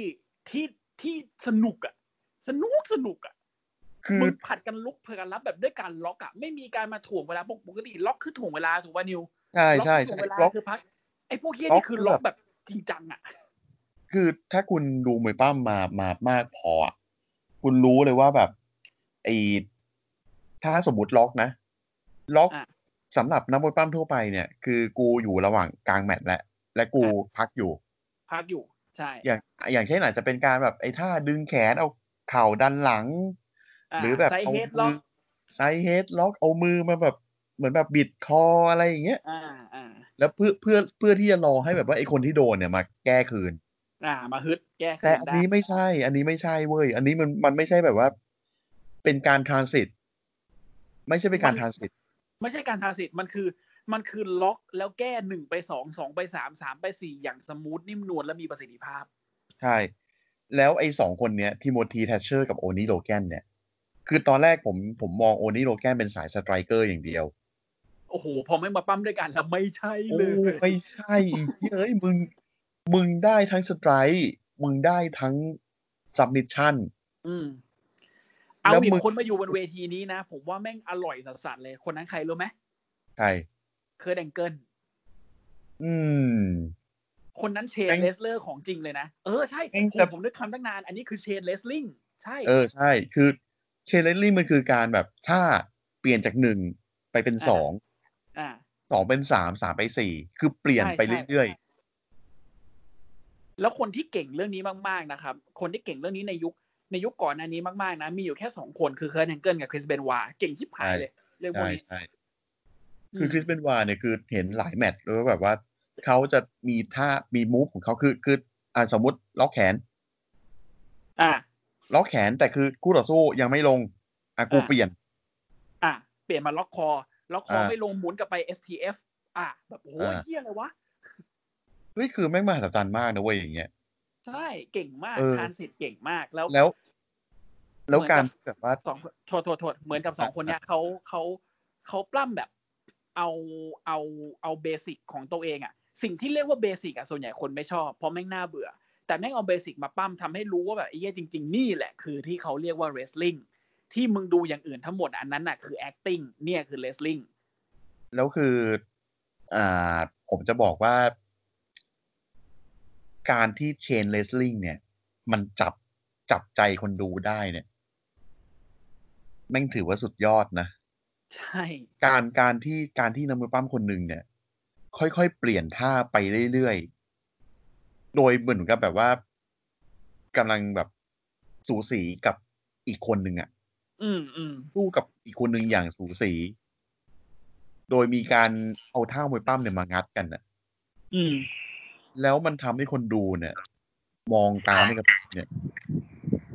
Speaker 3: ที่ที่สนุกอ่ะ สนุกสนุกอ่ะ
Speaker 2: คือ
Speaker 3: มึงผัดกันลุกเพื่อกันรับแบบด้วยการล็อกอ่ะ ไม่มีการมาถ่วงเวลาปกติล็อกคือถ่วงเวลาถูกป่ะนิว
Speaker 2: ใช่
Speaker 3: ล็อก
Speaker 2: ใช่
Speaker 3: คือถ่ว
Speaker 2: ใช่
Speaker 3: งเวลา
Speaker 2: บล็อก
Speaker 3: คือพัก ไอ้พวกเฮี้ย
Speaker 2: ล็อก
Speaker 3: นี่คือ
Speaker 2: คือแบบ
Speaker 3: ล็อกแบบจริงจังอ่ะ
Speaker 2: คือถ้าคุณดูมวยปั้มมามามากพออะคุณรู้เลยว่าแบบไอถ้าสมมติล็อกนะ ล็อก
Speaker 3: อ่ะ
Speaker 2: สำหรับนักมวยปั้มทั่วไปเนี่ย คือกูอยู่ระหว่างกลางแมตช์และและกู
Speaker 3: อ่
Speaker 2: พักอยู่
Speaker 3: พักอยู่ ใช่
Speaker 2: อย่างอย่างเช่นอาจจะเป็นการแบบไอ้ท่าดึงแขนเอาเข่าดันหลัง
Speaker 3: า
Speaker 2: หรือแบบ
Speaker 3: ไซ
Speaker 2: เอา
Speaker 3: เฮด
Speaker 2: มื
Speaker 3: ล็อ
Speaker 2: อก ไซด์เฮดล็อกเอามือมาแบบเหมือนแบบบิดคออะไรอย่างเงี้ย
Speaker 3: อ่าอ่า
Speaker 2: แล้วเพื่อเพื่อเพื่อที่จะรอให้แบบว่าไอ้คนที่โดนเนี่ยมาแก้คืน
Speaker 3: อ่า มาฮึดแก้
Speaker 2: แต่
Speaker 3: ไข
Speaker 2: อัน
Speaker 3: ได้
Speaker 2: นี้ไม่ใช่ อันนี้ไม่ใช่เว้ย อันนี้มันมันไม่ใช่แบบว่า เป็นการทรานสิตไม่ใช่เป็นการทรานสิต
Speaker 3: ไม่ใช่การทาสิทธิ์มันคือ มันคือล็อกแล้วแก้หนึ่งไปสองสองไปสามสามไปสี่อย่างสมูทนิ่มนวลและมีประสิทธิภาพ
Speaker 2: ใช่ แล้วไอ้สองคนเนี้ยทิโมธีแทชเชอร์กับโอนิโลแกนเนี่ย คือตอนแรกผมผมมองโอนิโลแกนเป็นสายสไตรเกอร์อย่างเดียว
Speaker 3: โอ้โห พอไม่มาปั้มด้วยกันแล้วไม่ใช่เล
Speaker 2: โอ้
Speaker 3: ย
Speaker 2: ไม่ใช่ไอ้เหี้ยเอ้ยมึง มึงได้ทั้งสไตรค์มึงได้ทั้งซับมิชชั่น
Speaker 3: อืม เอา
Speaker 2: แล้ว
Speaker 3: อีก
Speaker 2: มึง
Speaker 3: คนมาอยู่บนเวทีนี้นะ ผมว่าแม่งอร่อยสัสๆเลย คนนั้นใครรู้ไหม
Speaker 2: ใช่
Speaker 3: เคอร์แดงเกิล
Speaker 2: อืม
Speaker 3: คนนั้นเชน
Speaker 2: แม่ง
Speaker 3: เลสเลอร์ของจริงเลยนะ เออ ใช่
Speaker 2: แม่ง
Speaker 3: ผม
Speaker 2: จะ
Speaker 3: ผมนึกคำตั้งนาน อันนี้คือเชนเลสลิงใช่
Speaker 2: เออ ใช่ คือเชนเลนลี่มันคือการแบบ ถ้าเปลี่ยนจากหนึ่งไปเป็น
Speaker 3: อ่า
Speaker 2: สอง
Speaker 3: อ่า
Speaker 2: สองเป็นสามสามไปสี่คือเปลี่ยน
Speaker 3: ใช่
Speaker 2: ไป
Speaker 3: ใช่
Speaker 2: เรื่อย
Speaker 3: แล้วคนที่เก่งเรื่องนี้มาก ๆ นะครับ คนที่เก่งเรื่องนี้ในยุค ในยุคก่อนอันนี้มาก ๆ นะ มีอยู่แค่สองคนคือเคิร์ a แองเกิลกับคริสเบนวาเก่งชิบหายเลยเรื่อ
Speaker 2: ๆ
Speaker 3: งพว
Speaker 2: ใช่
Speaker 3: ก
Speaker 2: ใช่
Speaker 3: นี้
Speaker 2: คือ
Speaker 3: ม
Speaker 2: คริสเบนวาเนี่ยคือเห็นหลายแมตช์แล้วแบบว่าเขาจะมีท่ามีมูฟของเขาคือคืออ่าสมมติล็อกแขน
Speaker 3: อ่า
Speaker 2: ล็อกแขนแต่คือคู่ต่อสู้ยังไม่ลงอ่ะกู
Speaker 3: อ่า
Speaker 2: เปลี่ยน
Speaker 3: อ่ะเปลี่ยนมาล็อกคอ ล็อกคอ
Speaker 2: อ่า
Speaker 3: ไม่ลงหมุนกลับไป STF อ่ะแบบโอ้โห
Speaker 2: อ่า
Speaker 3: เฮี้ยอะไรวะ
Speaker 2: เฮ้ยคือแม่งมหัศจรรย์มากนะเว้ยอย่างเงี้ย
Speaker 3: ใช่ เก่งมาก
Speaker 2: เออ
Speaker 3: ทานเสร็จเก่งมากแล้ว
Speaker 2: แล้ว แล้ว
Speaker 3: เหมือนกับ
Speaker 2: การแบบว่า
Speaker 3: สองคนโทษโทษโทษเหมือนกับสองคนเนี้ยเขาเขาเขาปล้ำแบบเอาเอาเอาเบสิกของตัวเองอะสิ่งที่เรียกว่าเบสิกอะส่วนใหญ่คนไม่ชอบเพราะแม่งน่าเบื่อ แต่แม่งเอาเบสิกมาปั้มทำให้รู้ว่าแบบไอ้เหี้ยจริง ๆ นี่แหละคือที่เขาเรียกว่าเรสลิงที่มึงดูอย่างอื่นทั้งหมดอันนั้นน่ะคือ acting เนี่ยคือเรสลิง
Speaker 2: แล้วคือ อ่า ผมจะบอกว่า การที่เชนเลสลิงเนี่ย มันจับจับใจคนดูได้เนี่ย แม่งถือว่าสุดยอดนะ
Speaker 3: ใช่
Speaker 2: การการที่การที่นักมวยปั้มคนหนึ่งเนี่ย ค่อยๆ เปลี่ยนท่าไปเรื่อยๆ โดยเหมือนกับแบบว่ากำลังแบบสูสีกับอีกคนหนึ่งอะ
Speaker 3: อืมอืม
Speaker 2: สู้กับอีกคนหนึ่งอย่างสูสี โดยมีการเอาท่ามวยปั้มเนี่ยมางัดกันอะ
Speaker 3: อืม
Speaker 2: แล้วมันทำให้คนดูเนี่ย มองตามให้กับเนี่ย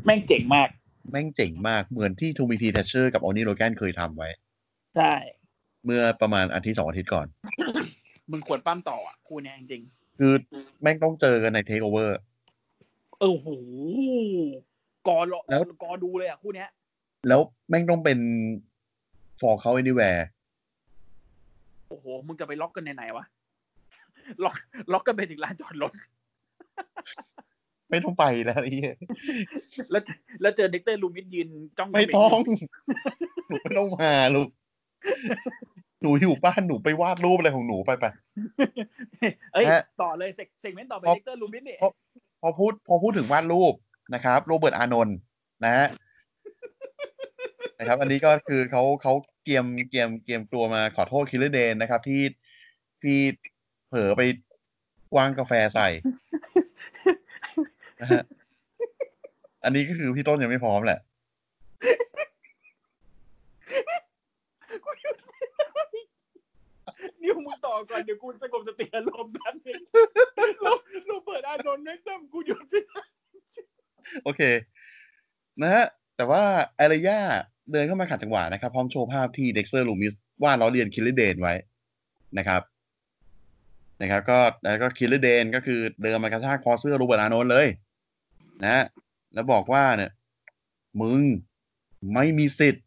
Speaker 3: แม่งเจ๋งมาก
Speaker 2: แม่งเจ๋งมากเหมือนที่ทูมิทีแทชเชอร์กับออนี่โรแกนเคยทำไว้
Speaker 3: ใช่
Speaker 2: เมื่อประมาณอาทิตย์สองอาทิตย์ก่อน
Speaker 3: มึงควรปั้มต่ออะคูเนี่ยจริง
Speaker 2: คือแม่งต้องเจอกันในเทคโอเวอร์
Speaker 3: ๆเออโอ้โหกอรอ
Speaker 2: แล้ว
Speaker 3: กอดูเลยอะคู่เนี้ย
Speaker 2: แล้วแม่งต้องเป็น for เขา anywhere
Speaker 3: โอ้โห มึงจะไปล็อกกันไหนๆวะ ล็อก ล็อกกันไปถึงลานจอดรถ
Speaker 2: ไม่ต้องไปแล้วไอ้เหี้ย
Speaker 3: แล้วแล้วเจอเด็กเตอร์ลูมิดยืนจ้อง
Speaker 2: ไม่ต้อง หนูไม่ต้องมาลูก หนูอยู่บ้านหนูไปวาดรูปอะไรของหนูไปไป
Speaker 3: เอ้ย
Speaker 2: ฮะ
Speaker 3: ต่อเลยเซกเซกเมนต์ต่อไป
Speaker 2: เพราะ
Speaker 3: เด็กเตอร์ลูมิดนี่
Speaker 2: เพราะ พอพูด พอพูดถึงวาดรูปนะครับ โรเบิร์ตอานนท์นะฮะนะครับ อันนี้ก็คือเขาเขาเกียมเกียมเกียมตัวมาขอโทษคิลเลอร์เดนนะครับ ที่ที่เผลอไปวางกาแฟใส่นะฮะอันนี้ก็คือพี่ต้นยังไม่พร้อมแหละ
Speaker 3: นิ้วมึงต่อก่อนเดี๋ยวกูสงบสติอารมณ์แป๊บนึง โรโรเบิร์ตอานนท์แม่งตั้มกูหยุดไม่ได้
Speaker 2: โอเค นะฮะ แต่ว่าอารยาเดินเข้ามาขัดจังหวะนะครับ พร้อมโชว์ภาพที่เด็กเซอร์ลูมิสวาดล้อเลียนคิลเลเดนไว้นะครับ นะครับ ก็แล้วก็คิลเลเดนก็คือเดินมากระชากคอเสื้อโรูเบิร์ตอาโนนท์เลย นะฮะแล้วบอกว่าเนี่ย มึงไม่มีสิทธิ์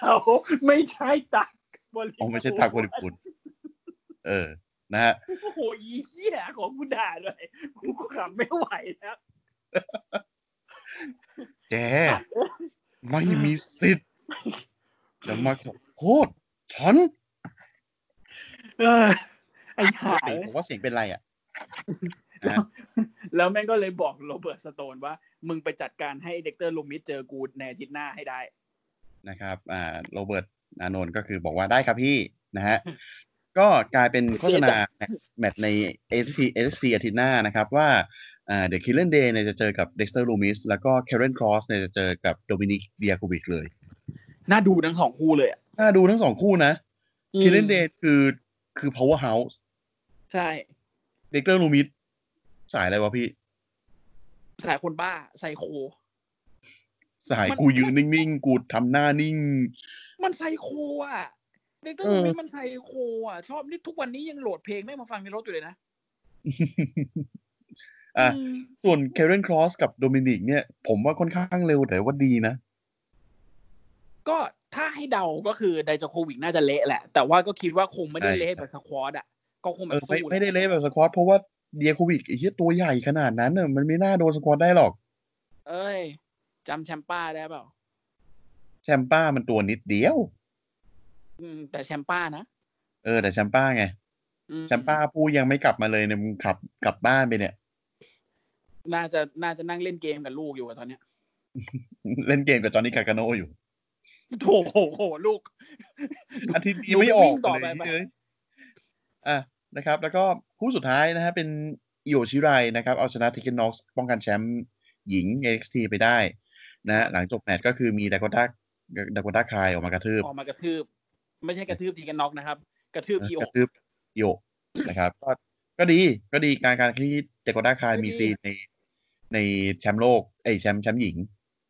Speaker 3: เอา ไม่ใช่ตักบริ
Speaker 2: อ๋อไม่ใช่ทางบริบูร ณ์เออ นะฮะ
Speaker 3: โอ้โหอีเหี้ยของกูด่าเลยกูขำไม่ไหวแล้ว
Speaker 2: แก
Speaker 3: สัตว์เอ้ย
Speaker 2: ไม่มีสิทธิ์จะมาขอโทษฉัน
Speaker 3: เออ ไอ้ห่า
Speaker 2: เสียง
Speaker 3: เอ้
Speaker 2: ผ
Speaker 3: ย
Speaker 2: มว่าเสียงเป็นไรอ่ะ
Speaker 3: แล้วแม่งก็เลยบอกโรเบิร์ตสโตนว่า มึงไปจัดการให้เด็กเตอร์ลูมิดเจอกูในอาทิตย์หน้าให้ได้
Speaker 2: นะครับ อ่า โรเบิร์ต อานนท์ก็คือบอกว่าได้ครับพี่ นะ ฮะ ก็กลายเป็นโฆษณาแมตช์ใน s t s c อาทิตย์หน้านะครับ ว่า อ่า เดอะคิลเลนเดย์เนี่ยจะเจอกับเด็กเตอร์ลูมิส แล้วก็เคเรนครอสเนี่ยจะเจอกับโดมินิกเดียโควิกเลย
Speaker 3: น่าดูทั้งสองคู่เลยอะ
Speaker 2: น่าดูทั้งสองคู่นะคิลเลนเดย์คือ คือ power house
Speaker 3: ใช่
Speaker 2: เด็กเตอร์ลูมิส สายอะไรวะพี่
Speaker 3: สายคนบ้าไซโค
Speaker 2: สาย
Speaker 3: มัน
Speaker 2: กูยืนนิ่ง ๆ กูทำหน้านิ่ง
Speaker 3: มันไซโคอ่ะ ลิตเติ้ล
Speaker 2: อืม
Speaker 3: บิ๊มันใส่โคอ่ะ ชอบนี่ทุกวันนี้ยังโหลดเพลงแม่งมาฟังในรถอยู่เลยนะ
Speaker 2: อ่ะ
Speaker 3: อืม
Speaker 2: ส่วนเคเรนครอสกับโดมินิกเนี่ย ผมว่าค่อนข้างเร็วแต่ว่าดีนะ
Speaker 3: ก็ถ้าให้เดาก็คือไดจาโควิกน่าจะเละแหละ แต่ว่าก็คิดว่าคงไม่ได้
Speaker 2: ใช่
Speaker 3: เละแบบสควอตอ่ะ ก็คงแบ
Speaker 2: เออบไม่
Speaker 3: สู้
Speaker 2: ไม่ได้เละแบบสควอตเพราะว่าเดียโควิกไอ้เหี้ยตัวใหญ่ขนาดนั้นน่ะมันไม่น่าโดนสควอตได้หรอก
Speaker 3: เอ้ยจำแชมป้าได้เปล่า
Speaker 2: แชมป้ามันตัวนิดเดียว
Speaker 3: อืม แต่แชมป้านะ
Speaker 2: เออแต่แชมป้าไง
Speaker 3: อื
Speaker 2: แชมป้าผู้ยังไม่กลับมาเลยเนี่ยมึงขับกลับบ้านไปเนี่ย
Speaker 3: น่าจะน่าจะนั่งเล่นเกมกับลูกอยู่อะตอนเนี้ย
Speaker 2: เล่นเกมกับจอห์นนี่กากาโนอยู่
Speaker 3: โถโหโหลูก
Speaker 2: อาทิตย์นี้
Speaker 3: ดู
Speaker 2: ไม่ออก
Speaker 3: วิ่งต่อไป
Speaker 2: เลย
Speaker 3: ไหม
Speaker 2: เอ้ยอ่ะนะครับ แล้วก็คู่สุดท้ายนะฮะเป็นอิโอชิไรนะครับ เอาชนะทิกเกนน็อกป้องกันแชมป์หญิง NXT ไปได้นะฮะหลังจบแมตช์ก็คือมีดาก o ต้าดาก o ต้าคายออกมากระทืบ
Speaker 3: ออกมากระทืบ ไม่ใช่กระทืบทีกันน็อกนะครับ กระทืบอีโอก
Speaker 2: ระทืบอิโอ นะครับก็ก็ดีก็ดีการการที่ดาก o ต้าคายมีซีนในในแชมป์โลกเอยแชมป์แชมป์หญิง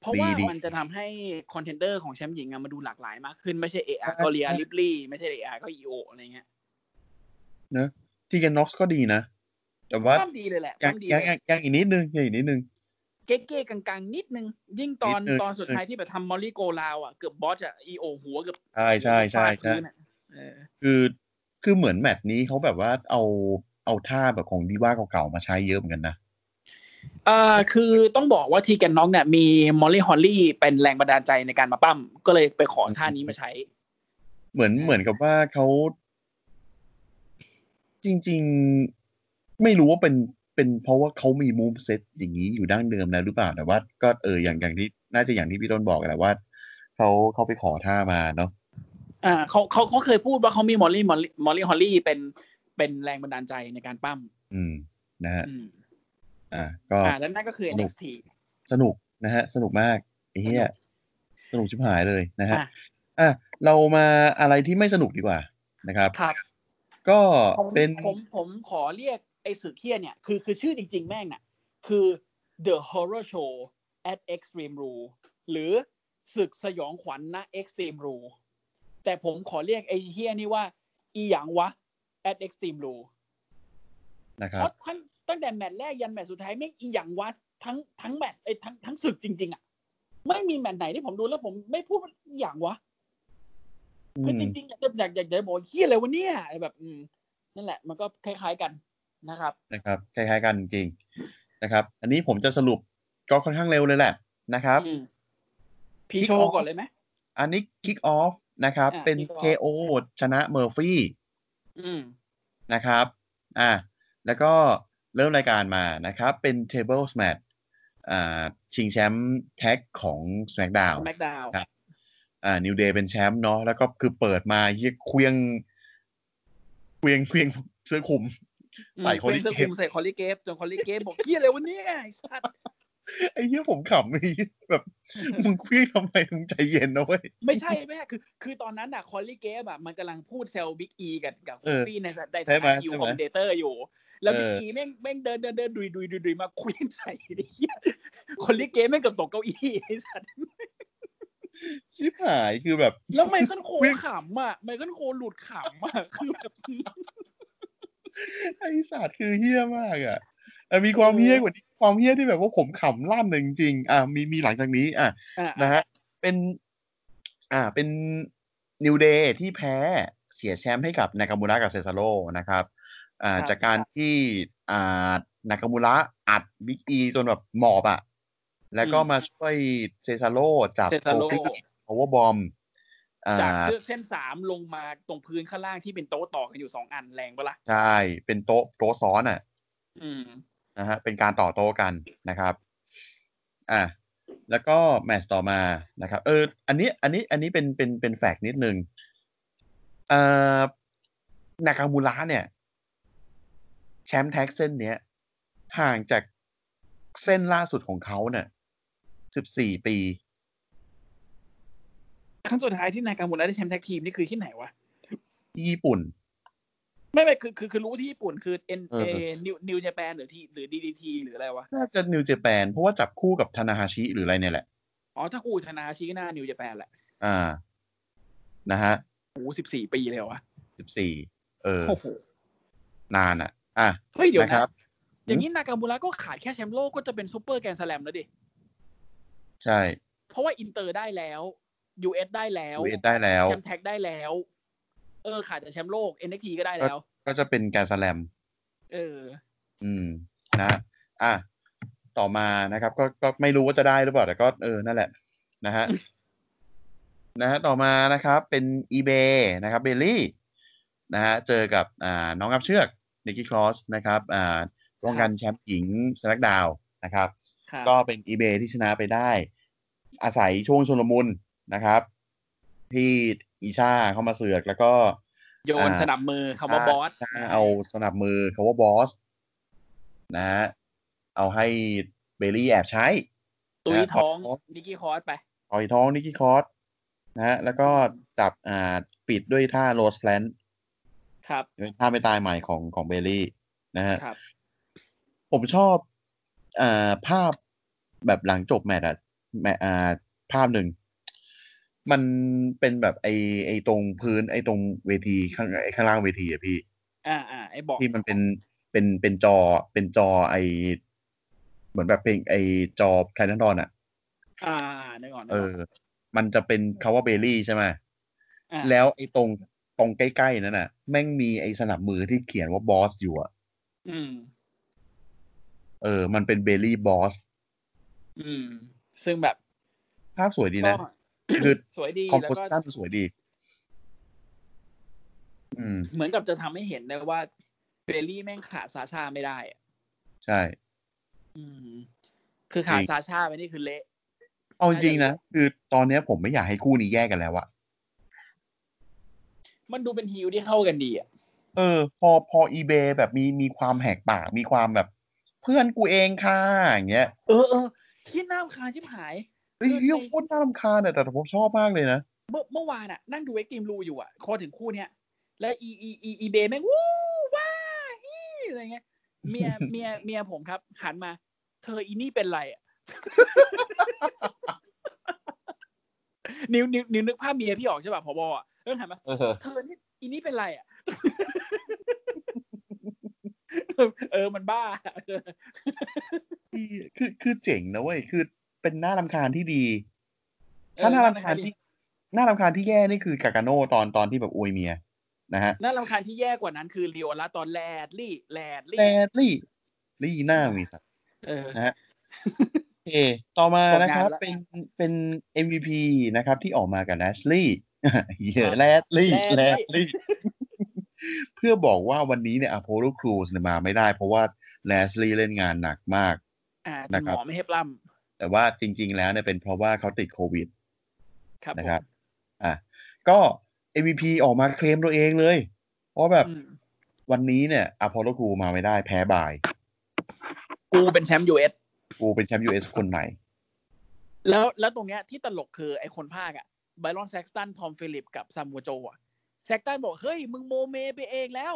Speaker 3: เพราะว่า
Speaker 2: ดีดี
Speaker 3: มันจะทำให้คอนเทนเดอร์ของแชมป์หญิงอะมาดูหลากหลายมากขึ้นไม่ใช่เออาร์ก็เรียลิปลี่ไม่ใช่เออาร์ก็อีโออะไรเงี้ย
Speaker 2: ทิกเกนน็อกก็ดีนะ แต่ว่า
Speaker 3: ปั้มดีเลยแหละ
Speaker 2: ยัง
Speaker 3: ปั้มดี
Speaker 2: ยัง
Speaker 3: เลย
Speaker 2: ยังยังอีกนิดนึงยังอีกนิดนึง
Speaker 3: เก๊ๆกลางๆ นิดนึง ยิ่งตอน
Speaker 2: นิดนึง
Speaker 3: ตอนสุดท้ายที่แบบทำมอลลี่โกลาวอ่ะเกือบบอสอ่ะอีโอหัวเกือบ
Speaker 2: ใช่ใช่ใช่
Speaker 3: ฟาด
Speaker 2: ใช่
Speaker 3: พื้นอะเออ
Speaker 2: คือคือเหมือนแมตช์นี้เขาแบบว่าเอาเอาท่าแบบของดีว่าเก่าๆมาใช้เยอะเหมือนกันนะ
Speaker 3: เอ่อคือต้องบอกว่าทีแกนน็อกเนี่ยมีมอลลี่ฮอลลี่เป็นแรงบันดาลใจในการมาปั้มก็เลยไปขอท่านี้มาใช้
Speaker 2: เหมือน
Speaker 3: อืม
Speaker 2: เหมือนกับว่าเขาจริง ๆ ไม่รู้ว่าเป็นเป็นเพราะว่าเขามีมูฟเซตอย่างนี้อยู่ดั้งเดิมแล้วหรือเปล่าแต่ว่า ก็เอออย่างอย่างที่น่าจะอย่างที่พี่ต้นบอกแหละว่าเขาเขาไปขอท่ามาเนาะ
Speaker 3: อ่าเขาเขาเขาเคยพูดว่าเขามีมอลลี่มอลลี่มอลลี่ฮอลลี่เป็นเป็นแรงบันดาลใจในการปั้ม
Speaker 2: อืม นะฮะ
Speaker 3: อืม
Speaker 2: อ่ะก็
Speaker 3: อ่าแล้วนั่นก็คือ
Speaker 2: สนุก
Speaker 3: NXT
Speaker 2: สนุกนะฮะ สนุกมากไอ้เหี้ยสนุกชิบหายเลยนะฮะ
Speaker 3: อ่ะ
Speaker 2: อ่ะเรามาอะไรที่ไม่สนุกดีกว่านะครับ
Speaker 3: ครับ
Speaker 2: ก็
Speaker 3: ผม
Speaker 2: เป็น
Speaker 3: ผมผมขอเรียกไอ้สึกเฮี้ยเนี่ย คือคือชื่อจริง ๆ แม่งน่ะ คือ The Horror Show at Extreme Rule หรือศึกสยองขวัญณ Extreme Rule แต่ผมขอเรียกไอ้เฮี้ยนี่ว่า อีหยังวะ at Extreme Rule
Speaker 2: นะค
Speaker 3: เพ
Speaker 2: รับ
Speaker 3: ราะทั้งตั้งแต่แมตช์แรกยันแมตช์สุดท้ายแม่งอีหยังวะทั้งทั้งแมตช์ไอ้ยทั้งทั้งศึกจริง ๆ อ่ะ ไม่มีแมตช์ไหนที่ผมดูแล้วผมไม่พูดว่าอีหยังวะ
Speaker 2: อื
Speaker 3: คือ
Speaker 2: ม
Speaker 3: จริงๆอยากจะอยากอยากจะบอกเฮียอะไรวะเนี่ยอะไรแบบอืมนั่นแหละ มันก็คล้าย ๆกันนะครับ
Speaker 2: นะครับ คล้ายๆกันจริงๆนะครับ อันนี้ผมจะสรุปก็ค่อนข้างเร็วเลยแหละนะครับ
Speaker 3: อืมพี่โชว์ก่อนเลยไหม
Speaker 2: อันนี้ kick off นะครับ
Speaker 3: อ่ะ
Speaker 2: เป็น
Speaker 3: kick off
Speaker 2: KO ชนะเมอร์ฟี่
Speaker 3: อืม
Speaker 2: นะครับ อ่า แล้วก็เริ่มรายการมานะครับ เป็น table match อ่า ชิงแชมป์แท็กของ SmackDown
Speaker 3: แม็กดาว
Speaker 2: ครับ อ่า New Day เป็นแชมป์เนาะ แล้วก็คือเปิดมาเยี่ยเควียงเควียงเควียงเสื้อคลุม ใส่คอลลี่เกฟ
Speaker 3: ใส่คอลลี่เกฟจนคอลลี่เกฟบอกเฮียอะไรวะเนี่ยไอ้สัตว์
Speaker 2: ไอ้เหี้ยผมขำไอ้เหี้ยแบบ มึงเคลี้ยงทำไมมึงใจเย็นนะเว้ย
Speaker 3: ไม่ใช่ ไม่ใช่คือ คือตอนนั้นอ่ะคอลลี่เกฟแบบมันกำลังพูดเซลบิ๊กอีกับกับโค
Speaker 2: เออ
Speaker 3: ฟี่ในใน
Speaker 2: ใช่
Speaker 3: ฐา
Speaker 2: ไหม
Speaker 3: นะยู
Speaker 2: ใช่ไหม
Speaker 3: คอมเดเตอร์อยู่ แล้ว
Speaker 2: เอ
Speaker 3: บิ๊ก
Speaker 2: อ
Speaker 3: อีแม่งแม่งเดินเดินเดินดุยดุยดุยดุยมาควีนใส่ไอ้เฮียคอลลี่เกฟแม่งเกือบตกเก้าอี้ ไอ้สัตว์
Speaker 2: ชิบหายคือแบบ
Speaker 3: แล้วไมเคิลโค
Speaker 2: วิ่ง
Speaker 3: ขำอ่ะไมเคิลโคหลุดขำอ่ะ คือแบบ
Speaker 2: ไอ้ศาสตร์คือเหี้ยมากอ่ะแต่มีความเหี้ยกว่านี้ความเหี้ยที่แบบว่าผมขำลั่นเลยจริงๆอ่ะมีมีหลังจากนี้ อ่ะ
Speaker 3: อ่ะ
Speaker 2: นะฮะเป็น อ่าเป็นนิวเดย์ที่แพ้เสียแชมป์ให้กับนากามูระกับเซซาโรนะครับ อ่า
Speaker 3: ครับ
Speaker 2: จากการที่อ่านากามูระอัดบิ๊กอีจนแบบหมอบอ่ะ แล้วก็มาช่วยเซซาโรจับ
Speaker 3: เซซาโล
Speaker 2: โคฟี่ พาวเวอร์บอมอ่า
Speaker 3: จากเชือกเส้นสามลงมาตรงพื้นข้างล่างที่เป็นโต๊ะต่อกันอยู่สองอันแรงปะล่ะ
Speaker 2: ใช่เป็นโต๊ะโต๊ะซ้อนอ่ะ
Speaker 3: อืม
Speaker 2: นะฮะเป็นการต่อโต๊ะกันนะครับ อ่ะแล้วก็แมตช์ต่อมานะครับ เออ อันนี้อันนี้อันนี้เป็นเป็นเป็นแฟกต์นิดนึงเอ่อนากามูระเนี่ย แชมป์แท็กเส้นเนี้ยห่างจากเส้นล่าสุดของเขาเนี่ยสิบสี่ปี
Speaker 3: ครั้งสุดท้ายที่นายกามุระได้แชมป์แท็กทีมนี่คือที่ไหนวะ
Speaker 2: ที่ญี่ปุ่น
Speaker 3: ไม่ไม่คือคือคือรู้ที่ญี่ปุ่นคือเอ็น
Speaker 2: เอ
Speaker 3: เอ
Speaker 2: อ
Speaker 3: นิวนิวเจแปนหรือที่หรือดีดีทีหรืออะไรวะ
Speaker 2: น่าจะนิวเจแปนเพราะว่าจับคู่กับทานาฮาชิหรืออะไรเนี่ยแหละ
Speaker 3: อ๋อ ถ้ากูธนาชิก็น่านิวเจแปนแหละ
Speaker 2: อ่า นะฮะ
Speaker 3: โหสิบสี่ปีเลยเหรอวะ
Speaker 2: สิบสี่เออ
Speaker 3: โอ้โห
Speaker 2: นานอ่ะ อ่ะ
Speaker 3: เฮ้ยเดี๋ยว
Speaker 2: นะครั
Speaker 3: นะ
Speaker 2: บ
Speaker 3: อย่างนี้นากามูระก็ขาดแค่แชมป์โลกก็จะเป็นซูเปอร์แกรนด์สแลมแล้วดิ
Speaker 2: ใช่
Speaker 3: เพราะว่าอินเตอร์ได้แล้ว US ได้แล้ว
Speaker 2: เวทได้แล้ว
Speaker 3: แชมป์แท็กได้แล้ว เออขาดแต่แชมป์โลก NXT ก็ได้แล้ว
Speaker 2: ก็จะเป็นการสแลม
Speaker 3: เออ
Speaker 2: อืมนะ อ่ะ ต่อมานะครับ ก็ก็ไม่รู้ว่าจะได้หรือเปล่า แต่ก็เออนั่นแหละ นะ ฮะ นะฮะต่อมานะครับเป็น eBay นะครับเบลลี่นะฮะเจอกับอ่าน้องกับเชือกนิกกี้คลอสนะครับอ่าป้องกันแชมป์หญิงสแลกดาวนะครับ
Speaker 3: ครับ
Speaker 2: ก็เป็น eBay ที่ชนะไปได้ อาศัยช่วงชนลมุนนะครับ ที่อีชาเข้ามาเสือกแล้วก็
Speaker 3: โยน
Speaker 2: อ่า
Speaker 3: สนับมือคำว่าบอส
Speaker 2: ถ้าเอาสนับมือคาว่าบอส นะฮะเอาให้เบลลี่แอบใช้
Speaker 3: ตุย
Speaker 2: นะฮะ
Speaker 3: ท้อง
Speaker 2: ต่ย
Speaker 3: นิกกี้คอสไป
Speaker 2: ต่อยท้องนิกกี้คอสนะฮะแล้วก็จับอ่าปิดด้วยท่าโรสแพลน
Speaker 3: ครับ
Speaker 2: เป็นท่าไม่ตายใหม่ของของเบลลี่นะฮะ
Speaker 3: ครับ
Speaker 2: ผมชอบอ่าภาพแบบหลังจบแมตช์อะแมตช์อ่าภาพหนึ่ง มันเป็นแบบไอไอตรงพื้นไอตรงเวทีข้างไอข้างล่างเวทีอะพี่
Speaker 3: อ่าอ่าไอ้บอก
Speaker 2: ที่มันเป็นเป็นเป็นจอเป็นจอไอเหมือนแบบเป็นไอจอไททันดอนอ่ะ
Speaker 3: อ่าอ่านึกออกนึก
Speaker 2: เอ
Speaker 3: ออก
Speaker 2: อ มันจะเป็นคาว่าเบลลี่ใช่ไหม
Speaker 3: อ่า
Speaker 2: แล้วไอตรงตรงใกล้ๆนั่นน่ะ แม่งมีไอสนับมือที่เขียนว่าบอสอยู่อ่ะ
Speaker 3: อืม
Speaker 2: เออมันเป็นเบลลี่บอส
Speaker 3: อืม ซึ่งแบบ
Speaker 2: ภาพสวยดี
Speaker 3: ก็
Speaker 2: นะ คือ
Speaker 3: สวยดี
Speaker 2: คอม
Speaker 3: แล้ว
Speaker 2: โพส
Speaker 3: ก็
Speaker 2: ชั่นสวยดี อืม
Speaker 3: เหมือนกับจะทำให้เห็นได้ว่าเบลลี่แม่งขาดซาชาไม่ได้อะ
Speaker 2: ใช่
Speaker 3: อืม คือขาด
Speaker 2: จริง
Speaker 3: ซาชาไปนี่คือเละ
Speaker 2: เอาจริงๆนะคือตอนเนี้ยผมไม่อยากให้คู่นี้แยกกันแล้วอะ
Speaker 3: มันดูเป็นฮิวที่เข้ากันดีอ่ะ
Speaker 2: เออ พอพออีเบแบบมีมีความแหกปากมีความแบบ เพื่อนกูเองค่ะอย่างเงี้ย
Speaker 3: เออเออคิดหน้ารำคาญชิบหาย
Speaker 2: เฮ้ยเหี้ยโคตรน่ารำคาญอะแต่ผมชอบมากเลยนะ
Speaker 3: เมื่อเมื่อวานอะนั่งดูเอ็กซ์ตรีมรูอยู่อะพอถึงคู่เนี้ยแล้วอีอีอีอีเบย์แม่งวู้ว้าฮี่อะไรเงี้ยเมีย เมียเมียผมครับ หันมา เธออีนี่เป็นไรอะ นิวนิวนิวนึกภาพเมียพี่ออกใช่ป่ะพอบอะเออหันมา
Speaker 2: เออ
Speaker 3: เธอนี่อีนี่เป็นไรอ่ะ เออมันบ้า
Speaker 2: คือคือเจ๋งนะเว้ยคือเป็นน่ารำคาญที่ดี
Speaker 3: เออ
Speaker 2: ถ้าน่ารำคาญที่น่ารำคาญที่แย่นี่คือกากาโน่ตอนตอนที่แบบอวยเมียนะฮะ
Speaker 3: น่ารำคาญที่แย่กว่านั้นคือลีโอลาตอนแรดลี่แรดลี่
Speaker 2: แรดลี่ลี่หน้ามีสัตว์
Speaker 3: เออ
Speaker 2: โอเคต่อมา
Speaker 3: ตกงาน
Speaker 2: นะครับ
Speaker 3: ละ
Speaker 2: เป็นเป็น MVP นะครับ ที่ออกมากับแรดลี่ เหี้ยแรดลี่แร
Speaker 3: แร
Speaker 2: ด
Speaker 3: ดลี่
Speaker 2: ลี่ เพื่อบอกว่าวันนี้เนี่ยอโ l โลครูสมาไม่ได้ เพราะว่าแรดลี่เล่นงานหนักมาก
Speaker 3: อ่าจ
Speaker 2: นะ
Speaker 3: น
Speaker 2: ค
Speaker 3: ห
Speaker 2: รั
Speaker 3: ม
Speaker 2: บ
Speaker 3: อไม่ให้ปล้
Speaker 2: แต่ว่าจริง ๆ แล้วเนี่ยเป็นเพราะว่าเขาติดโควิด
Speaker 3: ำครับผ
Speaker 2: นะ
Speaker 3: ม
Speaker 2: ครับ อ่ะ ก็ MVP ออกมาเคลมตัวเองเลยเพราะแบบ
Speaker 3: อืม
Speaker 2: วันนี้เนี่ยอพอลโลครูมาไม่ได้แพ้บ่าย
Speaker 3: กูเป็นแชมป์ยูเอส
Speaker 2: กูเป็นแชมป์ US คนใหม่
Speaker 3: แล้วแล้วตรงเนี้ยที่ตลกคือไอ้คนภาคอะไบรอนแซกสตันทอมฟิลิปกับซามูโจอะแซกสตันบอก เฮ้ย มึงโมเมไปเองแล้ว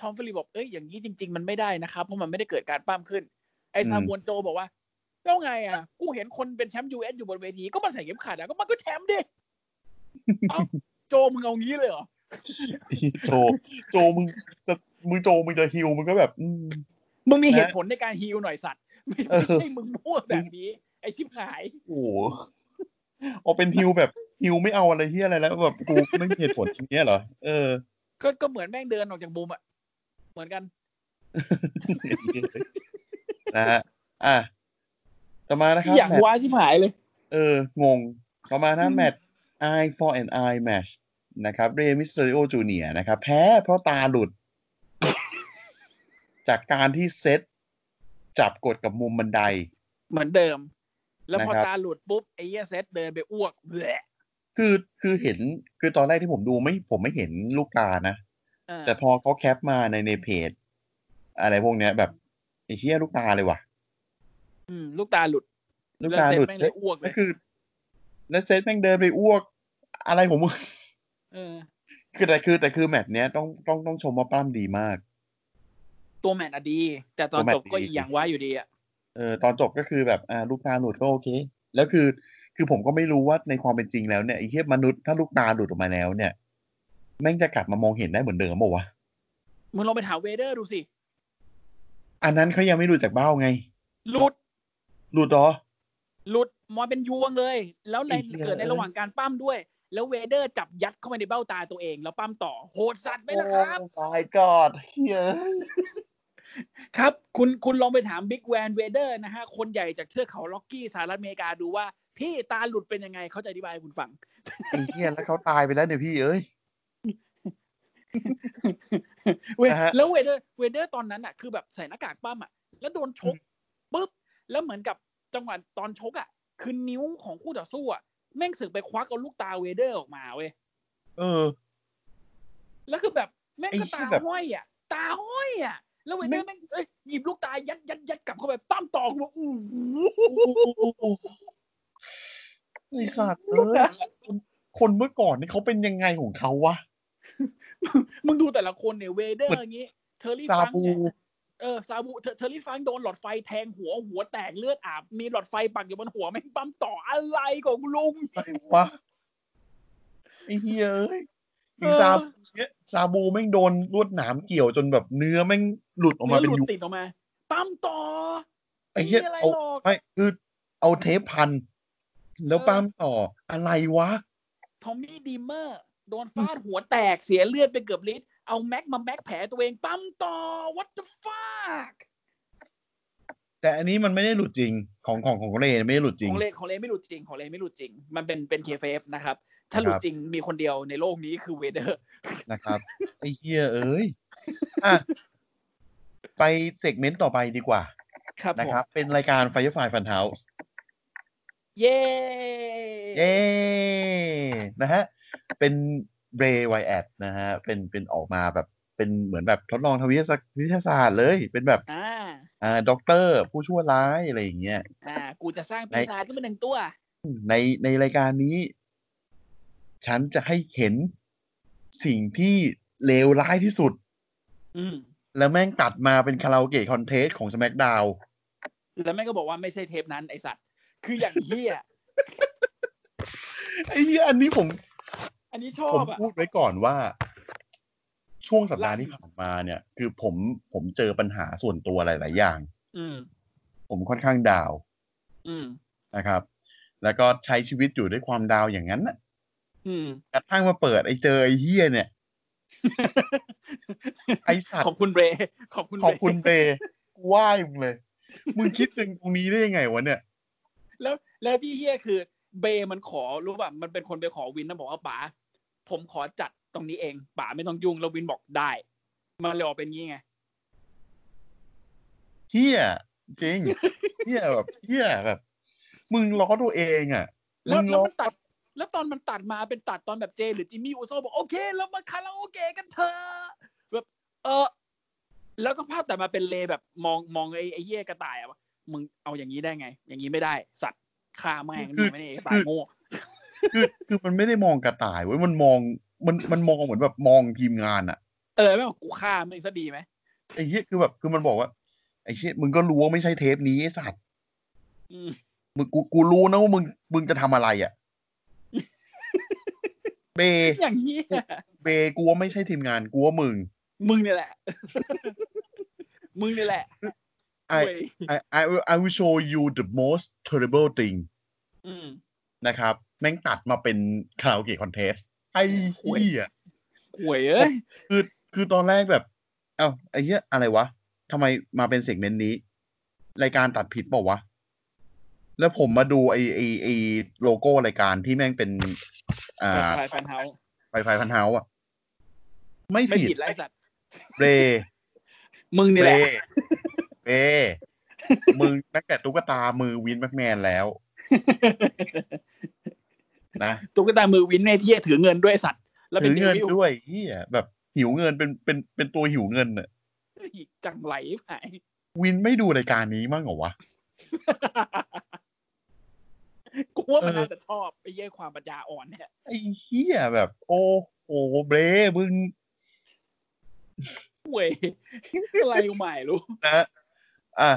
Speaker 3: ทอมฟิลิปบอก เอ้ย อย่างนี้จริง ๆ มันไม่ได้นะครับ เพราะมันไม่ได้เกิดการปั้มขึ้น ไอ้
Speaker 2: อืม
Speaker 3: ซามูโจบอกว่า แล้วไงอ่ะ กูเห็นคนเป็นแชมป์ยูเอสอยู่บนเวที ก็มาใส่เข็มขัดอะก็มันก็แชมป์ดิ เอ้าโจมึงเอางี้เลยเหรอ
Speaker 2: โจ โจมึงจะมึงโจมึงจะฮิวมึงก็แบบอืม
Speaker 3: มึงมีเหตุผลในการฮีลหน่อยสัตว์ ไม่
Speaker 2: เออ
Speaker 3: ไม่ใช่มึงมั่วแบบนี้ ไอ้ชิบหาย
Speaker 2: โอ้โหเอาเป็นฮิวแบบฮิวไม่เอาอะไรเฮียอะไรแล้วแบบกูไม่มีเหตุผลอย่างเงี้ยเหรอเออ
Speaker 3: ก็ก็เหมือนแม่งเดินออกจากมุมอะเหมือนกัน
Speaker 2: นะฮะอ่ะต่อมานะครับ
Speaker 3: อย่าง
Speaker 2: แมตช์
Speaker 3: ว้าชิบหายเลย
Speaker 2: เออ งง ต่อมานะแมตช์ Eye for an Eye Match นะครับเรมิสเตอริโอจูเนียนะครับ แพ้เพราะตาหลุด จากการที่เซตจับกดกับมุมบันได
Speaker 3: เหมือนเดิม แล้วพอ
Speaker 2: นะครับ
Speaker 3: ตาหลุดปุ๊บไอ้เหี้ยเซตเดินไปอ้วกแหละ
Speaker 2: คือคือเห็นคือตอนแรกที่ผมดูไม่ผมไม่เห็นลูกตานะ
Speaker 3: เออ
Speaker 2: แต่พอเขาแคปมาในในเพจ อะไรพวกเนี้ยแบบไอ้เชี่ยลูกตาเลยว่ะ
Speaker 3: มลูกตาหลุด
Speaker 2: ลูก
Speaker 3: แล้ว
Speaker 2: ตา
Speaker 3: เซ
Speaker 2: ห
Speaker 3: ต
Speaker 2: ลุด
Speaker 3: แม่งเลยอ้วกเล
Speaker 2: ก็
Speaker 3: ย
Speaker 2: คือแล้วเซตแม่งเดินไปอ้วก อะไรของมึง
Speaker 3: เออ
Speaker 2: คือแต่คือแต่คือแมตช์เนี้ยต้องต้องต้องชมว่าปล้ามดีมาก
Speaker 3: ตัวแมตช์อะดี แต่ตอ
Speaker 2: ตัว
Speaker 3: น
Speaker 2: แมต
Speaker 3: จ
Speaker 2: ช์
Speaker 3: บก็
Speaker 2: ดี
Speaker 3: อีกอย่างว้าอยู่ดีอะ
Speaker 2: เออตอนจบก็คือแบบอ่าลูกตาหลุดก็โอเค แล้วคือคือผมก็ไม่รู้ว่าในความเป็นจริงแล้วเนี่ยไอ้เหี้ยมนุษย์ถ้าลูกตาหลุดออกมาแล้วเนี่ย แม่งจะกลับมามองเห็นได้เหมือนเดิมป่าวะ
Speaker 3: มึงลองไปถามเวเดอร์ดูสิ
Speaker 2: อันนั้นเขายังไม่หลุดจากเบ้าไง
Speaker 3: หลุด
Speaker 2: หลุดเหรอ
Speaker 3: หลุดมอนเป็นยวงเลย แล้วใน
Speaker 2: ไอ้เหี้ย
Speaker 3: เกิดในระหว่างการปั้มด้วย แล้วเวเดอร์จับยัดเข้าไปในเบ้าตาตัวเอง แล้วปั้มต่อโหดสัตว์ไหมล่ะครับ
Speaker 2: โอ้ my god เหี้ย
Speaker 3: ครับ คุณคุณลองไปถามบิ๊กแวนเวเดอร์นะฮะ คนใหญ่จากเทือกเขาล็อกกี้สหรัฐอเมริกาดูว่า พี่ตาหลุดเป็นยังไงเขาจะอธิบายให้คุณฟัง
Speaker 2: ไอ้เหี้ยแล้วเขาตายไปแล้วเนี่ยพี่เอ้ย
Speaker 3: เว้ย
Speaker 2: นะฮะ
Speaker 3: แล้วเวเดอร์เวเดอร์ตอนนั้นอ่ะคือแบบใส่หน้ากากปั้มอ่ะ แล้วโดนชกปุ๊บแล้วเหมือนกับจังหวะตอนชกอ่ะ คือนิ้วของคู่ต่อสู้อ่ะแม่งสึกไปควักเอาลูกตาเวเดอร์ออกมาเว้ย
Speaker 2: เออ
Speaker 3: แล้วคือแบบแม่งก็
Speaker 2: ไอ้เหี้
Speaker 3: ตาย
Speaker 2: แบบ
Speaker 3: ห้อยอ่ะ ตาห้อยอ่ะ แล้วเวเดอร์
Speaker 2: แม่
Speaker 3: แม่
Speaker 2: ง
Speaker 3: งเอ้ยหยิบลูกตายัดยัดยัดกลับเข้าไปปั้มตอกมาอู้หู
Speaker 2: ไอ้สัตว์เอ้ยคนคนเมื่อก่อนนี่เขาเป็นยังไงของเขาวะ
Speaker 3: มึงดูแต่ละคนเนี่ยเวเดอร์อย่างงี้เทอร์รี่
Speaker 2: ซา
Speaker 3: ฟัง
Speaker 2: บู
Speaker 3: เนี่ยเออซาบูเทอร์เทอร์รี่ฟังโดนหลอดไฟแทงหัวหัวแตกเลือดอาบมีหลอดไฟปักอยู่บนหัวแม่งปั้มต่ออะไรของลุง
Speaker 2: อะไรวะไอ้เหี้ยเอ้ยอีซาบูเนี่ยซาบูแม่งโดนลวดหนามเกี่ยวจนแบบเนื้อแม่งหลุดออกมา
Speaker 3: เนื้อ
Speaker 2: เป็น
Speaker 3: หลุด
Speaker 2: ยุง
Speaker 3: ติดออกมาปั้มต่อ
Speaker 2: ไอ้เหี้ย
Speaker 3: ม่มีอะไร
Speaker 2: เอา
Speaker 3: หรอก
Speaker 2: ไม่คือเอาเทปพัน แล้ว
Speaker 3: เออ
Speaker 2: ปั้มต่ออะไรวะ
Speaker 3: ทอมมี่ดีเมอร์ โดนฟาดหัวแตกเสียเลือดไปเกือบลิตรเอาแม็กมาแม็กแผลตัวเองปั้มต่อ what the fuck
Speaker 2: แต่อันนี้มันไม่ได้หลุดจริง ของของของเลไม่ได้หลุดจริ
Speaker 3: ข
Speaker 2: ง
Speaker 3: องเลนของเลนไม่หลุดจริงของเลนไม่หลุดจริง มันเป็นเป็นเคเฟฟนะครับ ถ้าหลุด
Speaker 2: ครับ
Speaker 3: จริงมีคนเดียวในโลกนี้คือเวเดอร์
Speaker 2: นะครับ ไอ้เหี้ยเอ้ยอ่ะไปเซกเมนต์ต่อไปดีกว่า
Speaker 3: ครับ
Speaker 2: นะ
Speaker 3: ผ
Speaker 2: ค
Speaker 3: ม
Speaker 2: รับ เป็นรายการ Firefly Funhouse
Speaker 3: เย้
Speaker 2: เย้นะฮะ เป็นเบรไวแอดนะฮะ เป็นเป็นออกมาแบบ เป็นเหมือนแบบทดลองทางวิทยาศาสตร์วิทยาศาสตร์เลย เป็นแบบ
Speaker 3: อ่า
Speaker 2: อ่าด็อกเตอร์ ผู้ชั่วร้ายอะไรอย่างเงี้ย
Speaker 3: อ่า กูจะสร้างปีศาจขึ้นมาหนึ่งตัว
Speaker 2: ในในรายการนี้ ฉันจะให้เห็นสิ่งที่เลวร้ายที่สุด
Speaker 3: อืม
Speaker 2: แล้วแม่งตัดมาเป็นคาราโอเกะคอนเทสต์ของ SmackDown
Speaker 3: แล้วแม่งก็บอกว่าไม่ใช่เทปนั้นไอสัตว์คืออย่างเฮีย
Speaker 2: ไอ้เหี้ยอันนี้ผม
Speaker 3: อันนี้ชอ
Speaker 2: ผม
Speaker 3: บอ่ะ
Speaker 2: พูดไว้ก่อนว่า ช่วงสัปดาห์ที่ผ่านมาเนี่ย คือผมผมเจอปัญหาส่วนตัวหลาย ๆ อย่าง
Speaker 3: อืม
Speaker 2: ผมค่อนข้างดาว
Speaker 3: อืม
Speaker 2: นะครับ แล้วก็ใช้ชีวิตอยู่ด้วยความดาวอย่างนั้นนะ
Speaker 3: อืม
Speaker 2: กระทั่งมาเปิดไอ้เจอไอ้เฮียเนี่ย ไอ้สัต
Speaker 3: ขอบ
Speaker 2: ว์
Speaker 3: คุณเบรขอบคุณ
Speaker 2: ข
Speaker 3: เบ
Speaker 2: อ
Speaker 3: ร
Speaker 2: บคุณเบย์กูไหว้มึงเลย มึงคิดถึงตรงนี้ได้ยังไงวะเนี่ย
Speaker 3: แล้วแล้วที่เฮียคือเบรมันขอรู้ป่ะมันเป็นคนไปขอวินนะบอกว่าป๋าผมขอจัดตรงนี้เองป๋าไม่ต้องยุ่งแล้ววินบอกได้ มันเลยออกเป็นงี้ไง
Speaker 2: เฮียจริง เฮียแบบเฮียแบบ มึงล้อตัวเองอ่ะ
Speaker 3: แล้
Speaker 2: มึ
Speaker 3: ว
Speaker 2: ง
Speaker 3: แล้ว
Speaker 2: ล้อ
Speaker 3: มันตัด แล้วตอนมันตัดมาเป็นตัดตอนแบบเจ หรือจิมมี่อุโซบอกโอเคเรามาคาราโอเกะกันเถอะแบบเออ แล้วก็ภาพแต่มาเป็นเลแบบมองมองไอ้ไอ้เฮียกระต่ายอะว่ามึงเอาอย่างนี้ได้ไง อย่างนี้ไม่ได้ สัตว์ฆ่าแม่งดีไหมเนี่ยไอ้ป๋าโง่
Speaker 2: คือคือมันไม่ได้มองกระต่ายเว้ยมันมองมันมันมองเหมือนแบบมองทีมงานอ่ะ
Speaker 3: เออแม่งบอกกูฆ่ามึงซะดีไหม
Speaker 2: ไอ้เฮียคือแบบคือมันบอกว่า ไอ้เชี่ยมึงก็รู้ว่าไม่ใช่เทปนี้ไอ้สัตว์
Speaker 3: อืม
Speaker 2: มึงกูกูรู้นะว่ามึงมึงจะทำอะไรอ่ะ เบ
Speaker 3: อย่างนี้ย
Speaker 2: เบกูว่าไม่ใช่ทีมงานกูว่ามึง
Speaker 3: มึงเนี่ยแหละ มึงเนี่ยแหละ
Speaker 2: ไอ
Speaker 3: เว้ย
Speaker 2: I I will I will show you the most terrible thing
Speaker 3: อืม
Speaker 2: นะครับแม่งตัดมาเป็นคาราโอเกะคอนเทสไอ้เหี้ย
Speaker 3: หวยเอ้ย
Speaker 2: คือคือตอนแรกแบบ เอ้าไอ้เหี้ยอะไรวะทำไมมาเป็นเซกเมนต์นี้ รายการตัดผิดเปล่าวะ แล้วผมมาดูไอ้ไอ้ไอ้โลโก้รายการที่แม่งเป็น อ่า
Speaker 3: ไฟฟันเฮา
Speaker 2: ไฟไฟพันเฮาอะไม่
Speaker 3: ไม่
Speaker 2: ผิด
Speaker 3: ผิดไรสัตว์
Speaker 2: เบร
Speaker 3: มึง
Speaker 2: เบ
Speaker 3: เนี่ย
Speaker 2: ร
Speaker 3: แหละ
Speaker 2: เบรมึงนักแต่ตุ๊กตามือวินแม็กแมนแล้ว นะ
Speaker 3: ตุ๊กตามือวินในที่ยถือเงินด้วยสัตว์ แล้วเป็
Speaker 2: ถื
Speaker 3: น
Speaker 2: อเงิน
Speaker 3: เดวิล
Speaker 2: ด้วยเฮียแบบหิวเงินเป็นเป็นเป็นตัวหิวเงินอะ
Speaker 3: จังไหลหาย
Speaker 2: วินไม่ดูรายการนี้มั้งเหรอวะ
Speaker 3: กูว่ามันน่าจะชอบไปเย่ความปัญญาอ่อนเนี่ย
Speaker 2: ไอ้เหี้ยแบบ โอ้โหเบรมึง
Speaker 3: หวยอะไรใหม่รู้
Speaker 2: นะอ่ะ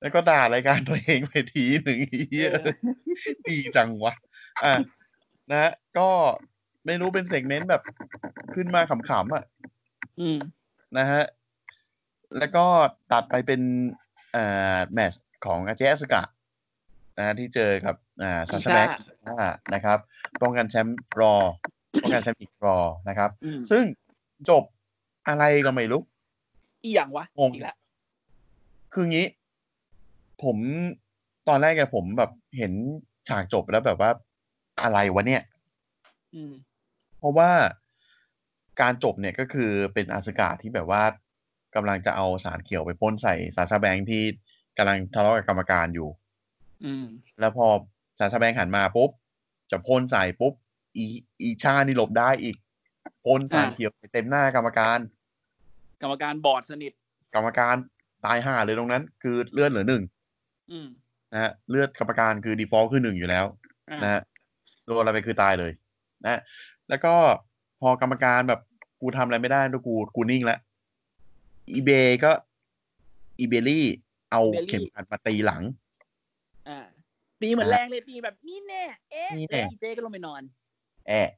Speaker 2: แล้วก็ด่ารายการตัวเองไปทีหนึ่งไอ้เหี้ยดีจังวะ อ่ะนะก็ ไม่รู้เป็นเซกเมนต์แบบ ขึ้นมาขำๆอ่ะ
Speaker 3: อืม
Speaker 2: นะฮะ แล้วก็ตัดไปเป็นอ่าแมตช์ของอาเจสกะนะฮะที่เจอกับอ่าซาชาแบ็กนะครับป้องกันแชมป์รอ ป้องกันแชมป์อีกรอนะครับ
Speaker 3: อืม
Speaker 2: ซึ่งจบอะไรก็ไม่รู้
Speaker 3: อีหยังวะ
Speaker 2: งง
Speaker 3: อีกแล้ว
Speaker 2: คืองี้ ผมตอนแรกอะผมแบบเห็นฉากจบแล้วแบบว่าอะไรวะเนี่ย
Speaker 3: อืม
Speaker 2: เพราะว่าการจบเนี่ยก็คือเป็นอาสกาที่แบบว่ากำลังจะเอาสารเขียวไปพ่นใส่ซาชาแบงค์ที่กำลังทะเลาะกับกรรมการอยู่
Speaker 3: อืม
Speaker 2: แล้วพอซาชาแบงค์หันมาปุ๊บ จะพ่นใส่ปุ๊บ อีอีชานี่หลบได้อีกพ่นสารเขียวไปเต็มหน้ากรรมการ
Speaker 3: กรรมการบอร์ดสนิท
Speaker 2: กรรมการตายห่าเลยตรงนั้น คือเลือดเหลือหนึ่ง
Speaker 3: อืม
Speaker 2: นะฮะเลือดกรรมการคือดีฟอลต์คือหนึ่งอยู่แล้ว
Speaker 3: อ่า
Speaker 2: นะฮะโดนอะไรไปคือตายเลย นะ แล้วก็พอกรรมการแบบกูทำอะไรไม่ได้ด้วยกูกูนิ่งแล้วอีเบก็อีเบลี่เอาเข็มขัดมาตีหลัง
Speaker 3: อ่าตีเหมือนแรงเลยตีแบบนี่แน่ เอ๊ะ
Speaker 2: นี่แน่
Speaker 3: แล้วอีเจก็ลงไปนอน
Speaker 2: แอะ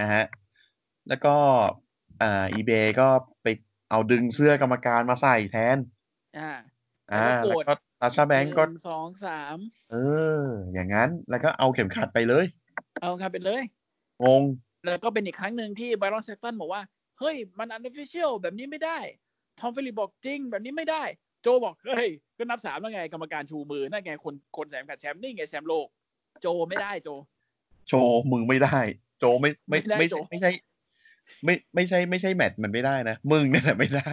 Speaker 2: นะฮะ แล้วก็อ่าอีเบก็ไปเอาดึงเสื้อกรรมการมาใส่แทน
Speaker 3: อ่า
Speaker 2: อ่า
Speaker 3: แล้
Speaker 2: แล้
Speaker 3: วก็โกร
Speaker 2: ว
Speaker 3: ธ
Speaker 2: ก็ตาชาแบงก์ก็
Speaker 3: หนึ่สองสาม
Speaker 2: เออ อย่างนั้น แล้วก็เอาเข็มขัดไปเลย
Speaker 3: เอาครับไปเลย
Speaker 2: งง
Speaker 3: แล้วก็เป็นอีกครั้งหนึ่งที่ไบรอนแซกตันบอกว่า เฮ้ย มันอัน f ฟ i เชียลแบบนี้ไม่ได้ ทอมฟิลิปบอกจริง แบบนี้ไม่ได้ โจบอก เฮ้ย ก็นับสามแล้วไง กรรมการชูมือ นั่นไงคนคนแสมขัดแชมป์นี่ไงแชมป์โลก โจไม่ได้โจ
Speaker 2: โชว์มึงไม่ได้ โจไม่ไม่
Speaker 3: ไม่ได้
Speaker 2: ไม่
Speaker 3: โจ
Speaker 2: ใช่ไม่ใช่ ไม่ไม่ใช่ไม่ใช่แมทมันไม่ได้นะ มึงนี่แหละไม่ได้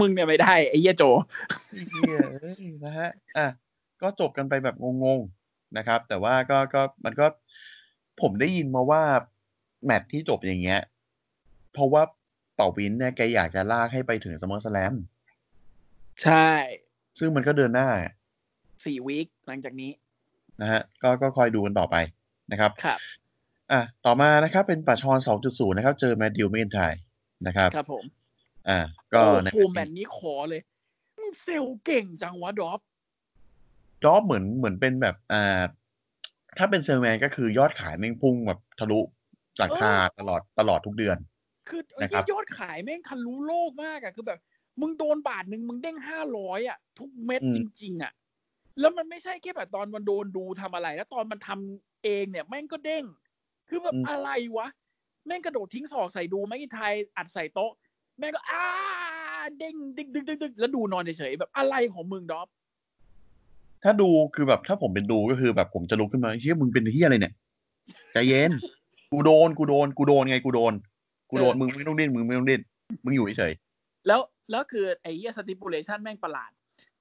Speaker 3: มึงเนี่ยไม่ได้ไอ้เหี้ยโจ
Speaker 2: เหี้ยเอ้ยนะฮะอ่ะก็จบกันไปแบบงงๆนะครับ แต่ว่าก็ก็มันก็ผมได้ยินมาว่าแมทที่จบอย่างเงี้ย เพราะว่าเป่าวินเนี่ยแกอยากจะลากให้ไปถึงสมอสแลม
Speaker 3: ใช่
Speaker 2: ซึ่งมันก็เดินหน้า
Speaker 3: สี่วีคหลังจากนี้
Speaker 2: นะฮะก็ก็คอยดูกันต่อไปนะครับ
Speaker 3: ครับ
Speaker 2: อ่ะต่อมานะครับ เป็นป่าชอน2.0 นะครับ เจอแมดดิวเมนไทยนะครับ
Speaker 3: ครับผม
Speaker 2: อ่า ก็
Speaker 3: โอ้
Speaker 2: ใน
Speaker 3: โหแมนนี้ขอเลย มึงเซลล์เก่งจังวะดรอป
Speaker 2: จอบเหมือนเหมือนเป็นแบบอ่าถ้าเป็นเซลแมนก็คือยอดขายแม่งพุ่งแบบทะลุหลังคา
Speaker 3: เออ
Speaker 2: ตลอดตลอดทุกเดือน
Speaker 3: คือไอ้
Speaker 2: นะครั
Speaker 3: เหี้
Speaker 2: บ
Speaker 3: ยยอดขายแม่งทะลุโลกมากอะคือแบบ มึงโดนบาทหนึ่งมึงเด้งห้าร้อยอะทุกเม็ดจริง ๆอะแล้วมันไม่ใช่แค่แบบตอนมันโดนดูทำอะไร แล้วตอนมันทำเองเนี่ยแม่งก็เด้ง คือแบบ
Speaker 2: อืม
Speaker 3: อะไรวะ แม่งกระโดดทิ้งศอกใส่ดูแม่งอีไทยอัดใส่โต๊ะ แม่งก็อ้าเด้งดึกดึกดึกดึกแล้วดูนอนเฉยๆแบบอะไรของมึงดอป
Speaker 2: ถ้าดูคือแบบถ้าผมเป็นดูก็คือแบบผมจะลุกขึ้นมาเฮียมึงเป็นเฮียอะไรเนี่ยใจเย็น กูโดนกูโดนกูโดนไงกูโดน กูโดนมึงไม่ต้องดิ้นมึงไม่ต้องดิ้นมึงอยู่เฉย
Speaker 3: แล้วแล้วคือไอ้เหี้ยสติปูเลชันแม่งประหลาด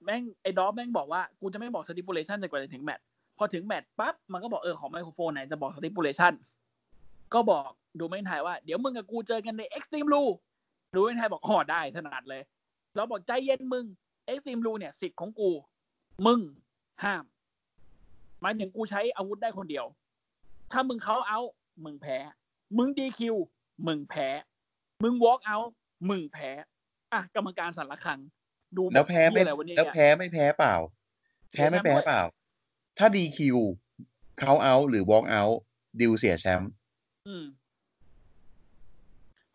Speaker 3: แม่งไอ้ดอปแม่งบอกว่ากูจะไม่บอกสติปูเลชันจนกว่าจะถึงแมตช์พอถึงแมตช์ปั๊บมันก็บอกเออของไมโครโฟนไหนจะบอกสติปูเลชันก็บอกดูไม่ทายว่าเดี๋ยวมึงกับกูเจอกันในเอ็กซ์ตรีมลูดูไม่ทายบอกอ๋อได้ถนัดเลย แล้วบอกใจเย็นมึงเอ็กซ์ตรีมลูเนี่ยสิทธิ์ของกู มึงห้ามหมายถึงกูใช้อาวุธได้คนเดียว ถ้ามึงเขาเอามึงแพ้ มึงดีคิวมึงแพ้ มึงวอล์กเอามึงแพ้อ่ะกรรมการสารคัง ดู
Speaker 2: ๆแล้วแพ้ไม่
Speaker 3: เหี้ยอะไระเนี่ย
Speaker 2: แล้วแพ้ไม่แพ้เปล่า แพ้ไม่แพ้เปล่า ถ้าดีคิวเขาเอาหรือวอล์กเอาดิวเสียแชมป์
Speaker 3: อืม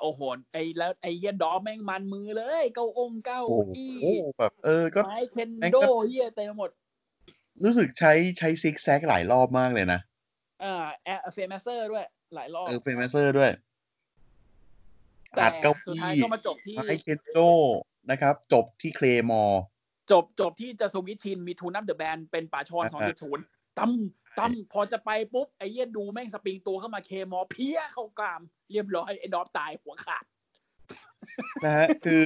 Speaker 3: โอ้โหไอ้แล้วไอ้เฮียดอมแม่งมันมือเลย เก้าองเก้า
Speaker 2: โอ้
Speaker 3: อี้
Speaker 2: โหแบบเออก็
Speaker 3: ไม้เคน
Speaker 2: แม่ง
Speaker 3: โด
Speaker 2: ก็
Speaker 3: เฮียเต็มไปหมด
Speaker 2: รู้สึกใช้ใช้ซิกแซกหลายรอบมากเลยนะ
Speaker 3: อ่าแอเฟมเซอร์ด้วย หลายรอบ
Speaker 2: เออเฟรมเซอร์ด้วย
Speaker 3: แต่
Speaker 2: อัดเก้า
Speaker 3: สุด
Speaker 2: อี้
Speaker 3: ท้ายก็มาจบที่
Speaker 2: ไอเคนโดนะครับ จบที่เคลมอร์
Speaker 3: จบจบที่จะสวิตชิน มีทูนับเดอะแบนเป็นป่าชอน
Speaker 2: อ่า
Speaker 3: สองจุดศูนย์ตั้มตั้มพอจะไปปุ๊บ ไอ้เฮียดูแม่งสปริงตัวเข้ามาเคมอเพี้ยเข้ากราม เรียบร้อย ไอ้ดอมตายหัวขาด
Speaker 2: นะฮ ะ คือ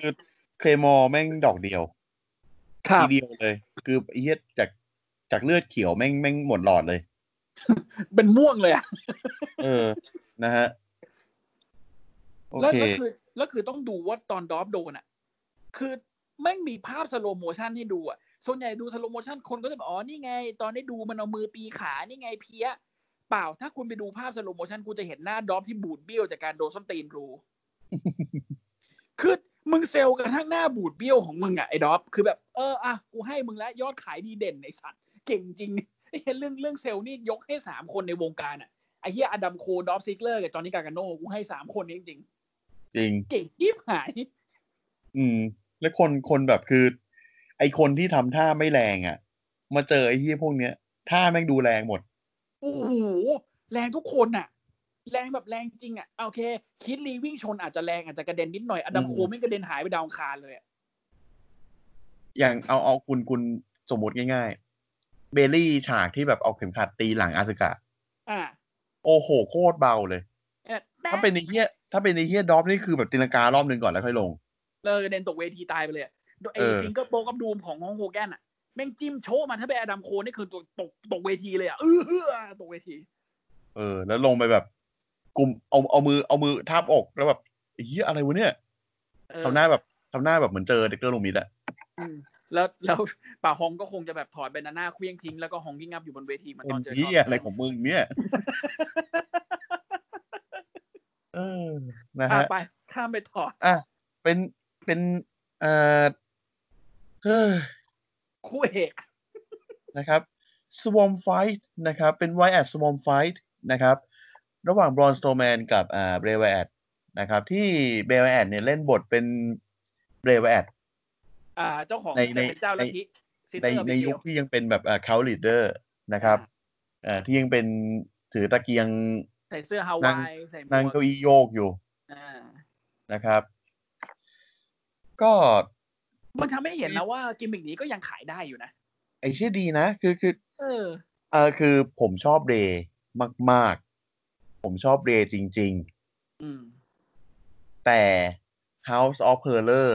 Speaker 2: เคลมอร์แม่งดอกเดียวทีเดียวเลย คือไอ้เฮียจากจากเลือดเขียวแม่งแม่งหมดหลอดเลย
Speaker 3: เป็นม่วงเลยอะ
Speaker 2: เออ นะฮะ โอ
Speaker 3: แล้ว
Speaker 2: เค
Speaker 3: แล้วคือแล้วคือต้องดูว่าตอนดอฟโดนอ่ะ คือแม่งมีภาพสโลโมชันให้ดูอ่ะ ส่วนใหญ่ดูสโลโมชันคนก็จะบอกอ๋อนี่ไง ตอนได้ดูมันเอามือตีขานี่ไงเพี้ย เปล่าถ้าคุณไปดูภาพสโลโมชันคุณจะเห็นหน้าดอฟที่บูดเบี้ยวจากการโดนส้นตีน รู คือมึงเซลล์กระทั่งหน้าบูดเบี้ยวของมึงอ่ะไอ้ดอฟคือแบบเอออ่ะกูให้มึงแล้วย อดขายดีเด่นไอ้สัตว์เก่งจริงไอ้เรื่องเรื่องเซลล์นี่ยกให้สามคนในวงการอ่ะไอ อ้เฮียอดัมโคลดอฟซิกเลอร์กับจอห์นนี่กาการโน่กูให้สามคนนี้จริง
Speaker 2: จริง
Speaker 3: ๆเก่งยิบหาย
Speaker 2: อืม แล้วคนคนแบบคือ ไอคนที่ทำท่าไม่แรงอะ่ะ มาเจอไอเฮียพวกเนี้ยท่าแม่งดูแรงหมด
Speaker 3: โอ้โหแรงทุกคนน่ะ แรงแบบแรงจริงอ่ะโอเค คิดลีวิ่งชนอาจจะแรงอาจจะกระเด็นนิดหน่อยอดัม
Speaker 2: อืม
Speaker 3: โคไม่งกระเด็นหายไปดาวอังคารเลยอะ
Speaker 2: อย่างเอาเอาคุณคุณสมมติง่ายๆ เบลลี่ฉากที่แบบเอาเข็มขัดตีหลังอาสึกะ
Speaker 3: อ่า
Speaker 2: โอ้โห โคตรเบาเลย
Speaker 3: เอ่อ
Speaker 2: ถ้าเป็นในเฮียถ้าเป็นในเฮียดอฟนี่คือแบบตีลังการอบหนึ่งก่อนแล้วค่อยลง
Speaker 3: เลยกระเด็นตกเวทีตายไปเลยอะโดยไอ้
Speaker 2: เออ
Speaker 3: ฟิงเกอร์โบกับดูมของฮองโฮแกนอ่ะแม่งจิ้มโชว์มาถ้าเป็นอดัมโคนี่คือตกตกตกเวทีเลยอ่ะเออเออตกเวที
Speaker 2: เออ แล้วลงไปแบบกลุ่มเอาเอามือเอามือทาบอกแล้วแบบไอ้เฮียอะไรวะเนี่ย
Speaker 3: เออ
Speaker 2: ทำหน้าแบบทำหน้าแบบเหมือนเจอเด็กเกอร์ลูมิดอะ
Speaker 3: อืมแล้วแล้วป่าฮองก็คงจะแบบถอดแบนนาน่าเคลี้ยงทิ้งแล้วก็ฮองกิ้งอัพอยู่บนเวทีเหมัน
Speaker 2: เป็
Speaker 3: ตอน
Speaker 2: น
Speaker 3: เจอ
Speaker 2: เฮียอะไรของมึงเนี่ย เออนะ
Speaker 3: อ่ะ
Speaker 2: ฮะ
Speaker 3: ไปข้ามไปถอด
Speaker 2: อ่ะ เป็น เป็น เอ่อเฮ้ย
Speaker 3: คู่เอก
Speaker 2: นะครับ Swarm Fight นะครับ เป็น w i at Swarm Fight นะครับ ระหว่าง Braun Strowman กับ อ่า Bray Wyatt นะครับ ที่ Bray Wyatt เนี่ย เล่นบทเป็น Bray Wyatt
Speaker 3: อ่า เจ้าของ
Speaker 2: ใน
Speaker 3: จะเป็นเจ้า
Speaker 2: ใน
Speaker 3: ลัทธิซิส
Speaker 2: ใน
Speaker 3: เตอร์
Speaker 2: ใน
Speaker 3: บิ
Speaker 2: ยุ
Speaker 3: เก
Speaker 2: ค
Speaker 3: ล
Speaker 2: ที่ยังเป็นแบบ อ่า Cult Leader นะครับอ่าที่ยังเป็นถือตะเกียง
Speaker 3: ใส่เสื้อฮาวายใส่หมวก
Speaker 2: นั่งเก้าอี้โยกอยู่
Speaker 3: อ่า
Speaker 2: นะครับ ก็
Speaker 3: มันทำให้เห็นนะว่ากิมมิกนี้ก็ยังขายได้อยู่นะ
Speaker 2: ไอ้เชื่อดีนะ คือ คือ
Speaker 3: เออ
Speaker 2: เออคือผมชอบเรย์มาก ๆ ผมชอบเรย์จริง
Speaker 3: อืม
Speaker 2: ๆ แต่ House of p e r l e r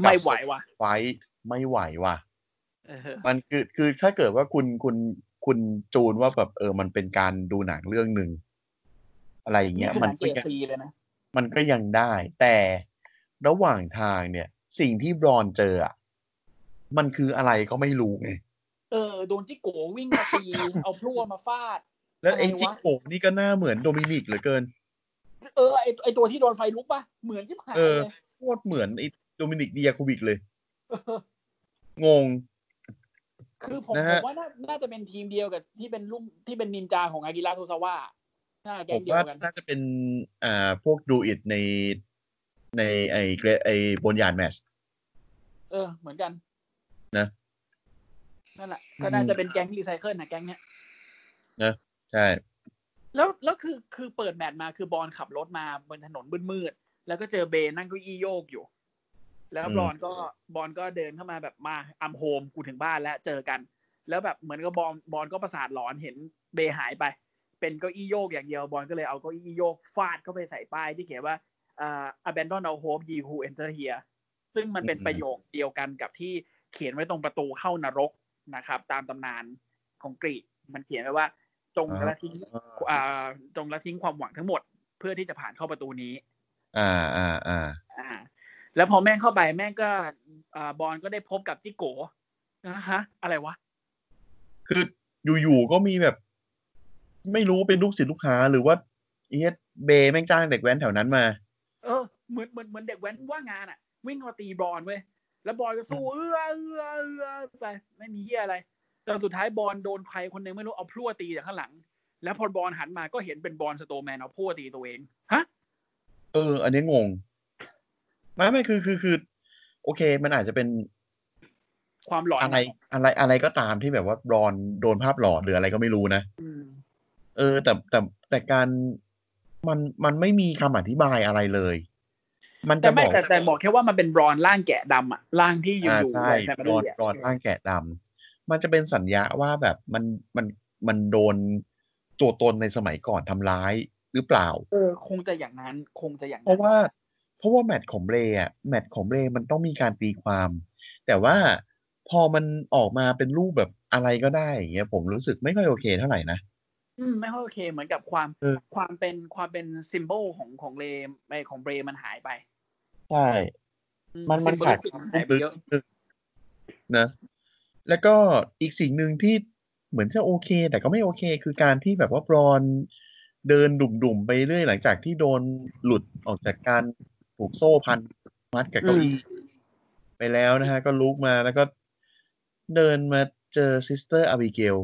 Speaker 3: ไม่ไหวว่ะ
Speaker 2: ไฟไม่ไหวว่ะ
Speaker 3: เออ
Speaker 2: มันคือคือถ้าเกิดว่าคุณคุณคุณจูนว่าแบบเออ มันเป็นการดูหนังเรื่องหนึ่ง อะไรอย่าง
Speaker 3: นี่
Speaker 2: เงี้ย
Speaker 3: คือ
Speaker 2: มั
Speaker 3: ห
Speaker 2: น
Speaker 3: นัง
Speaker 2: ก็
Speaker 3: เกรด
Speaker 2: ยัง
Speaker 3: ซีเลยนะ
Speaker 2: มันก็ยังได้ แต่ระหว่างทางเนี่ย สิ่งที่บรอนเจออะมันคืออะไรก็ไม่รู้ไง
Speaker 3: เออ โดนจิโกวิ่งมาตี เอาพลั่วมาฟาด
Speaker 2: แล้วไอ้
Speaker 3: อะไรวะ
Speaker 2: จิโกะนี่ก็หน้าเหมือนโดมินิกเหลือเกิน
Speaker 3: เออ ไอไอตัวที่โดนไฟลุกป่ะ เหมือนชิบหาย
Speaker 2: เออ
Speaker 3: เลย
Speaker 2: โคตรเหมือนไอ้โดมินิกเดียาโคูบิกเลย
Speaker 3: เออง
Speaker 2: ง
Speaker 3: คือผม
Speaker 2: นะ
Speaker 3: ผ
Speaker 2: ฮะ
Speaker 3: มว่าน่าน่าจะเป็นทีมเดียวกับที่เป็นลุ่มที่เป็นนินจาของอากิระโทซาวะหน้าแก
Speaker 2: ผ
Speaker 3: ง
Speaker 2: ม
Speaker 3: เดีย
Speaker 2: ว่าว
Speaker 3: กัน
Speaker 2: น่าจะเป็น อ่า พวกดูอิดใน ในไอ้เกรไอ้บนยานแมช
Speaker 3: เออ เหมือนกัน
Speaker 2: นะ
Speaker 3: นั่นแหละ ก็น่าจะเป็นแก๊งรีไซเคิลนะแก๊งเนี้ย
Speaker 2: ใช่
Speaker 3: แล้วแล้วคือคือเปิดแมตช์มาคือบอลขับรถมาบนถนนมืดๆแล้วก็เจอเบย์นั่งเก็อีโยกอยู่ แล้ว
Speaker 2: อืม
Speaker 3: บอลก็บอลก็เดินเข้ามาแบบมาอัมโฮมกูถึงบ้านแล้วเจอกัน แล้วแบบเหมือนกับบอลบอลก็ประสาทหลอนเห็นเบย์หายไป เป็นเก็อีโยกอย่างเดียวบอลก็เลยเอาเก็อีโยกฟาดเข้าไปใส่ป้ายที่เขียนว่าอ่า abandon our home you who enter here ซึ่งมันเป็นประโยคเดียวกันกับที่เขียนไว้ตรงประตูเข้านรกนะครับ ตามตำนานของกรีกมันเขียนไว้ว่าจงกระทิ้ง อ่าจงละทิ้งความหวังทั้งหมดเพื่อที่จะผ่านเข้าประตูนี้
Speaker 2: อ่า อ่า อ่า
Speaker 3: อ่า แล้วพอแม่งเข้าไปแม่งก็อ่าบอลก็ได้พบกับจิโกะนะฮะ อะไรวะ
Speaker 2: คืออยู่ๆก็มีแบบ ไม่รู้เป็นลูกศิษย์ลูกหาหรือว่าไอ้เฮียเบย์แม่งจ้างเด็กแว้นแถวนั้นมา
Speaker 3: เออเหมือนเหมือนเหมือนเด็กแว้นว่างงานอ่ะ วิ่งมาตีบอลเว้ยแล้วบอลก็สู้เอื้อเอื้อเอื้อไป ไม่มีเหี้ยอะไรแต่สุดท้ายบอลโดนใครคนหนึงไม่รู้เอาพลั่วตีจากข้างหลัง แล้วพอบอลหันมาก็เห็นเป็นบอลสโตแมนเอาพลั่วตีตัวเองฮะ
Speaker 2: เออ อันนี้งง ไม่ไม่คือคือคือ โอเค มันอาจจะเป็น
Speaker 3: ความหลอน
Speaker 2: อะไรอะไรอะไรก็ตามที่แบบว่าบรอนโดนภาพหลอนหรืออะไรก็ไม่รู้นะ
Speaker 3: อืม
Speaker 2: เออแต่แต่แต่การมันมันไม่มีคำอธิบายอะไรเลย มัน
Speaker 3: แต่
Speaker 2: จะบ
Speaker 3: ไม่
Speaker 2: อก
Speaker 3: แต่แต่บอกแค่ว่ามันเป็นบรอนร่างแกะดำอ่ะร่างที่อยู่
Speaker 2: อ่า
Speaker 3: อยู่
Speaker 2: ใช่
Speaker 3: ในแฟมิ
Speaker 2: รอน
Speaker 3: ลี่อะ
Speaker 2: รอนร่างแกะดำมันจะเป็นสัญญาว่าแบบมันมันมันโดนตัวตนในสมัยก่อนทำร้ายหรือเปล่า
Speaker 3: เออคงจะอย่างนั้นคงจะอย่าง
Speaker 2: เพ
Speaker 3: นั้น
Speaker 2: ราะว่าเพราะว่าแมตช์ของเบรย์อะแมตช์ของเบรย์มันต้องมีการตีความ แต่ว่าพอมันออกมาเป็นรูปแบบอะไรก็ได้อย่างเงี้ยผมรู้สึกไม่ค่อยโอเคเท่าไหร่นะ
Speaker 3: อืมไม่ค่อยโอเคเหมือนกับความ
Speaker 2: เออ
Speaker 3: ความเป็นความเป็นซิมโบลของของเลมไอของเบรมันหายไป
Speaker 2: ใช่
Speaker 3: อื
Speaker 2: มันมันขาด
Speaker 3: ซิโบลิกมันหายไปเยอะ
Speaker 2: นะ แล้วก็อีกสิ่งหนึ่งที่เหมือนจะโอเค แต่ก็ไม่โอเค คือการที่แบบว่าบรอนเดินดุ่มๆไปเรื่อยหลังจากที่โดนหลุดออกจากการผูกโซ่พันมัดกับเก้าอี้ไปแล้วนะฮะ ก็ลุกมาแล้วก็เดินมาเจอซิสเตอร์อาบิเกล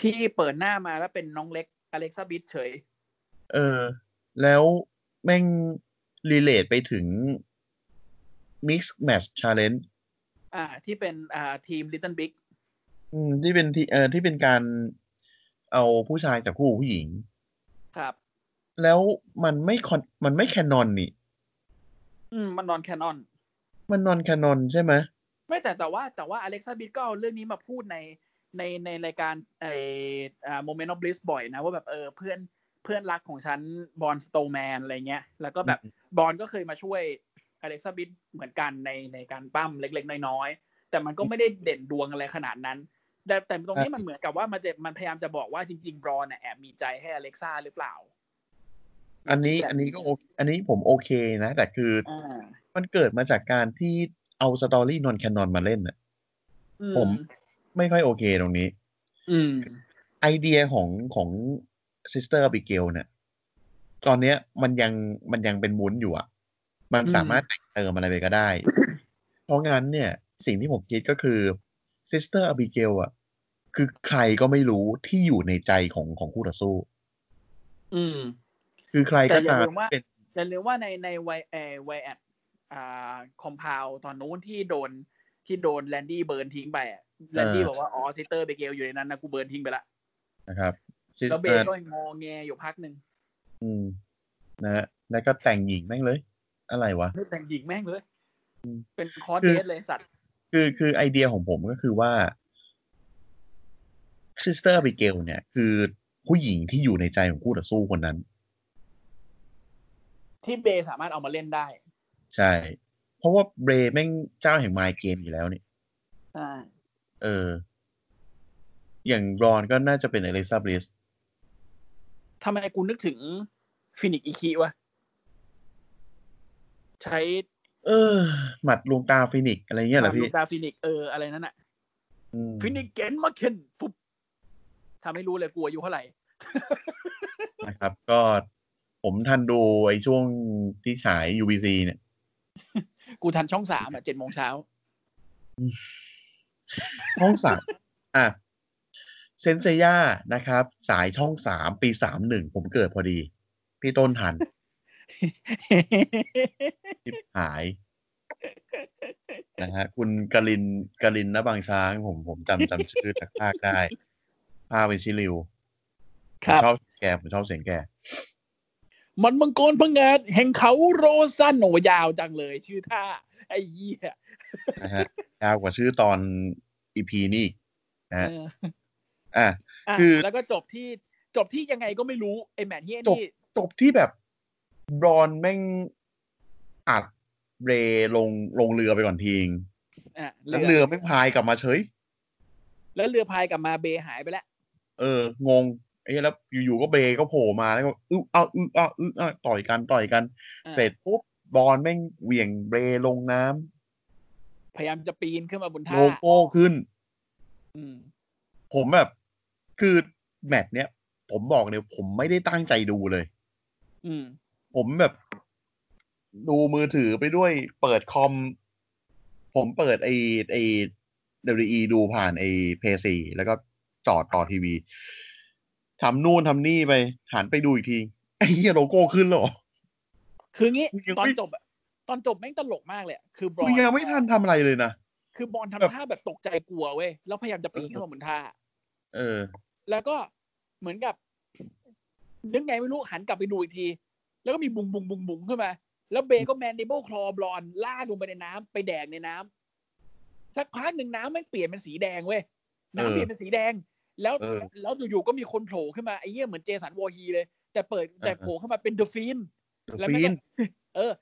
Speaker 3: ที่เปิดหน้ามาแล้วเป็นน้องเล็กอเล็กซาบิทเฉย
Speaker 2: เออ แล้วแม่งรีเลทไปถึง Mix Match Challenge
Speaker 3: อ่า ที่เป็นอ่าทีมลิตเติ้ลบิ๊ก
Speaker 2: อืมที่เป็นที่เอ่อที่เป็นการเอาผู้ชายจากคู่ผู้หญิง
Speaker 3: ครับ
Speaker 2: แล้วมันไม่คอนมันไม่แคนนอนนี่
Speaker 3: อืมมันนอนแคนนอน
Speaker 2: มันนอนแคนนอนใช่ไหม
Speaker 3: ไม่แต่แต่ว่าแต่ว่าอเล็กซาบิทก็เอาเรื่องนี้มาพูดในในในรายการไอโมเมนต์ออฟบลิสบ่อยนะ ว่าแบบเออเพื่อนเพื่อนรักของฉันบอลสโตแมนอะไรเงี้ย แล้วก็แบบบอลก็เคยมาช่วยอเล็กซาบิทเหมือนกันในในการปั้มเล็กๆ น้อยๆ แต่มันก็ไม่ได้เด่นดวงอะไรขนาดนั้น แต่แต่ตรงนี้มันเหมือนกับว่ามันจะมันพยายามจะบอกว่าจริงๆบรอนน่ะแอบมีใจให้อเล็กซ่าหรือเปล่า
Speaker 2: อันนี้อันนี้ก็โอเคอันนี้ผมโอเคนะ แต่คือ
Speaker 3: อ่า
Speaker 2: มันเกิดมาจากการที่เอาสตอรี่นอนแคนนอนมาเล่นน่ะ
Speaker 3: อื
Speaker 2: ผม ไม่ค่อยโอเคตรงนี้
Speaker 3: อืม
Speaker 2: ไอเดียของของซิสเตอร์ i ิเกลเนี่ยตอนเนี้ยมันยังมันยังเป็นวุ้นอยู่อะมัน
Speaker 3: อืม
Speaker 2: สามารถแต่งเติมอะไรไปก็ได้ เพราะงั้นเนี่ย สิ่งที่ผมคิดก็คือซิสเตอร์ i ิเกลอะคือใครก็ไม่รู้ที่อยู่ในใจของของคู่ต่อสู้
Speaker 3: อืม
Speaker 2: คือใครก็
Speaker 3: แต่อย่า
Speaker 2: ตาม
Speaker 3: ลืมว่า
Speaker 2: เป็น
Speaker 3: อย่าลืมว่าในในไวเอไวแอดอ่าคอมพาวตอนนู้นที่โดนที่โดนแลนดี้เบิร์นทิ้งไปอะแลนดี้บอกว่าอ๋อซิสเตอร์เบเกลอยู่ในนั้นนะกูเบิร์นทิ้งไปละ
Speaker 2: นะครับ
Speaker 3: แล้วเบ
Speaker 2: เอ่
Speaker 3: ย์
Speaker 2: อ
Speaker 3: ก็งอแงอยู่พักหนึ่ง
Speaker 2: อืมนะฮะแล้วก็แต่งหญิงแม่งเลย อะไรวะ
Speaker 3: ไม่แต่งหญิงแม่งเลย เป็นคอร์ส
Speaker 2: คือ
Speaker 3: เดทเลยสัตว์
Speaker 2: คือคือไอเดียของผมก็คือว่าซิสเตอร์บิเกลเนี่ย คือผู้หญิงที่อยู่ในใจของคู่ต่อสู้คนนั้น
Speaker 3: ที่เบย์สามารถเอามาเล่นได้
Speaker 2: ใช่ เพราะว่าเบรแม่งเจ้าแห่งไมล์เกมอยู่แล้วเนี่ย
Speaker 3: ใช่
Speaker 2: เออ อย่างรอนก็น่าจะเป็นอเล็กซาบริส
Speaker 3: ทำไมกูนึกถึงฟินิกอีคิวะ ใช้
Speaker 2: เออ หมัดลวงตาฟินิกซ์อะไรเงี้ยเหรอ
Speaker 3: ลู
Speaker 2: พี่
Speaker 3: กตาฟินิกเอออะไรนั่นอะ
Speaker 2: อืม
Speaker 3: ฟินิกเกนมาเคนปุ๊บทำให้รู้เลยกูอายุเท่าไหร่
Speaker 2: นะครับ ก็ผมทันดูไอ้ช่วงที่ฉาย UBC เนี่ย
Speaker 3: กูทันช่องสามอ่ะเจ็ดโมงเช้า
Speaker 2: ช่องสามอ่ะเซนเซย่านะครับ สายช่องสามปีสามหนึ่งผมเกิดพอดี พี่ต้นทัน ชิบหายนะฮะคุณกลินกลินนะบางช้าง ผมผมจำจำชื่อจากภาคได้ ภาคเป็นชิลิว ผมชอบเสียงแกผมชอบเสียงแก
Speaker 3: มันมังกรพังงาดแห่งเขาโรซันโหนยาวจังเลย ชื่อท่า ไอ้เหี้ย
Speaker 2: นะฮะยาวกว่าชื่อตอนอีพีนี่อีกนะฮะ
Speaker 3: เออ
Speaker 2: อ่ะ
Speaker 3: อ่ะ
Speaker 2: คือ
Speaker 3: แล้วก็จบที่จบที่ยังไงก็ไม่รู้ ไอ้แมทเฮียนี่
Speaker 2: จบที่แบบบรอนแม่งอัดเรลงลงเรือไปก่อนทีง
Speaker 3: อ่ะ
Speaker 2: แล้วเรือไม่งพายกลับมาเฉย
Speaker 3: แล้วเรือพายกลับมาเบหายไปแล้ว
Speaker 2: เออ งงไอ้เหี้ยแล้วอยู่ๆก็เบรก็โผล่มาแล้วก็อื้ออ้าวอื้ออ้าวอื้ออ้าวต่อยกันต่อยกัน
Speaker 3: อ่า
Speaker 2: เสร็จปุ๊บบอลแม่งเหวี่ยงเบรลงน้ำ
Speaker 3: พยายามจะปีนขึ้นมาบนท่า
Speaker 2: โลโก้ขึ้น
Speaker 3: อืม
Speaker 2: ผมแบบ คือแมตช์เนี้ย ผมบอกเนี่ยผมไม่ได้ตั้งใจดูเลย
Speaker 3: อืม
Speaker 2: ผมแบบ ดูมือถือไปด้วยเปิดคอม ผมเปิดไอไอ WE ดูผ่านไอเพซีแล้วก็จอดต่อทีวีทำนู่นทำนี่ไปหันไปดูอีกที ไอ้เหี้ยโลโก้ขึ้นแล้วเหรอ
Speaker 3: คืองี้
Speaker 2: มึงยัง
Speaker 3: ตอน
Speaker 2: ไม่
Speaker 3: จบอะตอนจบแม่งตลกมากเลยอะคือบอ
Speaker 2: กู
Speaker 3: ล
Speaker 2: ยังไม่ทันทำอะไรเลยนะ
Speaker 3: คือบอลทำท่าแบบตกใจกลัวเว้ยแล้วพยายามจะปีนขึ้นมาบนท่า
Speaker 2: เออ
Speaker 3: แล้วก็เหมือนกับนึกไงไม่รู้หันกลับไปดูอีกที แล้วก็มีบุงบุงบุงบุงขึ้นมา แล้วเบย์ก็แมนดิเบิลคลอบลอนลากลงไปในน้ำไปแดงในน้ำสักพักหนึ่งน้ำแมันเปลี่ยนเป็นสีแดงเว้ยน้ำเปลี่ยนเป็นสีแดง แล้ว
Speaker 2: เออ
Speaker 3: แล้วอยู่ๆก็มีคนโผล่ขึ้นมาไอ้เหี้ยเหมือนเจสันวอร์ฮีเลย แต่เปิดแต่โผล่เข้ามาเป็นเดอะฟิน แล้วมัน
Speaker 2: ฟี
Speaker 3: ก็
Speaker 2: น
Speaker 3: เออ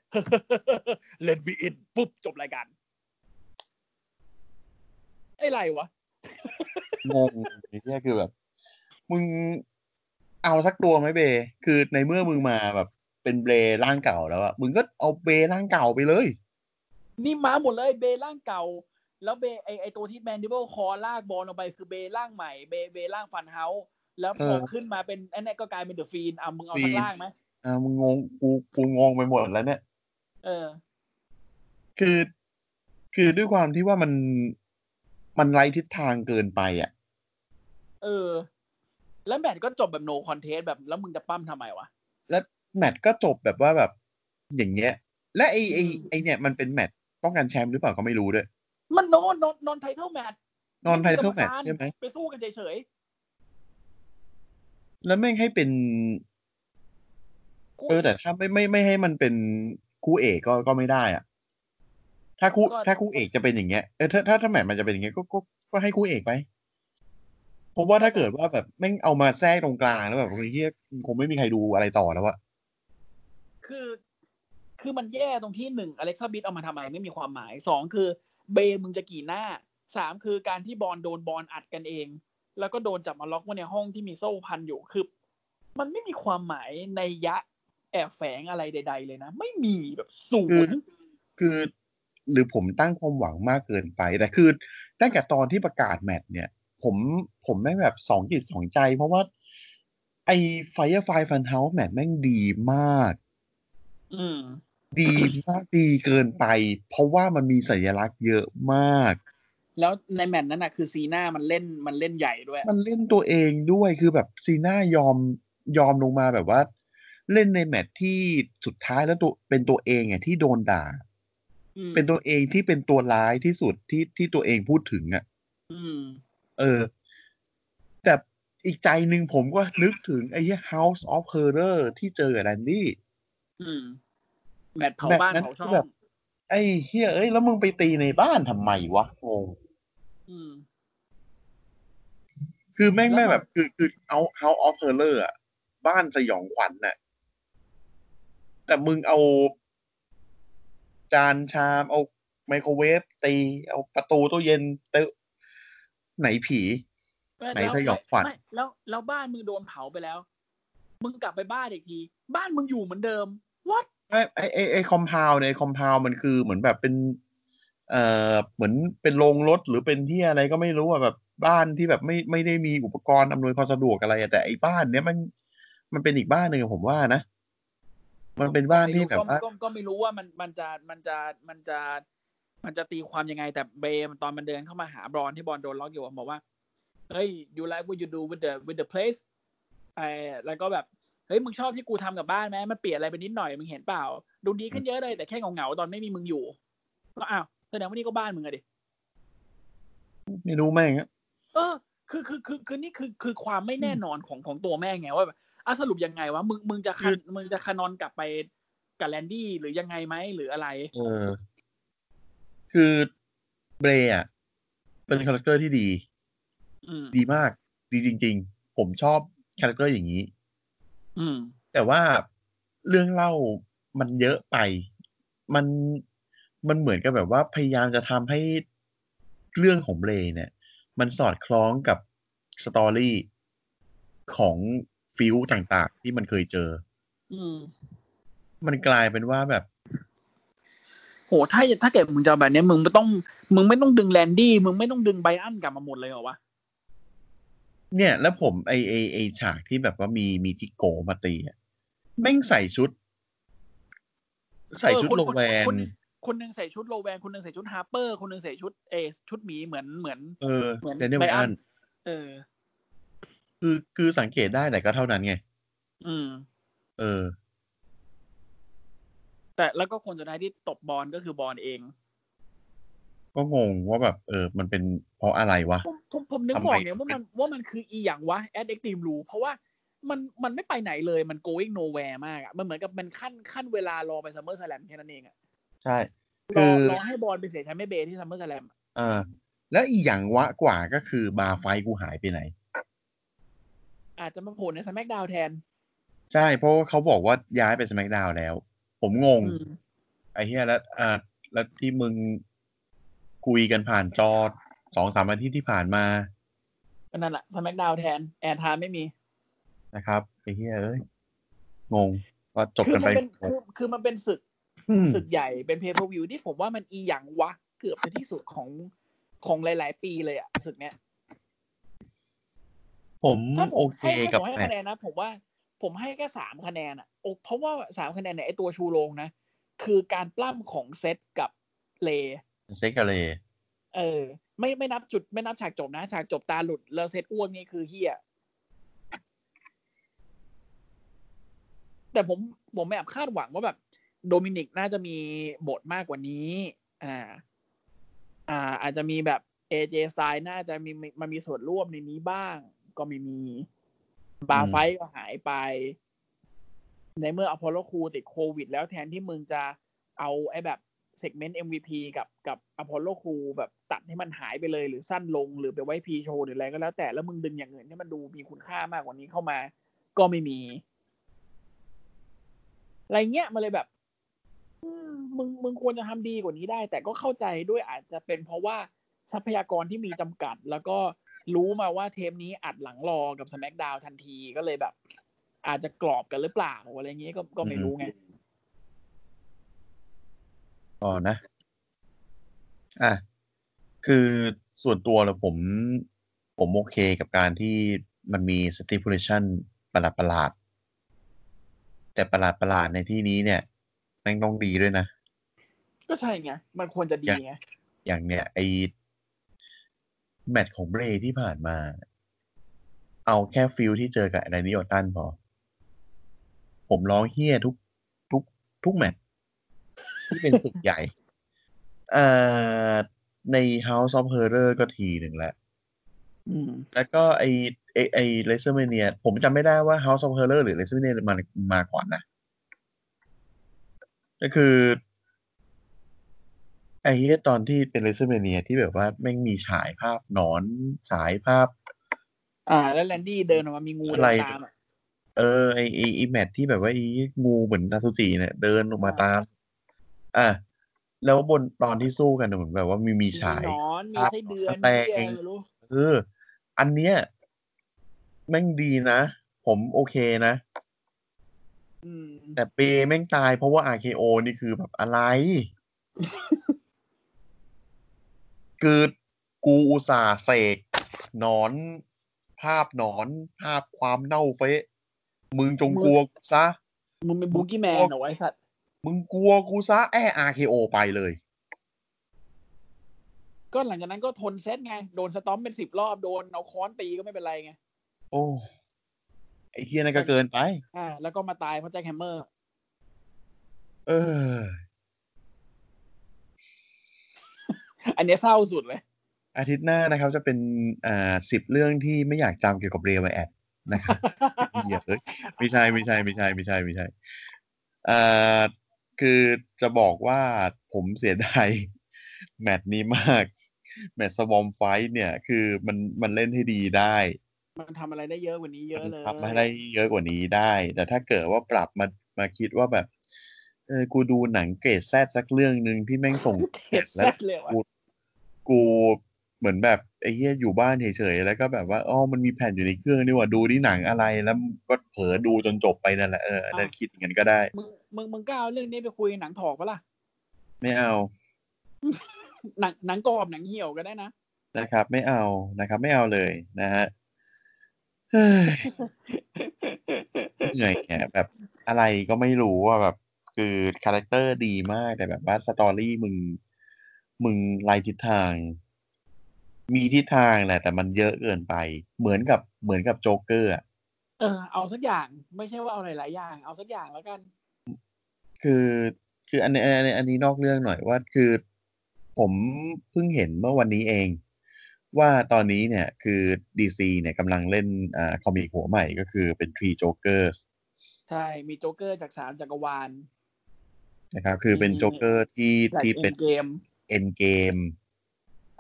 Speaker 3: เลนบีอินปุ๊บจบรายการไอ้ไรวะ
Speaker 2: งงไอ้เนี่ยคือแบบ มึงเอาสักตัวไหมเบ คือในเมื่อมึงมาแบบเป็นเบรร่างเก่าแล้วอะมึงก็เอาเบรร่างเก่าไปเลย
Speaker 3: นี่มาหมดเลยเบร่างเก่า แล้วเบไอไอตัวที่แมนดิเบิลคอลากบอลลงไปคือเบร่างใหม่เบเบร่างฟันเฮาส์แล้วพอ
Speaker 2: เออ
Speaker 3: ขึ้นมาเป็นไอ้นี่นก็กลายเป็นเดอะฟีนเอามึงเอาสัก
Speaker 2: Fiend
Speaker 3: ล่างไหม
Speaker 2: อ่ามึงงงกูกูงงไปหมดแล้วเนี่ย
Speaker 3: เออ
Speaker 2: คือ คือด้วยความที่ว่ามันมันไร้ทิศทางเกินไปอะ
Speaker 3: เออ แล้วแมตช์ก็จบแบบโนคอนเทสแบบแล้วมึงจะปั้มทำไมวะ
Speaker 2: แล้วแมตช์ก็จบแบบว่าแบบอย่างเงี้ย และไอไอไอเนี่ยมันเป็นแมตช์ป้องกันแชมป์หรือเปล่าก็ไม่รู้ด้วย
Speaker 3: มันโนนนนไทเทิลแมตช์
Speaker 2: นอนไทเทิลแมตช์ใช่ไหม
Speaker 3: ไปสู้กันเฉย
Speaker 2: แล้วแม่งให้เป็น
Speaker 3: ๆกู
Speaker 2: เออแต่ถ้าไม่ไม่ไม่ให้มันเป็นคู่เอกก็ก็ไม่ได้อะถ้าคู่ถ้าคู่เอกจะเป็นอย่างเงี้ยเออถ้าถ้าถ้าแมทมันจะเป็นอย่างเงี้ยก็ก็ก็ให้คู่เอกไปผมว่าถ้าเกิดว่าแบบแม่งเอามาแทรกตรงกลางแล้วแบบไอ้เฮียคงไม่มีใครดูอะไรต่อแล้วอะ
Speaker 3: คือ คือมันแย่ตรงที่หนึ่งอเล็กซ์บิทเอามาทำไมไม่มีความหมายสองคือเบนมึงจะกี่หน้าสามคือการที่บอลโดนบอลอัดกันเอง แล้วก็โดนจับมาล็อกไว้ในห้องที่มีโซ่พันอยู่คือ มันไม่มีความหมายในยะแอบแฝงอะไรใด ๆ เลยนะ ไม่มีแบบศู
Speaker 2: คือน
Speaker 3: ย์
Speaker 2: คือ หรือผมตั้งความหวังมากเกินไป แต่คือตั้งแต่ตอนที่ประกาศแมทเนี่ย ผมผมแม่งแบบสองจิตสองใจ เพราะว่า ไอ้ไฟร์ไฟฟันเฮาส์แมทแม่งดีมาก
Speaker 3: อืม
Speaker 2: ดีมากดีเกินไป เพราะว่ามันมีสัญลักษณ์เยอะมาก
Speaker 3: แล้วในแมตช์นั้นน่ะคือซีน่ามันเล่นมันเล่นใหญ่ด้วย
Speaker 2: มันเล่นตัวเองด้วยคือแบบซีน่ายอมยอมลงมาแบบว่า เล่นในแมตช์ที่สุดท้ายแล้วตัวเป็นตัวเองอ่ะที่โดนด่า
Speaker 3: อืม
Speaker 2: เป็นตัวเองที่เป็นตัวร้ายที่สุดที่ที่ตัวเองพูดถึงอ่ะ
Speaker 3: อืม
Speaker 2: เออ แต่อีกใจหนึ่งผมก็นึกถึงไอ้เหี้ย House of Horror ที่เจอกับแดนดี้
Speaker 3: อืม แมตช์เผา
Speaker 2: แบบ
Speaker 3: บ้าน
Speaker 2: นั้น
Speaker 3: เผา
Speaker 2: คื
Speaker 3: ช่
Speaker 2: อ อง แบบ ไอ้เฮียเอ้ยแล้วมึงไปตีในบ้านทำไมวะงง
Speaker 3: อืม
Speaker 2: คือแม่ง
Speaker 3: แล้
Speaker 2: แม่
Speaker 3: ว
Speaker 2: ง
Speaker 3: มัน
Speaker 2: แบบคือคือเอา House of Horror อะบ้านสยองขวัญน่ะ แต่มึงเอา จานชาม เอาไมโครเวฟตี เอาประตูตู้เย็นเตะไหนผี
Speaker 3: ไม่
Speaker 2: ไหน
Speaker 3: แล้ว
Speaker 2: สยองขวัญ
Speaker 3: ไม่แล้วแล้วบ้านมึงโดนเผาไปแล้ว มึงกลับไปบ้านอีกที บ้านมึงอยู่เหมือนเดิม what
Speaker 2: ไอ้ไอ้ไอ้ไอ้คอมพาวในคอมพาวมันคือเหมือนแบบเป็น เอ่อเหมือนเป็นโรงรถหรือเป็นที่อะไรก็ไม่รู้อ่ะแบบบ้านที่แบบไม่ไม่ได้มีอุปกรณ์อำนวยความสะดวกอะไรอะแต่ไอ้บ้านเนี้ยมัน มันเป็นอีกบ้านหนึ่งอะผมว่านะ มันเป็นบ้านที่แบบ
Speaker 3: ไม่
Speaker 2: ว่า
Speaker 3: รู้ก็ก็ก็ไม่รู้ว่ามันมันจะมันจะมันจะ มันจะตีความยังไง แต่เบย์มันตอนมันเดินเข้ามาหาบรอนที่บอลโดนล็อกอยู่อะบอกว่าเฮ้ย you like what you do with the with the place ไอ้แล้วก็แบบเฮ้ยมึงชอบที่กูทำกับบ้านไหมมันเปลี่ยนอะไรไปนิดหน่อยมึงเห็นเปล่า ดูดีขึ้นเยอะเลยแต่แค่เหงาๆตอนไม่มีมึงอยู่ ก็อ้าวแสดงว่านี่ก็บ้านมึงอะดิ
Speaker 2: ไม่รู้แม่งอะ
Speaker 3: เออคือคือคือคือนี่คือคือความไม่แน่นอนของของตัวแม่ไงว่าแบบอ่ะสรุปยังไงวะมึงมึงจะคันมึงจะคานอนกลับไปกับแลนดี้หรือยังไงไหมหรืออะไร
Speaker 2: เออ คือเบรย์อะเป็นคาแรคเตอร์ที่ดี
Speaker 3: อืม
Speaker 2: ดีมาก ดีจริง ๆ ผมชอบคาแรคเตอร์อย่างนี้
Speaker 3: อืม
Speaker 2: แต่ว่าเรื่องเล่ามันเยอะไป มันมันเหมือนกับแบบว่าพยายามจะทำให้เรื่องของเบรย์เนี่ย มันสอดคล้องกับสตอรี่ของฟิลต่างๆ ที่มันเคยเจอ
Speaker 3: อืม
Speaker 2: มันกลายเป็นว่าแบบ
Speaker 3: โหถ้าถ้าเกิดมึงจะเอาแบบเนี้ยมึงไม่ต้องมึงไม่ต้องดึงแลนดี้มึงไม่ต้องดึงไบรอันกลับมาหมดเลยเหรอวะ
Speaker 2: เนี่ย แล้วผมไอไอไอฉากที่แบบว่ามีมีจิโกะมาตีอะแม่งใส่ชุด ใส่ชุด
Speaker 3: เออคน
Speaker 2: โลแวน
Speaker 3: คนคนหนึงใส่ชุดโลแวนคนหนึงใส่ชุดฮาร์เปอร์ คนหนึงใส่ชุดเออชุดหมีเหมือนเหมือน
Speaker 2: เออ
Speaker 3: เหมือน
Speaker 2: เดนเนล
Speaker 3: Bryan
Speaker 2: อัน
Speaker 3: เออ
Speaker 2: คือคือสังเกตได้แต่ก็เท่านั้นไง
Speaker 3: อืม
Speaker 2: เออ
Speaker 3: แต่แล้วก็คนสุดท้ายที่ตบบอลก็คือบอลเอง
Speaker 2: ก็งงว่าแบบ เออ มันเป็นเพราะอะไรวะ
Speaker 3: ผมผมผมนึก
Speaker 2: ทำไม
Speaker 3: บอกเนี่ยว่า
Speaker 2: เป็
Speaker 3: มัน นว่ามันคืออีอย่างวะ แอดเอ็กตีมรูเพราะว่ามันมันไม่ไปไหนเลยมัน going nowhere มากอะมันเหมือนกับมันขั้นขั้นเวลารอไปซัมเมอร์สแลมแค่นั้นเองอะ
Speaker 2: ใช่
Speaker 3: ร
Speaker 2: คือ อ
Speaker 3: รอให้บอลไปเสียใช้ไม่เบย์ที่ซัมเมอร์สแลม
Speaker 2: เออแล้วอีกอย่างวะกว่าก็คือบาร์ไฟกูหายไปไหน
Speaker 3: อาจจะมาโผล่ในสแมกดาวแทน
Speaker 2: ใช่ เพราะว่าเขาบอกว่าย้ายไปสแมกดาวแล้ว ผมงง
Speaker 3: อืม
Speaker 2: ไอ้เหี้ยแล้วอ่าแล้วที่มึงคุยกันผ่านจอสองสามอาทิตย์ที่ผ่านมา
Speaker 3: ก็นั่นแหละสแมกดาวแทนแอร์ไทม์ไม่มี
Speaker 2: นะครับ ไอ้เหี้ยเอ้ย งงว่าจบ
Speaker 3: คื
Speaker 2: กัน
Speaker 3: มั
Speaker 2: ไป
Speaker 3: เป็นคือคือมันเป็นศึก
Speaker 2: อืม
Speaker 3: ศึกใหญ่เป็นเพย์ e r วิวที่ผมว่ามันอีอย่างวะ เกือบจะที่สุดของของหลาย ๆ ปีเลยอะศึกเนี้ย
Speaker 2: ผม
Speaker 3: ถ้าผม
Speaker 2: โอเค
Speaker 3: ให้ให้
Speaker 2: กับ
Speaker 3: ผมให้
Speaker 2: แมท
Speaker 3: คะแนนนะ ผมว่าผมให้แค่สามคะแนนอ่ะโอ้เพราะว่าสามคะแนนเนี่ยไอตัวชูโรงนะ คือการปล้ำของเซตกับเล
Speaker 2: เซกาเล
Speaker 3: เออ ไม่ไม่นับจุดไม่นับฉากจบนะ ฉากจบตาหลุดแล้วเซตอ้วกนี่คือเฮีย แต่ผมผมแบบคาดหวังว่าแบบโดมินิกน่าจะมีบทมากกว่านี้ อ่า อ่า อาจจะมีแบบเอเจสไตล์น่าจะมีมันมีส่วนร่วมในนี้บ้าง ก็ไม่มี บาร์ไฟท์ก็หายไป ในเมื่ออพอลโลครูติดโควิด แล้วแทนที่มึงจะเอาไอ้แบบเซกเมนต์ MVP กับกับอพอลโลครูแบบตัดให้มันหายไปเลยหรือสั้นลงหรือไปไว้พีโชว์หรืออะไรก็แล้วแต่แล้วมึงดึงอย่างอื่นให้มันดูมีคุณค่ามากกว่านี้เข้ามา ก็ไม่มี อะไรเงี้ยมันเลยแบบอืมมึงมึงควรจะทำดีกว่านี้ได้ แต่ก็เข้าใจด้วยอาจจะเป็นเพราะว่าทรัพยากรที่มีจำกัด แล้วก็รู้มาว่าเทปนี้อัดหลังรอกับ SmackDown ทันทีก็เลยแบบ อาจจะกรอบกันหรือเปล่าอะไรเงี้ยก็ก็ไม่รู้ไง
Speaker 2: อ๋อนะ อ่ะ คือส่วนตัวแล้วผม ผมโอเคกับการที่มันมี stipulation ประหลาดประหลาดๆแต่ประหลาดประหลาดๆในที่นี้เนี่ยแม่งต้องดีด้วยนะ
Speaker 3: ก็ใช่ไง มันควรจะดีไง
Speaker 2: อย่างเนี่ย ไอแมตช์ของเบรย์ที่ผ่านมา เอาแค่ฟิลที่เจอกับแดนนี่ออตตันพอ ผมร้องเฮี้ยทุก ทุก ทุกแมตช์ที่เป็นศึกใหญ่ เอ่อใน House of Horror ก็ทีหนึ่งแล้ว
Speaker 3: อืม
Speaker 2: แล้วก็ไอไอไอเลเซอร์เมเนียผมจำไม่ได้ว่า House of Horror หรือ l e s e r m a n i a มามาก่อนนะ ก็คือ ไอ้เหี้ยตอนที่เป็น l e s e r m a n i a ที่แบบว่าแม่งมีฉายภาพหนอนฉายภาพ
Speaker 3: อ่า แล้วแลนดี้เดินออกมามีงู
Speaker 2: อะไร
Speaker 3: เดินตามอะ
Speaker 2: เออไอไอไอแมทที่แบบว่าไองูเหมือนนาซูจิเนี่ยเดินออกมาตาม อ่ะแล้วบนตอนที่สู้กันเนี่ยเหมือนแบบว่ามีมี
Speaker 3: มี
Speaker 2: ฉาย
Speaker 3: หนอน มีไส้เดือน
Speaker 2: แปล
Speaker 3: มี
Speaker 2: ง
Speaker 3: อะไรไม่รู้
Speaker 2: เออ อันเนี้ยแม่งดีนะ ผมโอเคนะ
Speaker 3: อืม
Speaker 2: แต่เปแม่งตายเพราะว่า RKO นี่คือแบบอะไร คือกูอุตส่าห์เสกหนอน ภาพหนอน ภาพความเน่าเฟะ มึงจงกลัวกูซะ
Speaker 3: มึงเป็นบูกี้แมนเหรอไอ้สัตว์
Speaker 2: มึงกลัวกูซะ แอ RKO ไปเลย
Speaker 3: ก็หลังจากนั้นก็ทนเซตไง โดนสตอมเป็นสิบรอบ โดนเอาค้อนตีก็ไม่เป็นไรไง
Speaker 2: โอ้ ไอเฮียนั่นก็เกินไป
Speaker 3: อ่า แล้วก็มาตายเพราะแจ็คแฮมเมอร์
Speaker 2: เออ
Speaker 3: อันเนี้ยเศร้าสุดเลย
Speaker 2: อาทิตย์หน้านะครับ จะเป็นอ่าสิบเรื่องที่ไม่อยากจำเกี่ยวกับเรียวไวแอดนะครับ เหี้ยเอ้ยไม่ใช่ไม่ใช่ไม่ใช่ไม่ใช่ไม่ใช่เอ่อคือจะบอกว่าผมเสียดาย แมตช์นี้มาก แมตช์สวอมไฟท์เนี่ย คือมันมันเล่นให้ดีได้
Speaker 3: มันทำอะไรได้เยอะกว่านี้เยอะ
Speaker 2: มัน
Speaker 3: เลย
Speaker 2: ทำให้ได้เยอะกว่านี้ได้ แต่ถ้าเกิดว่าปรับมามาคิดว่าแบบเออกูดูหนังเกรดแซดสักเรื่องหนึ่งที่แม่งส่ง
Speaker 3: เผ็ดแซ่บเลยว่ะ
Speaker 2: กูกูเหมือนแบบไอ้เหี้ยอยู่บ้านเฉยๆแล้วก็แบบว่าอ๋อมันมีแผ่นอยู่ในเครื่องนี่หว่าดูนี่หนังอะไรแล้วก็เผลอดูจนจบไปนั่นแหละเอออันนั่น
Speaker 3: อ่ะ
Speaker 2: คิดอย่างนั้นก็ได้
Speaker 3: มึงมึงมึงกล้าเอาเรื่องนี้ไปคุยหนังถอกปะล่ะ
Speaker 2: ไม่เอา
Speaker 3: หนังหนังกรอบหนังเหี่ยวก็ได้นะ
Speaker 2: นะครับ ไม่เอานะครับ ไม่เอาเลยนะฮะเฮ้ยเหนื่อยแหะแบบอะไรก็ไม่รู้ว่าแบบ คือคาแรคเตอร์ดีมากแต่แบบว่าสตอรี่มึง มึงไล่ทิศทาง มีทิศทางแหละ แต่มันเยอะเกินไป เหมือนกับเหมือนกับโจ๊กเกอร์อะ
Speaker 3: เออ เอาสักอย่างไม่ใช่ว่าเอาหลายๆอย่าง เอาสักอย่างแล้วกัน
Speaker 2: คือคืออันนี้อันนี้อันนี้นอกเรื่องหน่อยว่าคือผมเพิ่งเห็นเมื่อวันนี้เอง ว่าตอนนี้เนี่ยคือ DC เนี่ยกำลังเล่นอ่าคอมิกหัวใหม่ก็คือเป็น Three Jokers
Speaker 3: ใช่ มีโจ๊กเกอร์จากสามจักรวาล
Speaker 2: นะครับคือเป็น
Speaker 3: อืม
Speaker 2: โจ๊กเกอร์ที่
Speaker 3: จาก
Speaker 2: ที่
Speaker 3: เอ็
Speaker 2: เป็น น
Speaker 3: เกม
Speaker 2: Endgame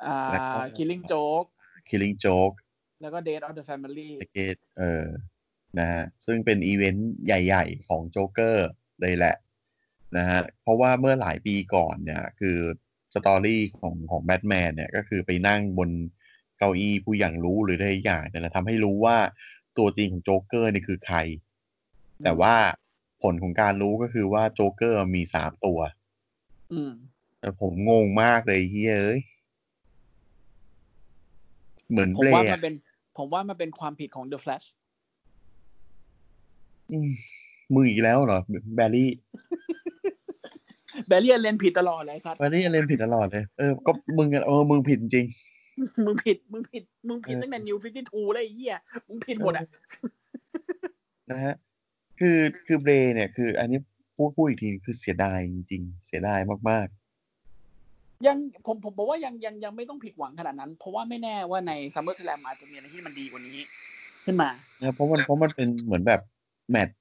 Speaker 3: อ่า
Speaker 2: แล้วก็
Speaker 3: Killing Joke
Speaker 2: Killing Joke
Speaker 3: แล้วก็ Death of the Family
Speaker 2: ตะเกตเออนะฮะซึ่งเป็นอีเวนต์ใหญ่ ๆ ของโจ๊กเกอร์เลยแหละนะฮะเพราะว่าเมื่อหลายปีก่อนเนี่ย คือสตอรี่ของของแบทแมนเนี่ย ก็คือไปนั่งบนเก้าอี้ผู้อย่างรู้หรืออะไรอย่างเนี่ยนะทำให้รู้ว่าตัวจริงของโจ๊กเกอร์เนี่ยคือใคร แต่ว่าผลของการรู้ก็คือว่าโจ๊กเกอร์มีสามตัว
Speaker 3: อืม
Speaker 2: แต่ผมงงมากเลยเฮียเอ้ยเหมือน
Speaker 3: ผ
Speaker 2: เบ
Speaker 3: ม
Speaker 2: ร
Speaker 3: ว่า
Speaker 2: ย์
Speaker 3: มัน
Speaker 2: อะ
Speaker 3: เป็น ผมว่ามันเป็นความผิดของ The Flash
Speaker 2: อืมมืออีกแล้วเหรอแบร์รี่
Speaker 3: แบลเลียนเล่นผิดตลอดเลยไอ้สัตว์
Speaker 2: วันนี้เลนผิดตลอดเลย เออ ก็มึงอะเออ มึงผิดจริง
Speaker 3: มึงผิด มึงผิด มึงผิด
Speaker 2: เออ
Speaker 3: ตั้งแต่ New 52เลยไอ้เหี้ย มึงผิดหมดอ่ะ
Speaker 2: นะฮะ คือคือเบรเนี่ยคือ อันนี้พูดพูดอีกทีคือเสียดายจริงๆ เสียดายมาก
Speaker 3: ยังผมผมบอกว่ายังยังยังไม่ต้องผิดหวังขนาดนั้น เพราะว่าไม่แน่ว่าในซัมเมอร์สแลมอาจจะมีอะไรที่มันดีกว่านี้ ขึ้นมา
Speaker 2: ๆนะครับเพราะมันเพราะมันเป็นเหมือนแบบแมตช์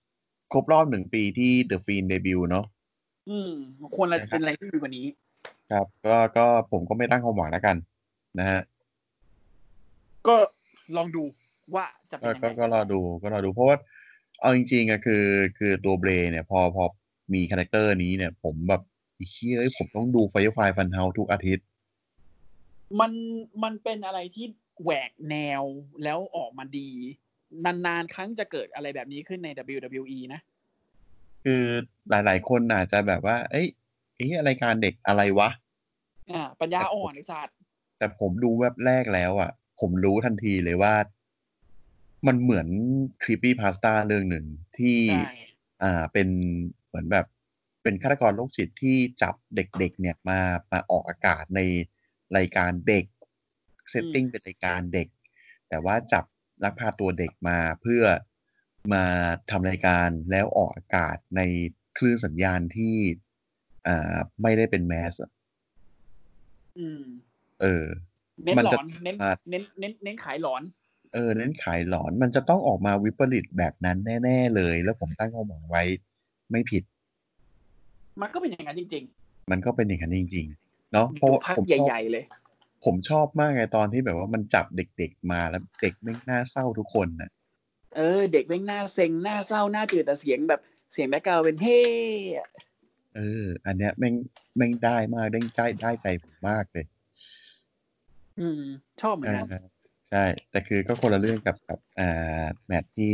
Speaker 2: ครบรอบหนึ่งปีที่เดอะฟีนเดบิวเนาะ
Speaker 3: อืมควรจะเป็นอะไรที่ดีกว่านี้
Speaker 2: ครับก็ก็ผมก็ไม่ตั้งความหวังแล้วกัน นะฮะ
Speaker 3: ก็ลองดูว่าจะเป็น
Speaker 2: ก็
Speaker 3: ยัง
Speaker 2: ก็
Speaker 3: ไง
Speaker 2: ก็รอดูก็รอดูเพราะว่าเอาจริงๆอะคือ คือตัวเบรเนี่ยพอพอมีคาแรคเตอร์นี้เนี่ย ผมแบบไอ้เชี่ยเอ้ยผมต้องดูไฟไฟฟันเฮาทุกอาทิตย์
Speaker 3: มันมันเป็นอะไรที่แหวกแนวแล้วออกมาดี นานๆ ครั้งจะเกิดอะไรแบบนี้ขึ้นใน WWE นะ
Speaker 2: คือหลายๆคนอาจจะแบบว่า เอ้ยไอ้เหี้ยรายการเด็กอะไรวะ
Speaker 3: อ่า ปัญญาอ่อนไอสัตว์
Speaker 2: แต่ผมดูแว็บแรกแล้วอะผมรู้ทันทีเลยว่า มันเหมือนครีปปี้พาสต้าเรื่องหนึ่งที่
Speaker 3: ใช่
Speaker 2: อ่าเป็นเหมือนแบบเป็นฆาตกรโรคจิตที่จับเด็กๆ เนี่ยมามาออกอากาศในรายการเด็กเซตติ้งเป็นรายการเด็ก แต่ว่าจับลักพาตัวเด็กมาเพื่อมาทำรายการแล้วออกอากาศในคลื่นสัญญาณที่อ่าไม่ได้เป็นแมสอะ
Speaker 3: อืม
Speaker 2: เออ
Speaker 3: เน้น
Speaker 2: มัน
Speaker 3: หล
Speaker 2: จะ
Speaker 3: อนเน้น
Speaker 2: ขาด
Speaker 3: เน้นเน้นเน้นขายหลอน
Speaker 2: เออเน้นขายหลอนมันจะต้องออกมาวิปริตแบบนั้นแน่ ๆ เลย แล้วผมตั้งความหวังไว้ไม่ผิด
Speaker 3: มันก็เป็นอย่างนั้นจริง
Speaker 2: มันก็เป็นอย่างนั้นจริงๆเนาะ
Speaker 3: ๆ
Speaker 2: เพราะ
Speaker 3: ดู
Speaker 2: ว่า
Speaker 3: ภาค
Speaker 2: ผมชอบ
Speaker 3: ใหญ่ ๆ เลย
Speaker 2: ผมชอบมากไงตอนที่แบบว่ามันจับเด็กๆมาแล้วเด็กไม่งน่าเศร้าทุกคนนะ
Speaker 3: เออ เด็กแม่งหน้าเซ็งหน้าเศร้าหน้าจืดแต่เสียงแบบเสียงแบ็กกราวด์เป็นเฮ้อะ
Speaker 2: เออ อันเนี้ยแม่งแม่งได้มากได้ใจได้ใจผมมากเลย
Speaker 3: อืม ชอบเหมือนกัน
Speaker 2: อ่าใช่ แต่คือก็คนละเรื่องกับกับอ่าแมตช์ที่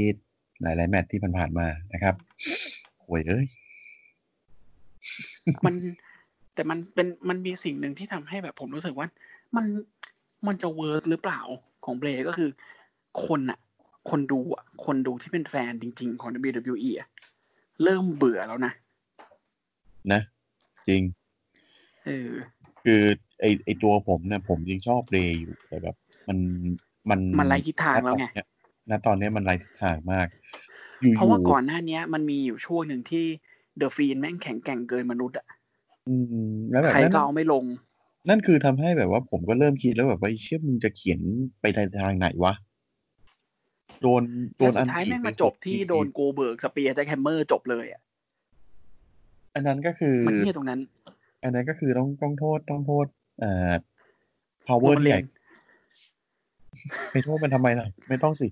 Speaker 2: หลายๆแมตช์ที่ผ่านๆมานะครับโอ้ยเอ้ย
Speaker 3: มันแต่มันเป็นมันมีสิ่งหนึ่งที่ทำให้แบบผมรู้สึกว่า มันมันจะเวิร์กหรือเปล่าของเบรก็คือ คนอะคนดูอะคนดูที่เป็นแฟนจริง ๆ ของ WWE อะเริ่มเบื่อแล้วนะ
Speaker 2: นะ จริง
Speaker 3: เออ
Speaker 2: คือไอไอตัวผมเนี่ยผมยังชอบเรย์อยู่แต่แบบมันมัน
Speaker 3: มันไร้ทิศทางแล้วไง
Speaker 2: ณตอนเนี้ยณตอนเนี้ยมันไร้ทิศทางมาก อยู่
Speaker 3: เพราะว่าก่อนหน้าเนี้ย มันมีอยู่ช่วงหนึ่งที่เดอะฟีนแม่งแข็งแกร่งเกินมนุษย์อะ
Speaker 2: อืมแล้วแบบ
Speaker 3: ใคร
Speaker 2: นั้น
Speaker 3: ก็เอาไม่ลง
Speaker 2: นั่นคือทำให้แบบว่าผมก็เริ่มคิดแล้วแบบว่าไอ้เชื่อมึงจะเขียนไปในทางไหนวะ โดนโด
Speaker 3: แต่
Speaker 2: น
Speaker 3: สุ
Speaker 2: อัน
Speaker 3: ดท้าย
Speaker 2: ติ
Speaker 3: แม่ง
Speaker 2: ไป
Speaker 3: มาจบที่
Speaker 2: หก EP
Speaker 3: โดนโกเบิร์กสเปียร์แจ็คแฮมเมอร์จบเลยอ่ะ
Speaker 2: อันนั้นก็คือ
Speaker 3: มันเฮี้ยตรงนั้น
Speaker 2: อันนั้นก็คือต้องต้องโทษต้องโทษอ่า
Speaker 3: โร
Speaker 2: power
Speaker 3: มั
Speaker 2: ที่
Speaker 3: นเรี
Speaker 2: ไห
Speaker 3: ย
Speaker 2: น
Speaker 3: น
Speaker 2: ไปโทษมันทำไมล่ะ ไม่ต้องสิ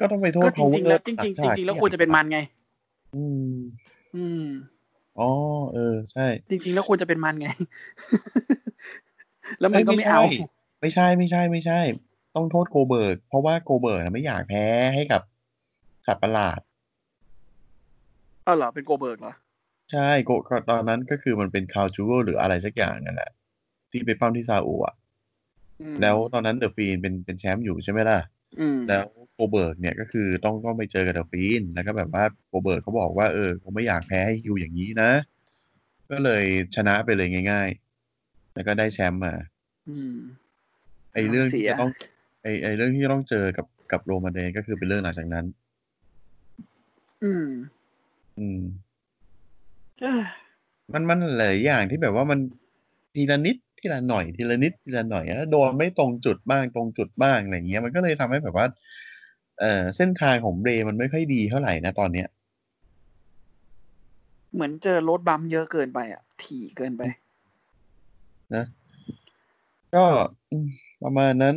Speaker 2: ก็ต้องไปโทษ
Speaker 3: ก็จ
Speaker 2: power
Speaker 3: ริงๆแล้วจริงๆจริงๆแล้วควรจะเป็นมันไง
Speaker 2: อืม
Speaker 3: อืม
Speaker 2: อ๋อเออ ใช่
Speaker 3: จริงๆ แล้วควรจะเป็นมันไง แล้วมันก็
Speaker 2: เอ้ยไม่
Speaker 3: ไม่เอา
Speaker 2: ใช่ ไม่ใช่ไม่ใช่ไม่ใช่ ต้องโทษโกเบิร์กเพราะว่าโกเบิร์กนะไม่อยากแพ้ให้กับสัตว์ประหลาด
Speaker 3: เออเหรอ เป็นโกเบิร์กเหรอ
Speaker 2: ใช่โกก็ตอนนั้นก็คือมันเป็นคาวจูเวลหรืออะไรสักอย่างนั่นแหละที่ไปปั้มที่ซาอุอ่ะ
Speaker 3: อืม
Speaker 2: แล้วตอนนั้นเดอะฟีนเป็นเป็นแชมป์อยู่ใช่ไหมล่ะ
Speaker 3: อืม
Speaker 2: แล้วโกเบิร์กเนี่ยก็คือต้องต้องไปเจอกับเดอะฟีนแล้วก็แบบว่าโกเบิร์กเขาบอกว่าเออผมไม่อยากแพ้ให้ฮิวอย่างนี้นะ ก็เลยชนะไปเลยง่าย ๆ แล้วก็ได้แชมป์มา
Speaker 3: อืม
Speaker 2: ไอ้เรื่อง
Speaker 3: เสี
Speaker 2: ที่
Speaker 3: ย
Speaker 2: จะต้องไอ้ไอ้เรื่องที่จะต้องเจอกับกับโรมาเดนก็คือเป็นเรื่องหลังจากนั้น
Speaker 3: อืม
Speaker 2: อืม
Speaker 3: เอ้อ
Speaker 2: มันมันหลายอย่างที่แบบว่ามันทีละนิดทีละหน่อยทีละนิดทีละหน่อยแล้วโดนไม่ตรงจุดบ้างตรงจุดบ้างอะไรเงี้ยมันก็เลยทำให้แบบว่า เออเส้นทางของเบรมันไม่ค่อยดีเท่าไหร่นะตอนเนี้ย
Speaker 3: เหมือนเจอรถบัมป์เยอะเกินไปอ่ะ ถี่เกินไป
Speaker 2: ก็อืมประมาณนั้น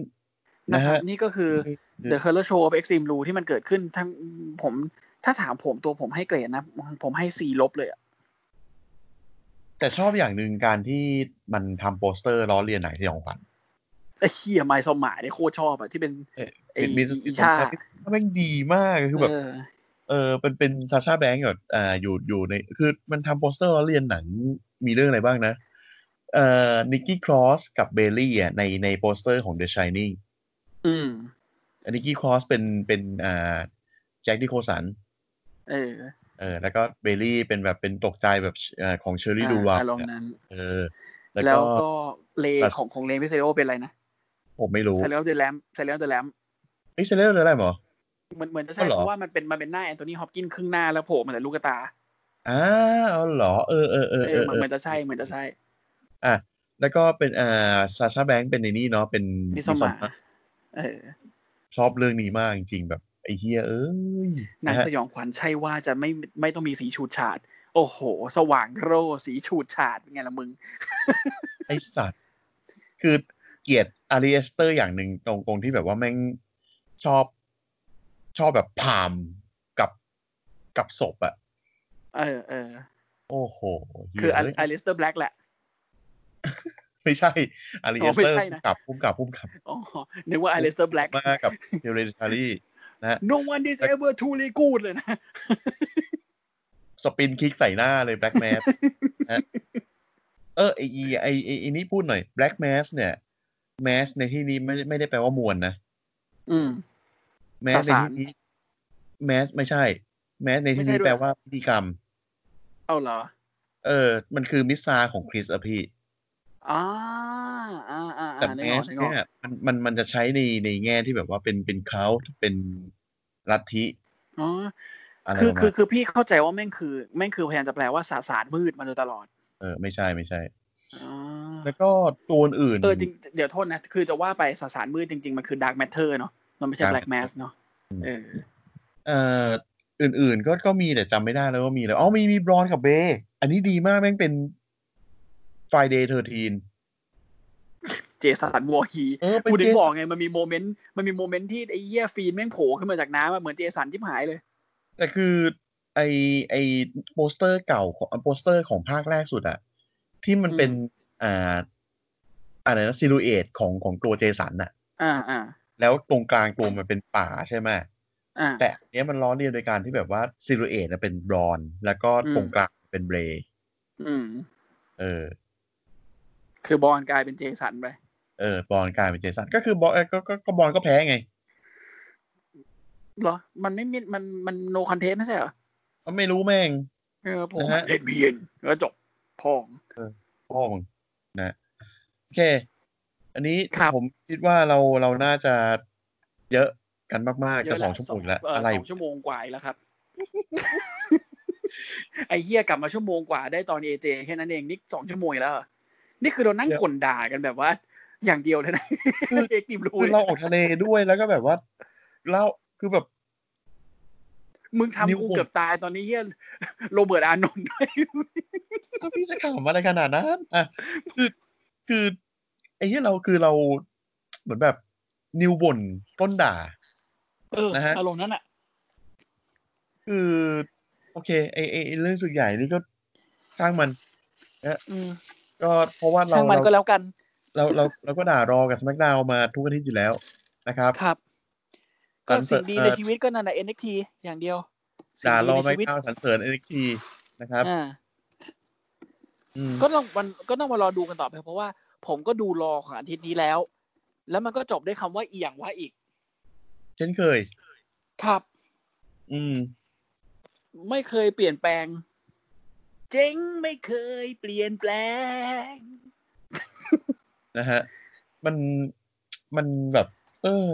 Speaker 3: นะ
Speaker 2: นะ
Speaker 3: ครับ
Speaker 2: ฮะ
Speaker 3: นี่ก็คือ
Speaker 2: คือ
Speaker 3: The Color Show of Extreme Rule ที่มันเกิดขึ้นทั้งผม ถ้าถามผมตัวผมให้เกรดนะ ผมให้ C ลบเลยอะ
Speaker 2: แต่ชอบอย่างหนึ่งการที่มันทำโปสเตอร์ล้อเลียนหนังสยองขวัญ
Speaker 3: ไอ้เฮียไมซ์สมัยเนี่ยโคตรชอบอะที่เป็นไอ้
Speaker 2: มี
Speaker 3: อี
Speaker 2: ชา
Speaker 3: ชา
Speaker 2: แม่งดีมากคือแบบ
Speaker 3: เออ
Speaker 2: เออเป็นเป็นซาชาแบงก์แบบอ่าอยู่อยู่ใน คือมันทำโปสเตอร์ล้อเรียนหนังมีเรื่องอะไรบ้างนะ เอ่อนิกกี้ครอสกับเบลลี่อ่ะในในโปสเตอร์ของ The Shining
Speaker 3: อืม
Speaker 2: นิกกี้ครอสเป็นเป็นอ่าแจ็คดิโคสัน
Speaker 3: เออ
Speaker 2: เออแล้วก็เบลลี่เป็นแบบเป็นตกใจแบบเอ่อของเชอรี่ดูวา
Speaker 3: อ่ะอารมณ์นั้น
Speaker 2: เออ แล้ว
Speaker 3: แล้ว
Speaker 2: ก็
Speaker 3: ก็เล
Speaker 2: แต่
Speaker 3: ของของเลมิเซโอเป็นอะไรนะ
Speaker 2: ผมไม่รู้
Speaker 3: ไซเลอร์เดอะแลมไซเลอร์เดอะแลม
Speaker 2: เอ้ยเชอรี่เรื่องอะไรหรอ
Speaker 3: เหมือนเหมือนจะ
Speaker 2: อ๋
Speaker 3: ใช่
Speaker 2: อเหรอ
Speaker 3: เพราะว่ามันเป็นมันเป็นหน้าแอนโทนีฮอปกินครึ่งหน้าแล้วโผล่มาแต่ลูกตา
Speaker 2: อ่าเอาเหรอ เออเออเออ
Speaker 3: เอ
Speaker 2: เอ
Speaker 3: อ
Speaker 2: อ
Speaker 3: เหมือน
Speaker 2: เอ
Speaker 3: เหมื
Speaker 2: อ
Speaker 3: อนจะใช่เหมือนจะใช่
Speaker 2: แล้วก็เป็นอ่าซาชาแบงค์เป็นในนี่เนาะเป็น
Speaker 3: มิสมา
Speaker 2: Midsommar
Speaker 3: เออ
Speaker 2: ชอบเรื่องนี้มากจริงๆแบบไอ้เฮียเอ้ย
Speaker 3: หนางสยองขวัญใช่ว่าจะไม่ไม่ต้องมีสีฉูดฉาด โอ้โห สว่างโร่สีฉูดฉาดเป็นไงล่ะมึง
Speaker 2: ไอสัตว์ คือเกลียดอาริเอสเตอร์อย่างหนึ่งตรงตรงที่แบบว่าแม่งชอบชอบแบบพามกับกับศพอะ
Speaker 3: เออเออ
Speaker 2: โอ้โหเหี้ย
Speaker 3: คืออ
Speaker 2: เย
Speaker 3: อลิสเตอร์แบล็กแหละ
Speaker 2: ไม่ใช่อาริ
Speaker 3: อ๋
Speaker 2: เอ
Speaker 3: อ
Speaker 2: ส
Speaker 3: ไม่
Speaker 2: เตอร์
Speaker 3: ใช่นะ
Speaker 2: กับพุ่มกับพุ่มกับ
Speaker 3: อ๋อนึกว่าอลิสเตอร์แบล็ก
Speaker 2: มากกับเฮเลนทารี
Speaker 3: no one is ever truly good เลยนะ
Speaker 2: สปินคิกใส่หน้าเลยแบล็กแมส เออไออีไอไอไอ้นี่พูดหน่อยแบล็กแมสเนี่ยแมสในที่นี้ไม่ได้ไม่ได้แปลว่ามวลนะ
Speaker 3: อืม
Speaker 2: แมสใน
Speaker 3: สสาร
Speaker 2: ที่นี้แมสไม่ใช่ แมสใน
Speaker 3: ไม่
Speaker 2: ที่
Speaker 3: ใช่
Speaker 2: นี้
Speaker 3: ด้วย
Speaker 2: แปลว่าพิธีกรรม
Speaker 3: เอาเหรอ
Speaker 2: เออ มันคือมิสซาของคริสอะพี่
Speaker 3: อ่าอ่าอ่า
Speaker 2: แต่
Speaker 3: อ่า
Speaker 2: แม
Speaker 3: นึกออ
Speaker 2: ส
Speaker 3: กนึกออก
Speaker 2: เนี่ยมันมันมันจะใช้ในในแง่ที่แบบว่าเป็นเป็นเขาเป็นลัทธิ
Speaker 3: อ๋อ
Speaker 2: อะไร
Speaker 3: คือ
Speaker 2: ประมาณ
Speaker 3: คือคือพี่เข้าใจว่าแม่งคือแม่งคือพยายามจะแปลว่าสาสารมืดมาโดยตลอด
Speaker 2: เออไม่ใช่ไม่ใช่
Speaker 3: อ๋อ
Speaker 2: แล้วก็ตัวอื่น
Speaker 3: เออจริงเดี๋ยวโทษนะ คือจะว่าไปสาสารมืดจริง ๆ มันคือ dark matter เนาะมันไม่ใช่
Speaker 2: Dark
Speaker 3: black mass เนาะ
Speaker 2: อืม
Speaker 3: เออ
Speaker 2: เอ่ออื่นๆก็ก็มีแต่จำไม่ได้แล้วว่ามีแล้วอ๋อมีมีบรอนกับเบย์อันนี้ดีมากแม่งเป็น Friday 13
Speaker 3: เจสันวอร์ฮี
Speaker 2: เออเป็น
Speaker 3: กูถึง
Speaker 2: เจ
Speaker 3: บ
Speaker 2: สั
Speaker 3: อก
Speaker 2: น
Speaker 3: ไงมันมีโมเมนต์มันมีโมเมนต์ที่ไอ้เหี้ยฟีนแม่งโผล่ขึ้นมาจากน้ำอะเหมือนเจสันจิ้มหายเลย
Speaker 2: แต่คือไอไอโปสเตอร์เก่าของโปสเตอร์ของภาคแรกสุดอะที่มันเป็น อ่า อะไรนะซิลูเอตของของตัวเจสันอะ
Speaker 3: อ่าอ่า
Speaker 2: แล้วตรงกลางตัวมันเป็นป่าใช่ไหม
Speaker 3: อ่า
Speaker 2: แต่อันเนี้ยมันล้อเลียนโดยการที่แบบว่าซิลูเอตเป็นบรอน แล้วก็
Speaker 3: อืม
Speaker 2: ตรงกลางเป็นเบย์
Speaker 3: อืม
Speaker 2: เออ
Speaker 3: คือบอลกลายเป็นเจสันไป
Speaker 2: เออบอลกลายเป็นเจสันก็คือบอลเออก็ก็ก็บอลก็แพ้ไง
Speaker 3: เหรอ มันไม่มีมันมันโนคอนเทนต์ไม่ใช่เหรอ
Speaker 2: ก็ไม่รู้แม่ง
Speaker 3: เออผม
Speaker 2: นะฮะ
Speaker 3: เล่นเบียนแล้วจบพอง
Speaker 2: พ่อมึงนะโอเค อันนี้
Speaker 3: ครับ
Speaker 2: ผมคิดว่าเราเราน่าจะเยอะกันมากๆจะสองชั่วโมงแล้ว
Speaker 3: เอออ
Speaker 2: อะไร
Speaker 3: สองชั่วโมงกว่าอีกแล้วครับ ไอ้เฮียกลับมาชั่วโมงกว่าได้ตอนเอเจแค่นั้นเองนี่สองชั่วโมงอีกแล้วเหรอนี่คือเรานั่งกลด่ากันแบบว่า อย่างเดียวเลยนะเอกติมรู้
Speaker 2: คือเราออกทะเลด้วยแล้วก็แบบว่าเล่าคือแบบ
Speaker 3: มึง
Speaker 2: นิ้ว
Speaker 3: ทำกู
Speaker 2: ผม
Speaker 3: เกือบตายตอนนี้เฮียโรเบิร์ตอานนท์ด้วย
Speaker 2: พี่จะขำอะไรขนาดนั้นอ่ะคือคือ ไอ้ที่เราคือเราเหมือนแบบนิวบ่นต้นด่า
Speaker 3: เออ
Speaker 2: นะฮะ
Speaker 3: อารมณ์นั้นอ่ะ
Speaker 2: คือ โอเคไอ้ไอ้ไอ้เรื่องสึกใหญ่นี่ก็ช่างมัน
Speaker 3: อืม
Speaker 2: ก็เพราะว่าเรา
Speaker 3: ช่างมัน
Speaker 2: เรา
Speaker 3: ก็แล้วกัน
Speaker 2: เราเราเราก็ด่ารอกับสมักดาวมาทุกอาทิตย์อยู่แล้วนะครับ
Speaker 3: ครับ
Speaker 2: สั
Speaker 3: ก็
Speaker 2: นเสริญ
Speaker 3: สิ่งดี
Speaker 2: เอ่อ
Speaker 3: ในชีวิตก็นั่นแหละ NXT อย่างเดียวสิ่ง
Speaker 2: ด่าร
Speaker 3: ดี
Speaker 2: อ
Speaker 3: ใน
Speaker 2: แม็ก
Speaker 3: ชีวิต
Speaker 2: ดาวน์สรรเสริญเอ็กทีนะครับ
Speaker 3: อ่า
Speaker 2: อืม
Speaker 3: ก็ต้องมันก็ต้องมารอดูกันต่อไปเพราะว่า ผมก็ดูรอของอาทิตย์นี้แล้ว แล้วมันก็จบด้วยคำว่าเอียงว่าอีก
Speaker 2: เช่นเคย
Speaker 3: ครับ
Speaker 2: อืม
Speaker 3: ไม่เคยเปลี่ยนแปลง เจ๊งไม่เคยเปลี่ยนแปลง
Speaker 2: นะฮะ มันมันแบบ เออ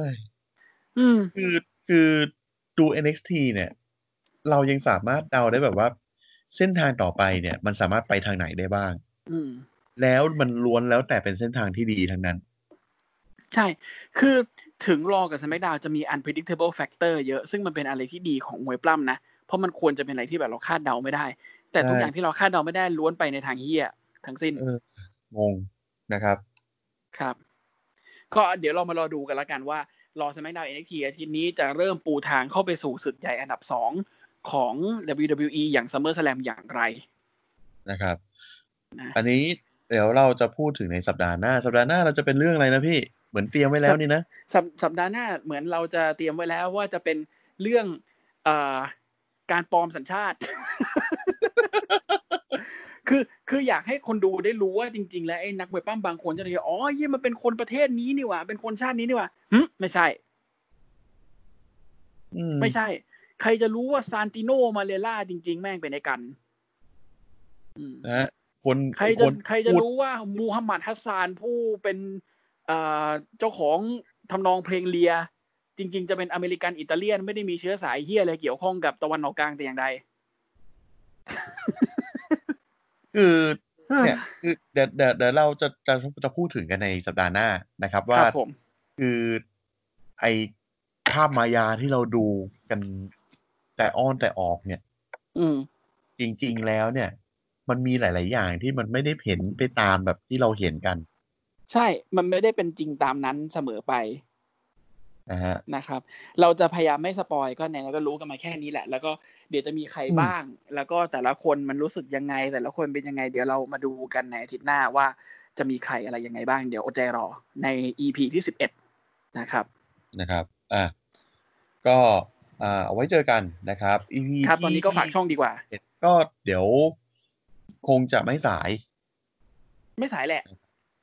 Speaker 3: อืม
Speaker 2: คือคือดู NXT เนี่ย เรายังสามารถเดาได้แบบว่า เส้นทางต่อไปเนี่ย มันสามารถไปทางไหนได้บ้าง
Speaker 3: อืม
Speaker 2: แล้วมันล้วนแล้วแต่เป็นเส้นทางที่ดีทั้งนั้น
Speaker 3: ใช่ คือถึงรอกับสมัยดาวจะมี unpredictable factor เยอะ ซึ่งมันเป็นอะไรที่ดีของมวยปล้ำนะ เพราะมันควรจะเป็นอะไรที่แบบเราคาดเดาไม่ได้ แต่ทุก
Speaker 2: ใช่
Speaker 3: อย่างที่เราคาดเดาไม่ได้ล้วนไปในทางเฮี้ยทั้งสิ้น
Speaker 2: เอองงนะครับ
Speaker 3: ครับ ก็เดี๋ยวเรามารอดูกันละกันว่า รอสมัยดาวเอ็นเอ็กทีอาทิตย์นี้จะเริ่มปูทางเข้าไปสู่ศึกใหญ่อันดับสองของ WWE อย่าง SummerSlam อย่างไร
Speaker 2: นะครับ
Speaker 3: นะ
Speaker 2: อันนี้เดี๋ยวเราจะพูดถึงในสัปดาห์หน้า สัปดาห์หน้าเราจะเป็นเรื่องอะไรนะพี่ เหมือนเตรียมไว้แล้วนี่นะ
Speaker 3: สปสัปดาห์หน้าเหมือนเราจะเตรียมไว้แล้วว่าจะเป็นเรื่องเออการปลอมสัญชาติ คือคืออยากให้คนดูได้รู้ว่าจริง ๆ แล้วไอ้นักมวยปล้ำบางคนจะเรียกอ๋อเยี่ยมันเป็นคนประเทศนี้นี่หว่า เป็นคนชาตินี้นี่หว่าหึไม่ใช่
Speaker 2: อืม
Speaker 3: ไม่ใช่ ใครจะรู้ว่าซานติโนมาเลล่าจริง ๆ แม่งเป็นไอ้กัน อืม
Speaker 2: นะฮะคน
Speaker 3: ใครจะ
Speaker 2: น
Speaker 3: ใครจะ
Speaker 2: พูด
Speaker 3: รู้ว่ามูฮัมหมัดฮัสซานผู้เป็นเอ่อเจ้าของทำนองเพลงเลีย จริง ๆ จะเป็นอเมริกันอิตาเลียนไม่ได้มีเชื้อสายเฮียอะไรเกี่ยวข้องกับตะวันออกกลางแต่อย่างใด
Speaker 2: คือเนี่ยคือเดี๋ยวเดี๋ยวเดี๋ยวเราจะจะจะพูดถึงกันในสัปดาห์หน้านะครับ ว่า
Speaker 3: ครับผม
Speaker 2: คือไอภาพมายาที่เราดูกันแต่อ้อนแต่ออกเนี่ย
Speaker 3: อืม
Speaker 2: จริง ๆ แล้วเนี่ย มันมีหลาย ๆ อย่างที่มันไม่ได้เห็นไปตามแบบที่เราเห็นกัน
Speaker 3: ใช่ มันไม่ได้เป็นจริงตามนั้นเสมอไป
Speaker 2: นะฮะ
Speaker 3: นะครับ เราจะพยายามไม่สปอยก็ไหนๆก็รู้กันมาแค่นี้แหละ แล้วก็เดี๋ยวจะมีใครบ้าง แล้วก็แต่ละคนมันรู้สึกยังไง แต่ละคนเป็นยังไง เดี๋ยวเรามาดูกันในอาทิตย์หน้าว่าจะมีใครอะไรยังไงบ้าง เดี๋ยวอดใจรอใน EP ที่สิบเอ็ดนะครับ
Speaker 2: นะครับ อ่ะ ก็อ่าเอาไว้เจอกันนะครับ EP
Speaker 3: ครับ ตอนนี้ก็ฝากช่องดีกว่า
Speaker 2: 21ก็เดี๋ยว คงจะไม่สาย
Speaker 3: ไม่สายแหละ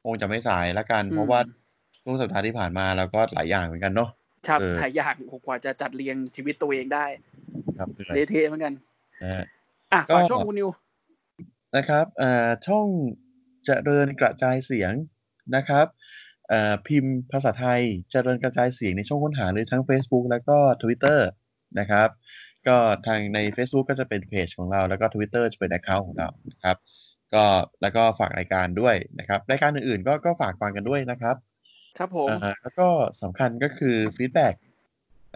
Speaker 2: คงจะไม่สายละกัน
Speaker 3: อืม
Speaker 2: เพราะว่าช่วงสัปดาห์ที่ผ่านมาเราก็หลายอย่างเหมือนกันเนาะ
Speaker 3: ครับ
Speaker 2: เออ
Speaker 3: ถ่ายยากกว่าจะจัดเรียงชีวิตตัวเองได้
Speaker 2: ครับ
Speaker 3: เละเทะเหมือนกัน
Speaker 2: นะฮะ
Speaker 3: อ่ะ
Speaker 2: ก็
Speaker 3: ฝากช่องคุณนิว
Speaker 2: นะครับเอ่อช่องเจริญกระจายเสียงนะครับเอ่อพิมพ์ภาษาไทยเจริญกระจายเสียงในช่องค้นหาเลยทั้ง Facebook แล้วก็ Twitter นะครับ ก็ทางใน Facebook ก็จะเป็นเพจของเรา แล้วก็ Twitter จะเป็น Account ของเรานะครับ ก็แล้วก็ฝากรายการด้วยนะครับรายการอื่นๆก็ก็ฝากฟังกันด้วยนะครับ
Speaker 3: ครับผม
Speaker 2: เอ่อแล้วก็สำคัญก็คือฟีดแบ็ก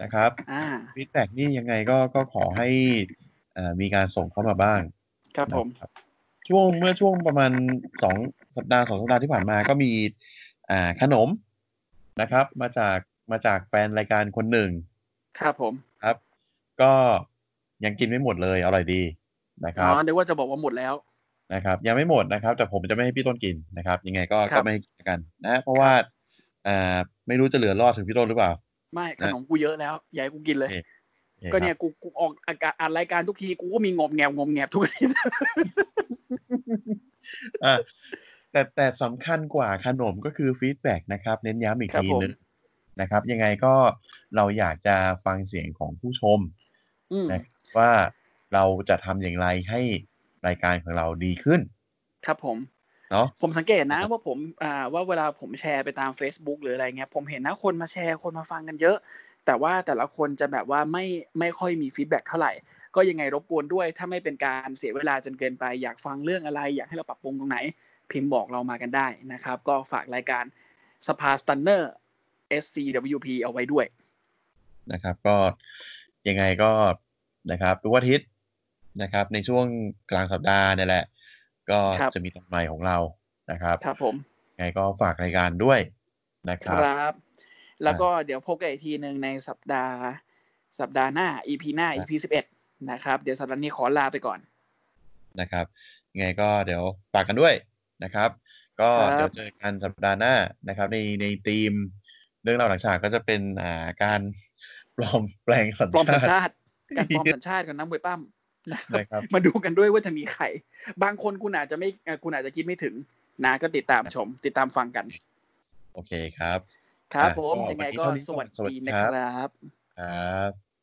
Speaker 2: นะครับ
Speaker 3: อ่า
Speaker 2: ฟีดแบ็กนี่ยังไงก็ก็ขอให้เอ่อมีการส่งเข้ามาบ้าง
Speaker 3: ครับผม
Speaker 2: นะครับช่วงเมื่อช่วงประมาณสองสัปดาห์สองสัปดาห์ที่ผ่านมาก็มีอ่าขนมนะครับ มาจากมาจากแฟนรายการคนหนึ่ง
Speaker 3: ครับผม
Speaker 2: ครับ ก็ยังกินไม่หมดเลยอร่อยดีนะครับ
Speaker 3: อ๋อนึกว่าจะบอกว่าหมดแล้ว
Speaker 2: นะครับ ยังไม่หมดนะครับ แต่ผมจะไม่ให้พี่ต้นกินนะครับ ยังไงก็
Speaker 3: ครั
Speaker 2: ก็
Speaker 3: บ
Speaker 2: ไม่ให้กินกันนะเพราะว่าอ่าไม่รู้จะเหลือรอดถึงพี่ต้นหรือเปล่า
Speaker 3: ไม่ขนมกูเยอะแล้วอยากให้กูกินเลย
Speaker 2: เอ๊ะ
Speaker 3: ก็เนี่ยกูกูออกอากาศอัดรายการทุกทีกูก็มีงบแงบงบแงบทุกที
Speaker 2: อ่ะแต่แต่สำคัญกว่าขนมก็คือฟีดแบ็กนะครับ เน้นย้ำอีก
Speaker 3: ครับ
Speaker 2: ที
Speaker 3: ผม
Speaker 2: นึงนะครับ ยังไงก็เราอยากจะฟังเสียงของผู้ชม
Speaker 3: อืม
Speaker 2: นะครับว่าเราจะทำอย่างไรให้รายการของเราดีขึ้น
Speaker 3: ครับผม
Speaker 2: เนาะ
Speaker 3: ผมสังเกตนะ
Speaker 2: ครับ
Speaker 3: ว่าผมอ่าว่าเวลาผมแชร์ไปตาม Facebook หรืออะไรเงี้ยผมเห็นนะคนมาแชร์คนมาฟังกันเยอะ แต่ว่าแต่ละคนจะแบบว่าไม่ไม่ค่อยมีฟีดแบ็กเท่าไหร่ ก็ยังไงรบกวนด้วย ถ้าไม่เป็นการเสียเวลาจนเกินไป อยากฟังเรื่องอะไร อยากให้เราปรับปรุงตรงไหน พิมพ์บอกเรามากันได้นะครับ ก็ฝากรายการสภาสตันเนอร์ SCWP เอาไว้ด้วย
Speaker 2: นะครับ ก็ยังไงก็นะครับทุกวันอาทิตย์นะครับ ในช่วงกลางสัปดาห์เนี่ยแหละ ก็
Speaker 3: ครับ
Speaker 2: จะมีตอนใหม่ของเรานะครับ
Speaker 3: ครับผม
Speaker 2: ยังไงก็ฝากรายการด้วยนะค
Speaker 3: ครับ รับ แล้วก็เดี๋ยวพบกันอีกทีหนึ่งในสัปดาห์ สัปดาห์หน้า EP หน้า EP สิบเอ็ดนะครับ เดี๋ยวสัปดาห์นี้ขอลาไปก่อน
Speaker 2: นะครับยังไงก็เดี๋ยวฝากกันด้วยนะครับ ก็
Speaker 3: ครับ
Speaker 2: เดี๋ยวเจอกันสัปดาห์หน้านะครับ ในในทีมเรื่องราวหลังฉากก็จะเป็นอ่าการปลอมแปลงสัญ
Speaker 3: ปลอมสัญ
Speaker 2: ชาติ
Speaker 3: ชาติ การปลอมสัญชาติของน้ำมวยปั้มนะครับ
Speaker 2: นะครับ
Speaker 3: มาดูกันด้วยว่าจะมีใคร บางคนคุณอาจจะไม่เอ่อคุณอาจจะคิดไม่ถึงนะก็ติดตามชม ติดตามฟังกัน
Speaker 2: โอเคครับ
Speaker 3: ครับ
Speaker 2: อ่ะ
Speaker 3: ผม
Speaker 2: ก็
Speaker 3: ยังไง
Speaker 2: วันนี้
Speaker 3: ก็
Speaker 2: เท่านี้
Speaker 3: สวัส
Speaker 2: ก่อนสวัส
Speaker 3: ดี
Speaker 2: ดี
Speaker 3: นะ
Speaker 2: ค
Speaker 3: ครับ รับ
Speaker 2: ครับ